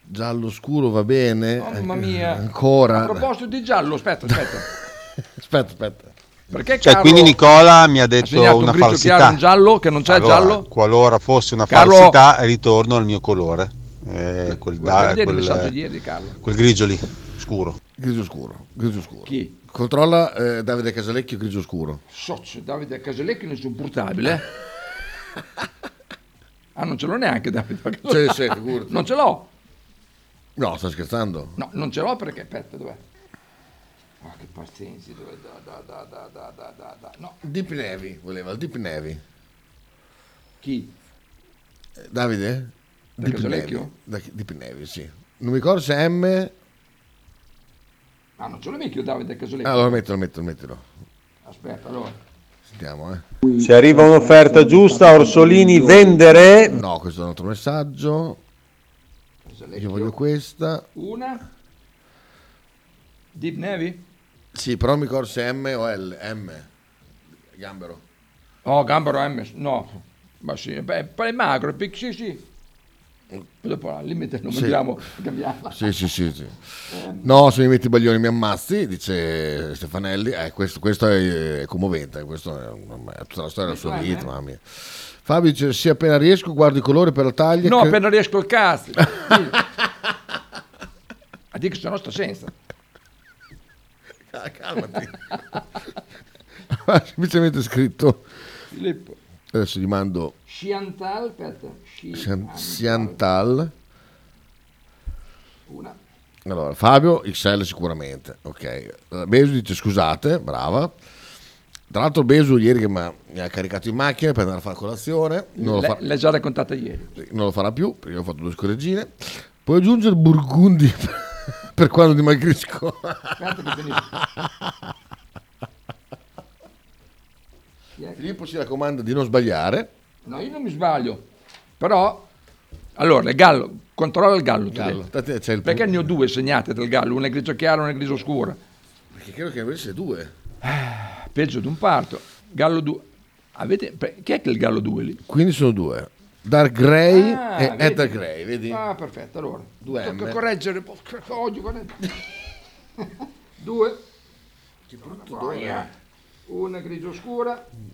[SPEAKER 2] Giallo scuro va bene.
[SPEAKER 1] Mamma mia. A
[SPEAKER 2] Oh, eh, Ancora.
[SPEAKER 1] proposito di giallo, aspetta, aspetta.
[SPEAKER 2] Aspetta, aspetta.
[SPEAKER 1] Perché
[SPEAKER 13] Cioè,
[SPEAKER 1] Carlo
[SPEAKER 13] quindi Nicola mi ha detto
[SPEAKER 1] segnato un
[SPEAKER 13] una
[SPEAKER 1] grigio
[SPEAKER 13] falsità.
[SPEAKER 1] chiaro, un giallo, che non c'è il
[SPEAKER 13] Allora,
[SPEAKER 1] giallo?
[SPEAKER 13] Qualora fosse una
[SPEAKER 1] Carlo-
[SPEAKER 13] falsità, ritorno al mio colore. Eh, quel, da-
[SPEAKER 1] guarda, ieri
[SPEAKER 13] quel-
[SPEAKER 1] messaggio di ieri, Carlo.
[SPEAKER 13] quel grigio lì, scuro.
[SPEAKER 2] Grigio scuro, grigio scuro.
[SPEAKER 1] Chi?
[SPEAKER 2] Controlla eh, Davide Casalecchio, grigio scuro.
[SPEAKER 1] Socio, Davide Casalecchio non è
[SPEAKER 2] *laughs*
[SPEAKER 1] insopportabile. eh. ah, non ce l'ho neanche Davide.
[SPEAKER 2] Sì, sì, figurati.
[SPEAKER 1] Non ce l'ho.
[SPEAKER 2] No, sto scherzando.
[SPEAKER 1] No, non ce l'ho perché, aspetta, dov'è? Ah, che pazienza, dov'è? Da, da, da, da, da, da, da, da. No,
[SPEAKER 2] Deep Navy, voleva il Deep Navy.
[SPEAKER 1] Chi?
[SPEAKER 2] Davide?
[SPEAKER 1] Da Casalecchio?
[SPEAKER 2] Navy. Da chi- Deep Navy, sì. Non mi ricordo se è M...
[SPEAKER 1] ah, non ce l'ho mica io Davide Casalecchio.
[SPEAKER 2] Ah, allora mettilo, mettilo, mettilo. Ah.
[SPEAKER 1] Aspetta, allora.
[SPEAKER 2] Sentiamo, eh.
[SPEAKER 18] Se arriva un'offerta giusta, Orsolini vendere.
[SPEAKER 2] No, questo è un altro messaggio. Io voglio questa.
[SPEAKER 1] Una. Deep Navy?
[SPEAKER 2] Sì, però non mi ricordo se è M o L. M. Gambero.
[SPEAKER 1] Oh, Gambero M, no. Ma sì, beh, poi è magro, è pic- sì, sì. Poi Dopo al limite non
[SPEAKER 2] Eh. Sì.
[SPEAKER 1] mangiamo, cambiamo.
[SPEAKER 2] Sì, sì, sì, sì. No, se mi metti i baglioni mi ammazzi, dice Stefanelli. Eh, questo, questo è, è commovente, eh, questo è, un- è tutta la storia della sua
[SPEAKER 1] Questo è,
[SPEAKER 2] vita,
[SPEAKER 1] eh?
[SPEAKER 2] mamma mia. Fabio dice, sì, appena riesco guardo i colori per la taglia.
[SPEAKER 1] No,
[SPEAKER 2] che-
[SPEAKER 1] appena riesco il
[SPEAKER 2] *laughs*
[SPEAKER 1] cazzo. Sì. A dire che sono sto senza.
[SPEAKER 2] Ah, Calmati. *laughs* Ha semplicemente scritto.
[SPEAKER 1] Filippo.
[SPEAKER 2] Adesso gli mando
[SPEAKER 1] Chiantal, aspetta.
[SPEAKER 2] Sian-
[SPEAKER 1] Chiantal.
[SPEAKER 2] Siantal.
[SPEAKER 1] Una.
[SPEAKER 2] Allora, Fabio XL sicuramente, ok. Allora, Besu dice scusate, brava. Tra l'altro Besu ieri che mi ha- mi ha caricato in macchina per andare a fare colazione, non lo,
[SPEAKER 1] L'hai-
[SPEAKER 2] fa-
[SPEAKER 1] L'hai già raccontata ieri.
[SPEAKER 2] non lo farà più perché ho fatto due scorreggine. Puoi aggiungere Burgundi *laughs* per quando
[SPEAKER 1] *laughs*
[SPEAKER 2] dimagrisco.
[SPEAKER 1] Aspetta che finisco.
[SPEAKER 2] Filippo si raccomanda di non sbagliare.
[SPEAKER 1] No, io non mi sbaglio. Però, allora, il gallo, controlla il gallo. ti ho
[SPEAKER 2] Gallo,
[SPEAKER 1] detto.
[SPEAKER 2] tanto c'è il
[SPEAKER 1] Perché ne ho due segnate del gallo, una grigio chiaro e una grigio scura.
[SPEAKER 2] Perché credo che avesse due.
[SPEAKER 1] Peggio di un parto. Gallo 2. Avete, per- chi è che è il gallo 2 lì?
[SPEAKER 2] Quindi sono due. Dark Grey
[SPEAKER 1] Ah,
[SPEAKER 2] e
[SPEAKER 1] vedi?
[SPEAKER 2] Ether Grey, vedi?
[SPEAKER 1] Ah, perfetto, allora.
[SPEAKER 2] Due
[SPEAKER 1] Tocca
[SPEAKER 2] M.
[SPEAKER 1] correggere, porca odio, guarda. *laughs* Due. Che brutto Una grigio scura.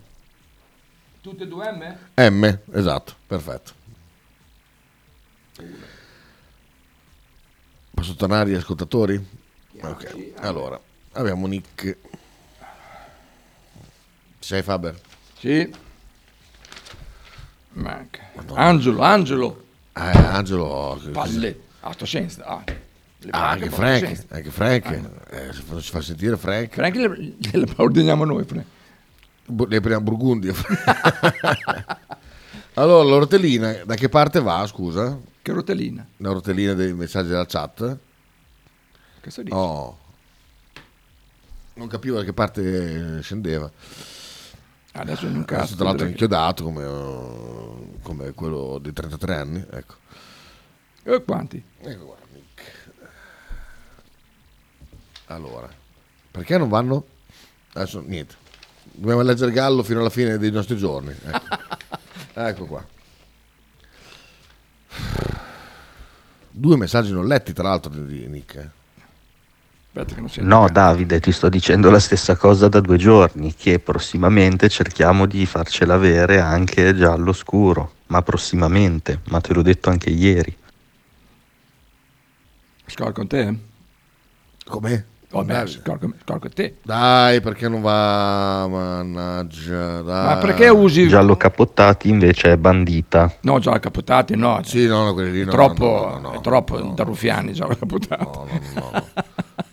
[SPEAKER 1] Tutte e due M?
[SPEAKER 2] M, esatto, perfetto. Posso tornare agli ascoltatori? Ok, allora, abbiamo Nick. Sei Faber?
[SPEAKER 1] Sì. Manca. Angelo, Angelo.
[SPEAKER 2] Eh, Angelo. oh, che-
[SPEAKER 1] Palle. Ah, sto scienza. Ah, le
[SPEAKER 2] Ah,
[SPEAKER 1] manca
[SPEAKER 2] anche
[SPEAKER 1] un po' sto
[SPEAKER 2] Frank,
[SPEAKER 1] scienza.
[SPEAKER 2] anche Frank. Eh, si, fa, si fa sentire Frank.
[SPEAKER 1] Frank le, le ordiniamo noi, Frank.
[SPEAKER 2] Bu- Le prendiamo Burgundia. *laughs* allora, la rotellina, da che parte va, scusa?
[SPEAKER 1] Che rotellina?
[SPEAKER 2] La Oh. rotellina dei messaggi della chat.
[SPEAKER 1] Cosa dici?
[SPEAKER 2] Oh. non capivo da che parte eh, scendeva.
[SPEAKER 1] Adesso è un
[SPEAKER 2] Adesso,
[SPEAKER 1] cazzo,
[SPEAKER 2] Tra l'altro
[SPEAKER 1] direi.
[SPEAKER 2] inchiodato come, eh, come quello di 33 anni. Ecco.
[SPEAKER 1] E Eh, quanti?
[SPEAKER 2] Ecco qua, Allora, perché non vanno? Adesso niente. Dobbiamo leggere Gallo fino alla fine dei nostri giorni.
[SPEAKER 1] *laughs*
[SPEAKER 2] Ecco, Ecco qua. Due messaggi non letti, tra l'altro, di di Nick. eh.
[SPEAKER 1] Aspetta che non si
[SPEAKER 12] No, Davide, ti sto dicendo la stessa cosa da due giorni, che prossimamente cerchiamo di farcela avere anche giallo scuro, ma prossimamente, ma te l'ho detto anche ieri.
[SPEAKER 1] Scorco con te?
[SPEAKER 2] Come?
[SPEAKER 1] Vabbè,
[SPEAKER 2] Davide.
[SPEAKER 1] scorco, scorco con te.
[SPEAKER 2] Dai, perché non va? Mannaggia, dai.
[SPEAKER 1] Ma perché usi-
[SPEAKER 12] Giallo capottati invece è bandita.
[SPEAKER 1] No, già capotati, no.
[SPEAKER 2] Sì, no, no, quelli lì
[SPEAKER 1] è
[SPEAKER 2] no,
[SPEAKER 1] troppo,
[SPEAKER 2] no, no, no,
[SPEAKER 1] è troppo da ruffiani già capotati.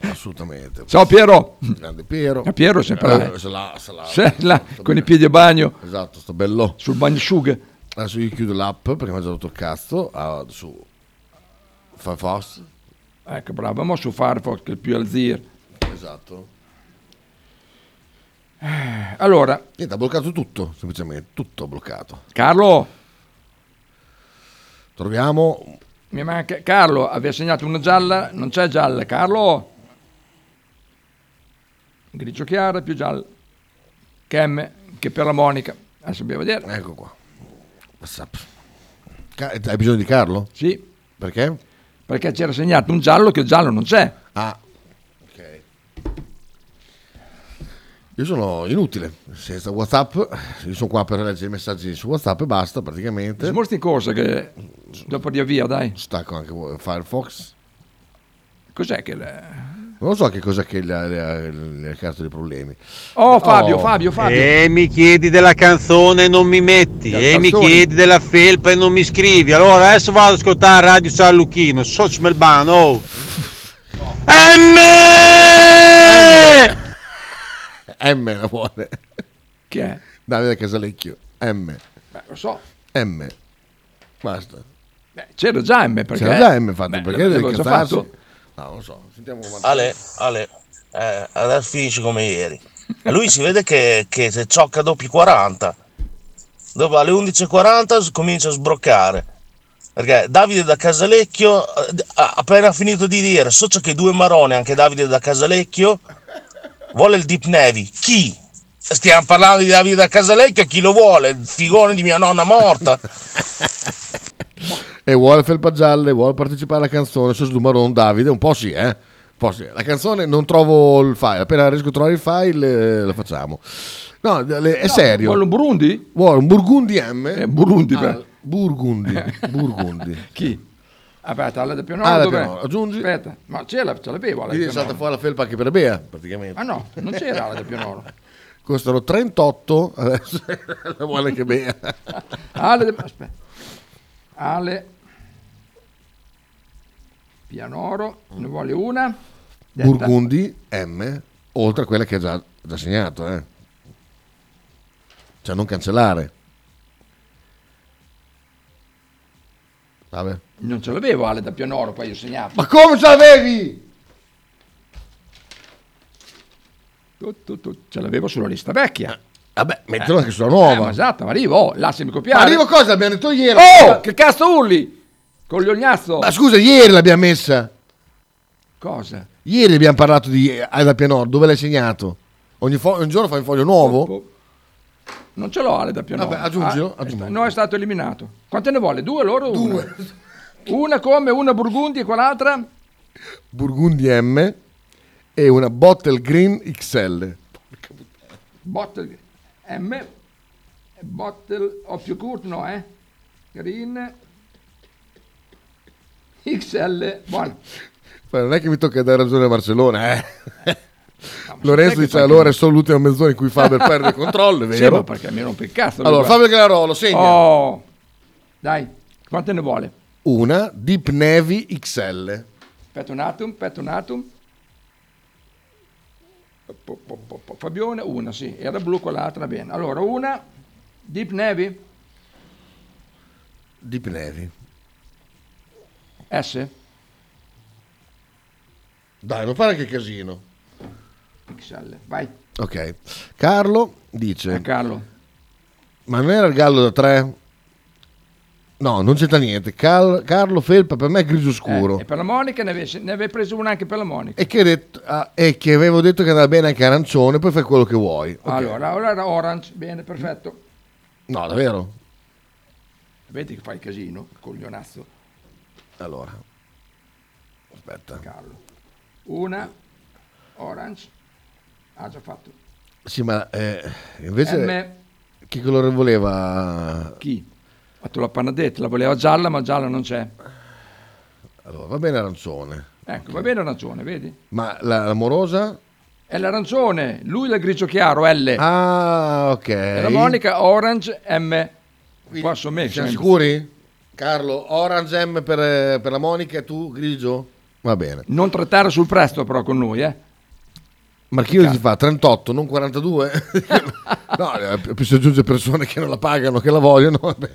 [SPEAKER 2] Assolutamente.
[SPEAKER 1] Ciao Piero.
[SPEAKER 2] Grande Piero.
[SPEAKER 1] Ah, Piero è sempre là.
[SPEAKER 2] Eh, se l'ha, se l'ha.
[SPEAKER 1] Se l'ha, con i piedi a bagno.
[SPEAKER 2] Esatto, sto bello.
[SPEAKER 1] Sul bagnosciuga.
[SPEAKER 2] Adesso io chiudo l'app perché mi ha già rotto il cazzo. Ah, su Firefox.
[SPEAKER 1] Ecco, bravo, ma su Firefox che è più alzir.
[SPEAKER 2] Esatto.
[SPEAKER 1] Allora,
[SPEAKER 2] Niente, ha bloccato tutto, semplicemente. Tutto ha bloccato.
[SPEAKER 1] Carlo,
[SPEAKER 2] Troviamo...
[SPEAKER 1] mi manca... Carlo, aveva segnato una gialla, non c'è gialla. Carlo? Grigio chiaro, più gialla. Chem, che per la Monica. Adesso dobbiamo vedere.
[SPEAKER 2] Ecco qua. WhatsApp. Ca- Hai bisogno di Carlo?
[SPEAKER 1] Sì.
[SPEAKER 2] Perché?
[SPEAKER 1] Perché c'era segnato un giallo che il giallo non c'è.
[SPEAKER 2] Ah. Ok. Io sono inutile, senza Whatsapp, io sono qua per leggere i messaggi su Whatsapp e basta praticamente.
[SPEAKER 1] Smorti in corsa che dopo dia via, dai.
[SPEAKER 2] Stacco anche voi- Firefox.
[SPEAKER 1] Cos'è che... le-
[SPEAKER 2] Non so che cosa che gli ha- gli ha gli ha creato dei problemi.
[SPEAKER 1] Oh, Fabio, Fabio, Fabio.
[SPEAKER 2] Eh.
[SPEAKER 13] E mi chiedi della canzone e non mi metti,
[SPEAKER 2] Del
[SPEAKER 13] e mi
[SPEAKER 2] calzone.
[SPEAKER 13] chiedi della felpa e non mi scrivi. Allora adesso vado ad ascoltare Radio San Lucchino, Soc Melbano. oh. M!
[SPEAKER 2] M la vuole. *laughs*
[SPEAKER 1] Chi è?
[SPEAKER 2] Davide Casalecchio. M.
[SPEAKER 1] Beh, lo so.
[SPEAKER 2] M. Basta.
[SPEAKER 1] Beh, c'era già M perché...
[SPEAKER 2] C'era già M fatto,
[SPEAKER 1] Beh,
[SPEAKER 2] perché
[SPEAKER 1] l'avevo
[SPEAKER 2] deve
[SPEAKER 1] già
[SPEAKER 2] cazzarsi?
[SPEAKER 1] fatto.
[SPEAKER 2] No, non lo so. Sentiamo come
[SPEAKER 4] Ale, Ale, eh, adesso finisce come ieri. E lui si vede che, che se ciocca doppi 40. Dopo alle 11.40 s- comincia a sbroccare. Perché Davide da Casalecchio eh, d- ha appena finito di dire, so c'è che due marone, anche Davide da Casalecchio, vuole il Deep Navy. Chi? Stiamo parlando di Davide da Casalecchio, chi lo vuole? Il figone di mia nonna morta.
[SPEAKER 2] E vuole felpa gialla, e vuole partecipare alla canzone su Sdumaron Davide, un po' sì, eh. Un po' sì. La canzone non trovo il file, appena riesco a trovare il file eh, la facciamo. No, le- è serio.
[SPEAKER 1] Vuole un Burundi? Eh,
[SPEAKER 2] Vuole un Burgundi M.
[SPEAKER 1] Burundi,
[SPEAKER 2] Ah,
[SPEAKER 1] beh. *laughs*
[SPEAKER 2] Burgundi, Burgundi.
[SPEAKER 1] Chi? Aspetta, alla da Pianoro
[SPEAKER 2] Ah, la
[SPEAKER 1] dov'è?
[SPEAKER 2] Pianoro, aggiungi.
[SPEAKER 1] Aspetta, ma ce la- ce l'avevo alla da
[SPEAKER 2] Lì è
[SPEAKER 1] Pianoro.
[SPEAKER 2] stata fuori la felpa anche per Bea, praticamente.
[SPEAKER 1] Ah no, non c'era alla da Pianoro.
[SPEAKER 2] Costano 38, adesso *laughs* la vuole che Bea.
[SPEAKER 1] Ale, De- aspetta. Ale Pianoro, ne vuole una. Detta.
[SPEAKER 2] Burgundi M, oltre a quella che ha già, già segnato, eh. Cioè non cancellare. Vabbè.
[SPEAKER 1] Non ce l'avevo Ale da Pianoro, poi ho segnato.
[SPEAKER 2] Ma come ce l'avevi?
[SPEAKER 1] Tu, tu, tu, Ce l'avevo sulla lista vecchia.
[SPEAKER 2] Vabbè, mettilo anche sulla nuova.
[SPEAKER 1] ma esatto, ma arrivo, oh, lasciami copiare.
[SPEAKER 2] Ehm. Ma arrivo cosa? Abbiamo detto ieri.
[SPEAKER 1] Oh,
[SPEAKER 2] Ma-
[SPEAKER 1] che cazzo urli? Cogliognazzo.
[SPEAKER 2] Ma scusa, ieri l'abbiamo messa.
[SPEAKER 1] Cosa?
[SPEAKER 2] Ieri abbiamo parlato di eh, Aida Pianor, dove l'hai segnato? Ogni, fo- ogni giorno fai un foglio
[SPEAKER 1] Boh,
[SPEAKER 2] nuovo?
[SPEAKER 1] Non ce l'ho Ale da Pianoro.
[SPEAKER 2] Boh. Vabbè, aggiungilo,
[SPEAKER 1] Ah, è
[SPEAKER 2] aggiungilo.
[SPEAKER 1] sta- no, è stato eliminato. Quante ne vuole? Due loro? Due. Una, Una come? Una Burgundi e quell'altra?
[SPEAKER 2] Burgundi M e una Bottle Green XL.
[SPEAKER 1] Bottle M. Bottle o più curto, no, eh? Green. XL. Buono.
[SPEAKER 2] Ma Cioè, non è che mi tocca dare ragione a Barcellona, eh.
[SPEAKER 1] sai
[SPEAKER 2] Lorenzo
[SPEAKER 1] che
[SPEAKER 2] dice
[SPEAKER 1] fai
[SPEAKER 2] allora
[SPEAKER 1] che-
[SPEAKER 2] è solo l'ultima mezz'ora in
[SPEAKER 1] *laughs*
[SPEAKER 2] cui Faber perde il controllo, è
[SPEAKER 1] Sì,
[SPEAKER 2] vero?
[SPEAKER 1] ma perché mi rompe il cazzo.
[SPEAKER 2] Allora,
[SPEAKER 1] mi guarda.
[SPEAKER 2] Fabio Granarolo, segna.
[SPEAKER 1] Oh, dai, quante ne vuole?
[SPEAKER 2] Una Deep Navy XL.
[SPEAKER 1] Aspetta un attimo, aspetta un attimo. Po, po, po, po. Fabione, una, sì, era blu quell'altra, bene. Allora, una, Deep Navy,
[SPEAKER 2] Deep Navy.
[SPEAKER 1] S.
[SPEAKER 2] Dai, non fare che casino.
[SPEAKER 1] XL. Vai.
[SPEAKER 2] Ok. Carlo dice...
[SPEAKER 1] Ah, Carlo.
[SPEAKER 2] Ma non era il gallo da tre? No, non c'entra niente. Cal- Carlo Felpa per me è grigio scuro.
[SPEAKER 1] Eh, E per la Monica ne aveva ne aveva preso una anche per la Monica.
[SPEAKER 2] E che, det- ah, e che avevo detto che andava bene anche arancione, poi fai quello che vuoi. Ok.
[SPEAKER 1] Allora, ora era Orange, bene, perfetto.
[SPEAKER 2] No, davvero?
[SPEAKER 1] Vedi che fai casino, coglionazzo.
[SPEAKER 2] Allora. Aspetta.
[SPEAKER 1] Carlo. Una, Orange. Ah, già fatto.
[SPEAKER 2] Sì, ma eh, invece...
[SPEAKER 1] M.
[SPEAKER 2] Che colore voleva?
[SPEAKER 1] Chi? Ha fatto la panadetta, la voleva gialla, ma gialla non c'è.
[SPEAKER 2] Allora, va bene arancione.
[SPEAKER 1] Ecco, va bene arancione, vedi?
[SPEAKER 2] Ma la- l'amorosa?
[SPEAKER 1] È l'arancione, lui il grigio chiaro, L.
[SPEAKER 2] Ah, ok.
[SPEAKER 1] E la Monica Orange M. Qua sono me. cioè.
[SPEAKER 2] Siamo
[SPEAKER 1] sono-
[SPEAKER 2] sicuri? Carlo, orange M per, per la Monica e tu grigio? Va bene.
[SPEAKER 1] Non trattare sul presto però con noi, eh.
[SPEAKER 2] Marchino si fa 38, non 42. *laughs* no, eh, più si aggiunge persone che non la pagano, che la vogliono. *laughs* Vabbè,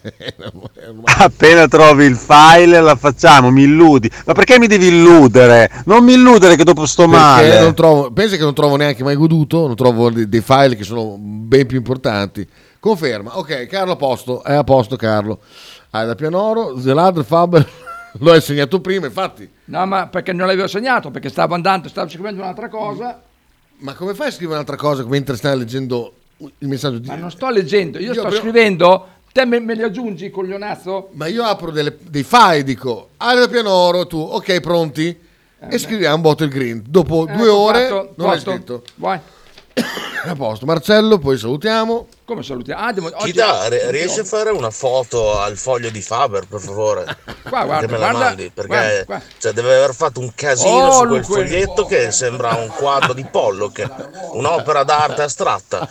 [SPEAKER 13] *laughs* Appena trovi il file la facciamo, mi illudi. Ma perché mi devi illudere? Non mi illudere che dopo sto
[SPEAKER 2] Perché non
[SPEAKER 13] male.
[SPEAKER 2] trovo, pensa che non trovo neanche mai goduto, non trovo dei, dei file che sono ben più importanti. Conferma, ok, Carlo a posto, è a posto Carlo. Ah, da Pianoro, Zelad Faber *laughs* lo hai segnato prima, infatti.
[SPEAKER 1] No, ma perché non l'avevo segnato, perché stavo andando, stavo scrivendo un'altra cosa.
[SPEAKER 2] Ma come fai a scrivere un'altra cosa mentre stai leggendo il messaggio di...
[SPEAKER 1] Ma non sto leggendo, io,
[SPEAKER 2] Io
[SPEAKER 1] sto
[SPEAKER 2] però-
[SPEAKER 1] scrivendo. Te me, me li aggiungi, coglionazzo?
[SPEAKER 2] Ma io apro delle- dei file, dico, Ale da Pianoro, tu, ok, pronti?
[SPEAKER 1] Eh.
[SPEAKER 2] e scriviamo Bottle Green. Dopo due
[SPEAKER 1] Ecco
[SPEAKER 2] ore
[SPEAKER 1] fatto,
[SPEAKER 2] non l'hai
[SPEAKER 1] posto.
[SPEAKER 2] scritto.
[SPEAKER 1] Vai.
[SPEAKER 2] A posto, Marcello, poi salutiamo.
[SPEAKER 1] Come salutiamo? Ah, devo...
[SPEAKER 4] Chi
[SPEAKER 1] oggi-
[SPEAKER 4] dà? Re-
[SPEAKER 1] oggi-
[SPEAKER 4] riesci a fare una foto al foglio di Faber, per favore?
[SPEAKER 1] *laughs* Qua, guarda,
[SPEAKER 4] Che me la
[SPEAKER 1] guarda,
[SPEAKER 4] mandi, perché
[SPEAKER 1] guarda, qua.
[SPEAKER 4] Cioè, deve aver fatto un casino
[SPEAKER 1] Oh,
[SPEAKER 4] su quel
[SPEAKER 1] Luque.
[SPEAKER 4] foglietto che sembra un quadro di Pollock, un'opera d'arte astratta.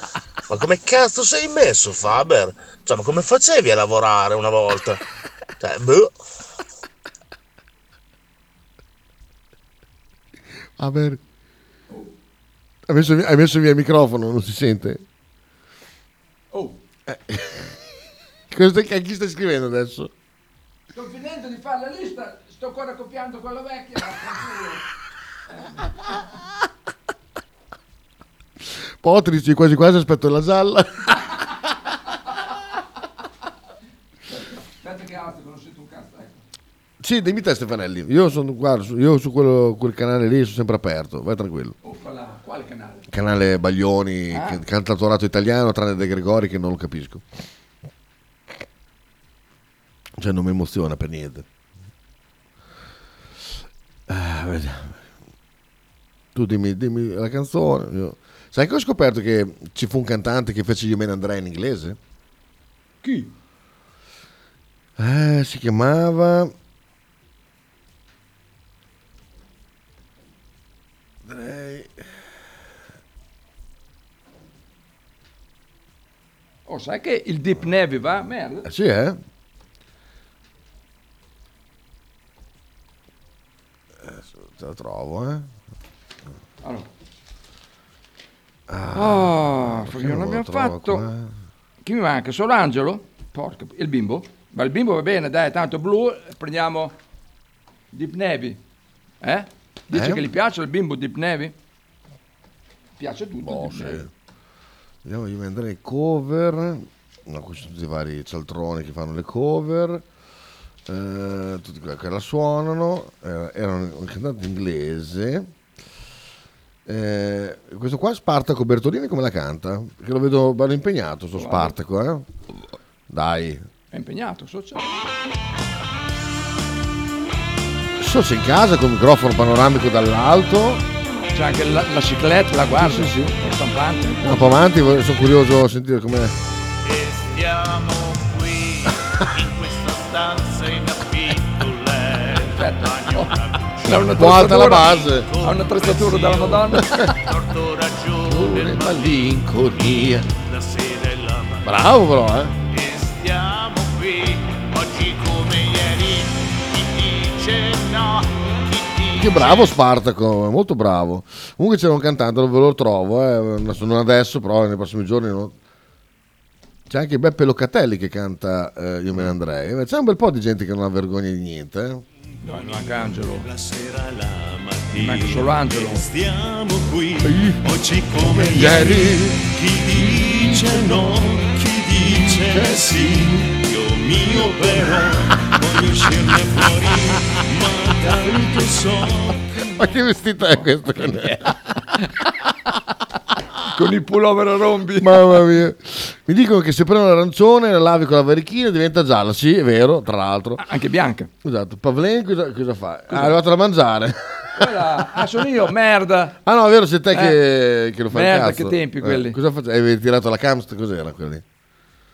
[SPEAKER 4] Ma come cazzo sei messo, Faber? Cioè, ma come facevi a lavorare una volta? Cioè, boh.
[SPEAKER 2] A ver. Hai messo, via- hai messo via il microfono, non si sente.
[SPEAKER 1] Oh.
[SPEAKER 2] Eh. *laughs* Questo è- a chi stai scrivendo adesso?
[SPEAKER 1] Sto finendo di fare la lista, sto ancora copiando quella vecchia. ma tranquillo.
[SPEAKER 2] Potrici, quasi quasi aspetto la gialla.
[SPEAKER 1] Aspetta che altro, non sento un cazzo. Ecco.
[SPEAKER 2] sì, dimmi te Stefanelli, io sono guarda, su- io su quello- quel canale lì sono sempre aperto, vai tranquillo.
[SPEAKER 1] Oh, quella- quale canale?
[SPEAKER 2] Canale Baglioni,
[SPEAKER 1] Ah.
[SPEAKER 2] che- cantautorato italiano, tranne De Gregori che non lo capisco. Cioè non mi emoziona per niente. Ah, vediamo. Tu dimmi, dimmi la canzone. io- Sai che ho scoperto che ci fu un cantante che fece You Men Andrea in inglese?
[SPEAKER 1] Chi?
[SPEAKER 2] Eh, si chiamava... Andrei-
[SPEAKER 1] Oh, sai che il Deep Navy va a merda?
[SPEAKER 2] Eh, Sì, eh? Adesso te la trovo, eh?
[SPEAKER 1] Allora.
[SPEAKER 2] Ah,
[SPEAKER 1] Ah,
[SPEAKER 2] perché
[SPEAKER 1] perché non
[SPEAKER 2] non lo
[SPEAKER 1] abbiamo
[SPEAKER 2] trovo
[SPEAKER 1] fatto.
[SPEAKER 2] qua? eh?
[SPEAKER 1] Chi mi manca? Solo Angelo? Porca, il bimbo? Ma il bimbo va bene, dai, tanto blu, prendiamo Deep Navy. Eh? Dice
[SPEAKER 2] Eh?
[SPEAKER 1] che gli piace il bimbo Deep Navy? Piace tutto. il
[SPEAKER 2] Boh,
[SPEAKER 1] Deep Navy.
[SPEAKER 2] sì. Vediamo, io andrei cover. No, questi sono tutti i vari cialtroni che fanno le cover. Eh, tutti quelli che la suonano. Eh, era un, un cantante inglese. Eh, questo qua Spartaco Bertolini come la canta? Perché lo vedo bello impegnato sto Spartaco, eh? Dai.
[SPEAKER 1] È impegnato, sociale.
[SPEAKER 2] So se in casa con il microfono panoramico dall'alto.
[SPEAKER 1] C'è anche la, la cicletta, la guarda, sì, è stampante.
[SPEAKER 2] Un po' avanti, voglio- sono curioso di sentire come.
[SPEAKER 5] E stiamo qui in questa stanza in
[SPEAKER 1] Ha
[SPEAKER 5] affitto
[SPEAKER 1] una
[SPEAKER 2] Un po' alta la
[SPEAKER 1] attrezzatura-
[SPEAKER 2] base.
[SPEAKER 1] Ha un'attrezzatura della Madonna.
[SPEAKER 5] Tortora giù nel
[SPEAKER 2] Malinconia.
[SPEAKER 5] la sera e la mattina
[SPEAKER 2] Bravo però, eh.
[SPEAKER 5] E stiamo qui oggi come ieri Chi dice no
[SPEAKER 2] Che bravo Spartaco, è molto bravo. Comunque c'era un cantante, non ve lo trovo, eh, adesso- non adesso, però nei prossimi giorni. no. C'è anche Beppe Locatelli che canta eh, Io me ne andrei. Eh, C'è un bel po' di gente che non ha vergogna di niente. eh.
[SPEAKER 1] No, non manca Angelo.
[SPEAKER 5] La sera la mattina.
[SPEAKER 1] Manca solo Angelo.
[SPEAKER 5] e Stiamo qui, oggi come ieri. Chi dice no, chi dice sì. Io mio però, voglio uscirne fuori. Ma tanto so.
[SPEAKER 2] Ma che vestito è questo? che ne-
[SPEAKER 1] Con il pullover a rombi.
[SPEAKER 2] Mamma mia. Mi dicono che se prendo l'arancione la lavi con la varichina diventa gialla. Sì, è vero, tra l'altro.
[SPEAKER 1] Anche bianca.
[SPEAKER 2] Esatto. Pavlen cosa, cosa fa? Ah, È arrivato da mangiare.
[SPEAKER 1] Quella- Ah, sono io, merda.
[SPEAKER 2] Ah no, è vero, sei te che, che lo fai il
[SPEAKER 1] Eh. Merda,
[SPEAKER 2] cazzo.
[SPEAKER 1] che tempi
[SPEAKER 2] Eh,
[SPEAKER 1] quelli.
[SPEAKER 2] cosa faccio? Hai tirato la camst? Cos'era quello lì?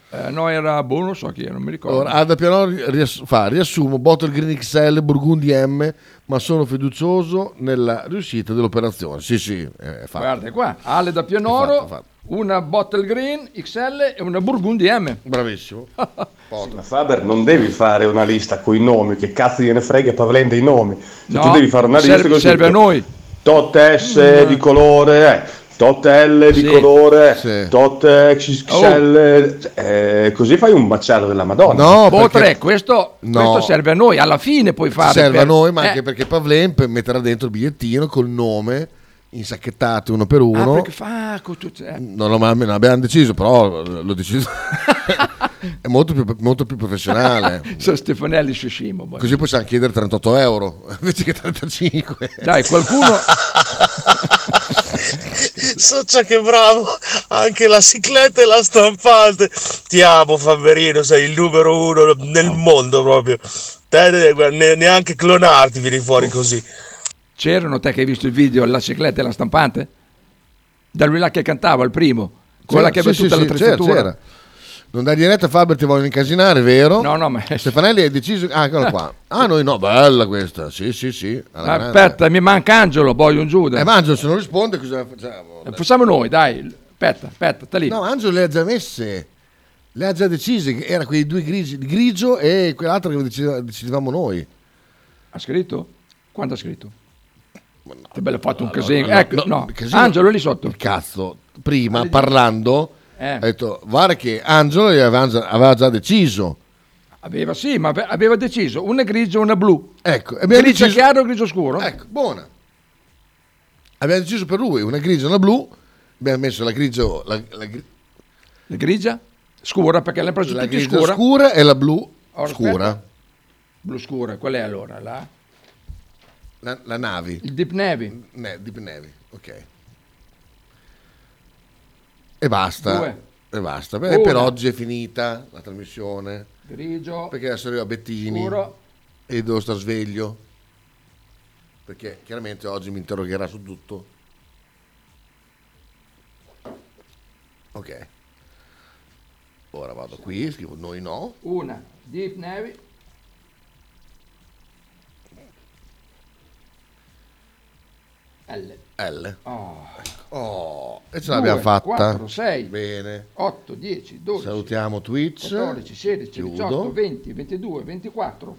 [SPEAKER 1] Eh, no, era boh, non so chi era, non mi ricordo.
[SPEAKER 2] Allora, Ada Piano riass- fa, riassumo, Bottle Green XL, Burgundi M, ma sono fiducioso nella riuscita dell'operazione. Sì, sì, è fatto.
[SPEAKER 1] Guarda qua, Ale da Pianoro,
[SPEAKER 2] Fatto, fatto.
[SPEAKER 1] una Bottle Green XL e una Burgundy M.
[SPEAKER 2] Bravissimo.
[SPEAKER 19] Ma Faber non devi fare una lista con i nomi, che cazzo gliene frega Pavlen dei nomi. Se
[SPEAKER 1] No,
[SPEAKER 19] tu devi fare una lista
[SPEAKER 1] serve-
[SPEAKER 19] con
[SPEAKER 1] serve a noi.
[SPEAKER 19] Tot S di colore, eh, tot L di colore, tot XXL, eh, così fai un macello della Madonna.
[SPEAKER 2] No,
[SPEAKER 1] boh, tre, questo,
[SPEAKER 2] No.
[SPEAKER 1] questo serve a noi, alla fine puoi fare.
[SPEAKER 2] Serve a
[SPEAKER 1] per-
[SPEAKER 2] noi, ma anche
[SPEAKER 1] Eh,
[SPEAKER 2] perché Pavlen p- metterà dentro il bigliettino col nome, insacchettati uno per
[SPEAKER 1] ah,
[SPEAKER 2] uno.
[SPEAKER 1] perché fa ah, con tutti- eh.
[SPEAKER 2] Non, lo- ma non abbiamo deciso, però l'ho deciso. *laughs* è molto più, molto più professionale.
[SPEAKER 1] *laughs* Sono Stefanelli su Scimo. boh.
[SPEAKER 2] Così possiamo chiedere 38 euro *laughs* invece che 35.
[SPEAKER 1] Dai, qualcuno...
[SPEAKER 4] Soccia che bravo, anche la cicletta e la stampante. Ti amo Faberino, sei il numero uno nel mondo proprio. Te ne- neanche clonarti vieni fuori così.
[SPEAKER 1] C'erano te che hai visto il video, la cicletta e la stampante? Da lui là che cantava, il primo, quella che
[SPEAKER 2] C'era- sì,
[SPEAKER 1] aveva
[SPEAKER 2] sì,
[SPEAKER 1] tutta
[SPEAKER 2] sì,
[SPEAKER 1] l'attrezzatura.
[SPEAKER 2] c'era, c'era. Non dai diretta Faber ti vogliono incasinare, vero?
[SPEAKER 1] No, no, ma... *laughs*
[SPEAKER 2] Stefanelli ha deciso... Ah, eccola qua. Ah, noi no, bella questa. Sì, sì, sì. alla
[SPEAKER 1] Ah,
[SPEAKER 2] grande.
[SPEAKER 1] Aspetta, mi manca Angelo, voglio un Giuda.
[SPEAKER 2] Eh, ma Angelo, se non risponde cosa facciamo?
[SPEAKER 1] Eh, Facciamo noi, dai. Aspetta, aspetta, sta lì.
[SPEAKER 2] No, Angelo le ha già messe. Le ha già decise. che Era quei due grigi, il grigio e quell'altro che decideva- decidevamo noi.
[SPEAKER 1] Ha scritto? Quanto ha scritto? Che bello, ha fatto un
[SPEAKER 2] Allora,
[SPEAKER 1] casino.
[SPEAKER 2] allora,
[SPEAKER 1] ecco, no,
[SPEAKER 2] casino.
[SPEAKER 1] Angelo lì sotto.
[SPEAKER 2] Cazzo, prima
[SPEAKER 1] Alle-
[SPEAKER 2] parlando,
[SPEAKER 1] Eh.
[SPEAKER 2] ha detto, guarda che Angelo gli aveva già- aveva già deciso.
[SPEAKER 1] Aveva, sì, ma ave- aveva deciso una grigia e una blu.
[SPEAKER 2] Ecco, abbiamo
[SPEAKER 1] grigio
[SPEAKER 2] deciso-
[SPEAKER 1] chiaro e grigio scuro.
[SPEAKER 2] Ecco, buona. Abbiamo deciso per lui una grigia e una blu. Abbiamo messo la grigio, la, la gri-
[SPEAKER 1] La grigia scura perché l'ha preso
[SPEAKER 2] la
[SPEAKER 1] tutti
[SPEAKER 2] grigia
[SPEAKER 1] scura.
[SPEAKER 2] scura. e la blu
[SPEAKER 1] Ora,
[SPEAKER 2] scura.
[SPEAKER 1] aspetta. Blu scura, qual è allora? La,
[SPEAKER 2] La, la navi.
[SPEAKER 1] il Deep Navy.
[SPEAKER 2] Ne- Deep Navy, ok. E basta.
[SPEAKER 1] Due.
[SPEAKER 2] E basta. Beh,
[SPEAKER 1] Una.
[SPEAKER 2] per oggi è finita la trasmissione.
[SPEAKER 1] Grigio.
[SPEAKER 2] Perché adesso arriva Bettini.
[SPEAKER 1] Scuro.
[SPEAKER 2] E devo star sveglio. Perché chiaramente oggi mi interrogherà su tutto. Ok. Ora vado qui, scrivo noi no.
[SPEAKER 1] Una, Deep Navy. L.
[SPEAKER 2] L.
[SPEAKER 1] Oh.
[SPEAKER 2] Oh, e ce
[SPEAKER 1] Due,
[SPEAKER 2] l'abbiamo fatta.
[SPEAKER 1] quattro, sei.
[SPEAKER 2] Bene.
[SPEAKER 1] 8, 10, 12,
[SPEAKER 2] Salutiamo Twitch.
[SPEAKER 1] 14, 16,
[SPEAKER 2] Chiudo.
[SPEAKER 1] 18, 20, 22, 24.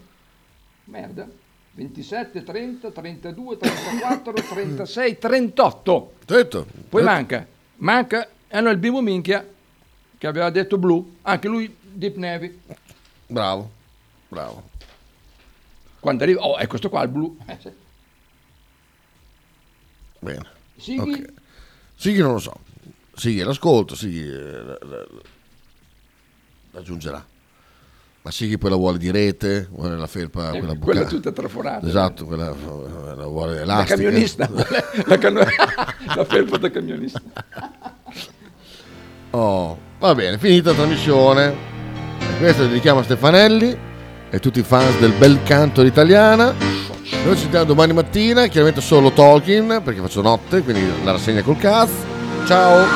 [SPEAKER 1] Merda. 27, 30, 32,
[SPEAKER 2] *coughs*
[SPEAKER 1] 34, 36, 38.
[SPEAKER 2] Detto.
[SPEAKER 1] Poi
[SPEAKER 2] detto.
[SPEAKER 1] manca. Manca. Eh no, il bimbo minchia che aveva detto blu. Anche lui Deep Navy.
[SPEAKER 2] Bravo. Bravo.
[SPEAKER 1] Quando arriva... Oh, è questo qua il blu. Eh, sì.
[SPEAKER 2] Bene.
[SPEAKER 1] Sighi?
[SPEAKER 2] Ok. Sighi non lo so. Sighi l'ascolto, Sighi eh, la- la- la- raggiungerà. Ma Sighi poi la vuole di rete, vuole la felpa,
[SPEAKER 1] Eh,
[SPEAKER 2] quella bucata.
[SPEAKER 1] quella tutta traforata.
[SPEAKER 2] Esatto, quella eh, la vuole
[SPEAKER 1] Da
[SPEAKER 2] elastica. *laughs*
[SPEAKER 1] camionista. la, cano- *laughs* la felpa da camionista.
[SPEAKER 2] Oh, va bene, finita la trasmissione. E Questo lo dedichiamo a Stefanelli e tutti i fans del bel canto all'italiana. Noi ci vediamo domani mattina, chiaramente solo Tolkien, perché faccio notte, quindi la rassegna col cazzo. Ciao!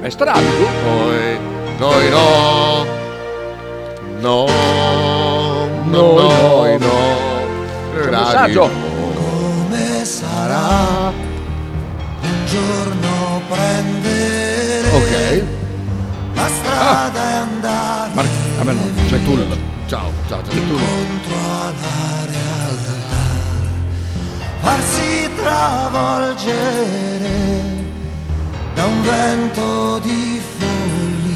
[SPEAKER 1] È strano.
[SPEAKER 2] Noi, noi no. No.
[SPEAKER 5] No,
[SPEAKER 2] Noi no.
[SPEAKER 5] C'è un
[SPEAKER 2] Radio.
[SPEAKER 5] messaggio.
[SPEAKER 14] Come sarà un giorno prendere
[SPEAKER 2] Ok.
[SPEAKER 14] la strada e andare
[SPEAKER 1] Mar- a me no,
[SPEAKER 2] Cioè,
[SPEAKER 1] c'è tu.
[SPEAKER 2] Ciao, ciao, ciao.
[SPEAKER 14] contro alla realtà, farsi travolgere da un
[SPEAKER 12] un vento di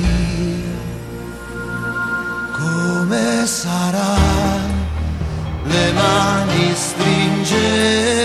[SPEAKER 12] follia. Come sarà? Le mani stringe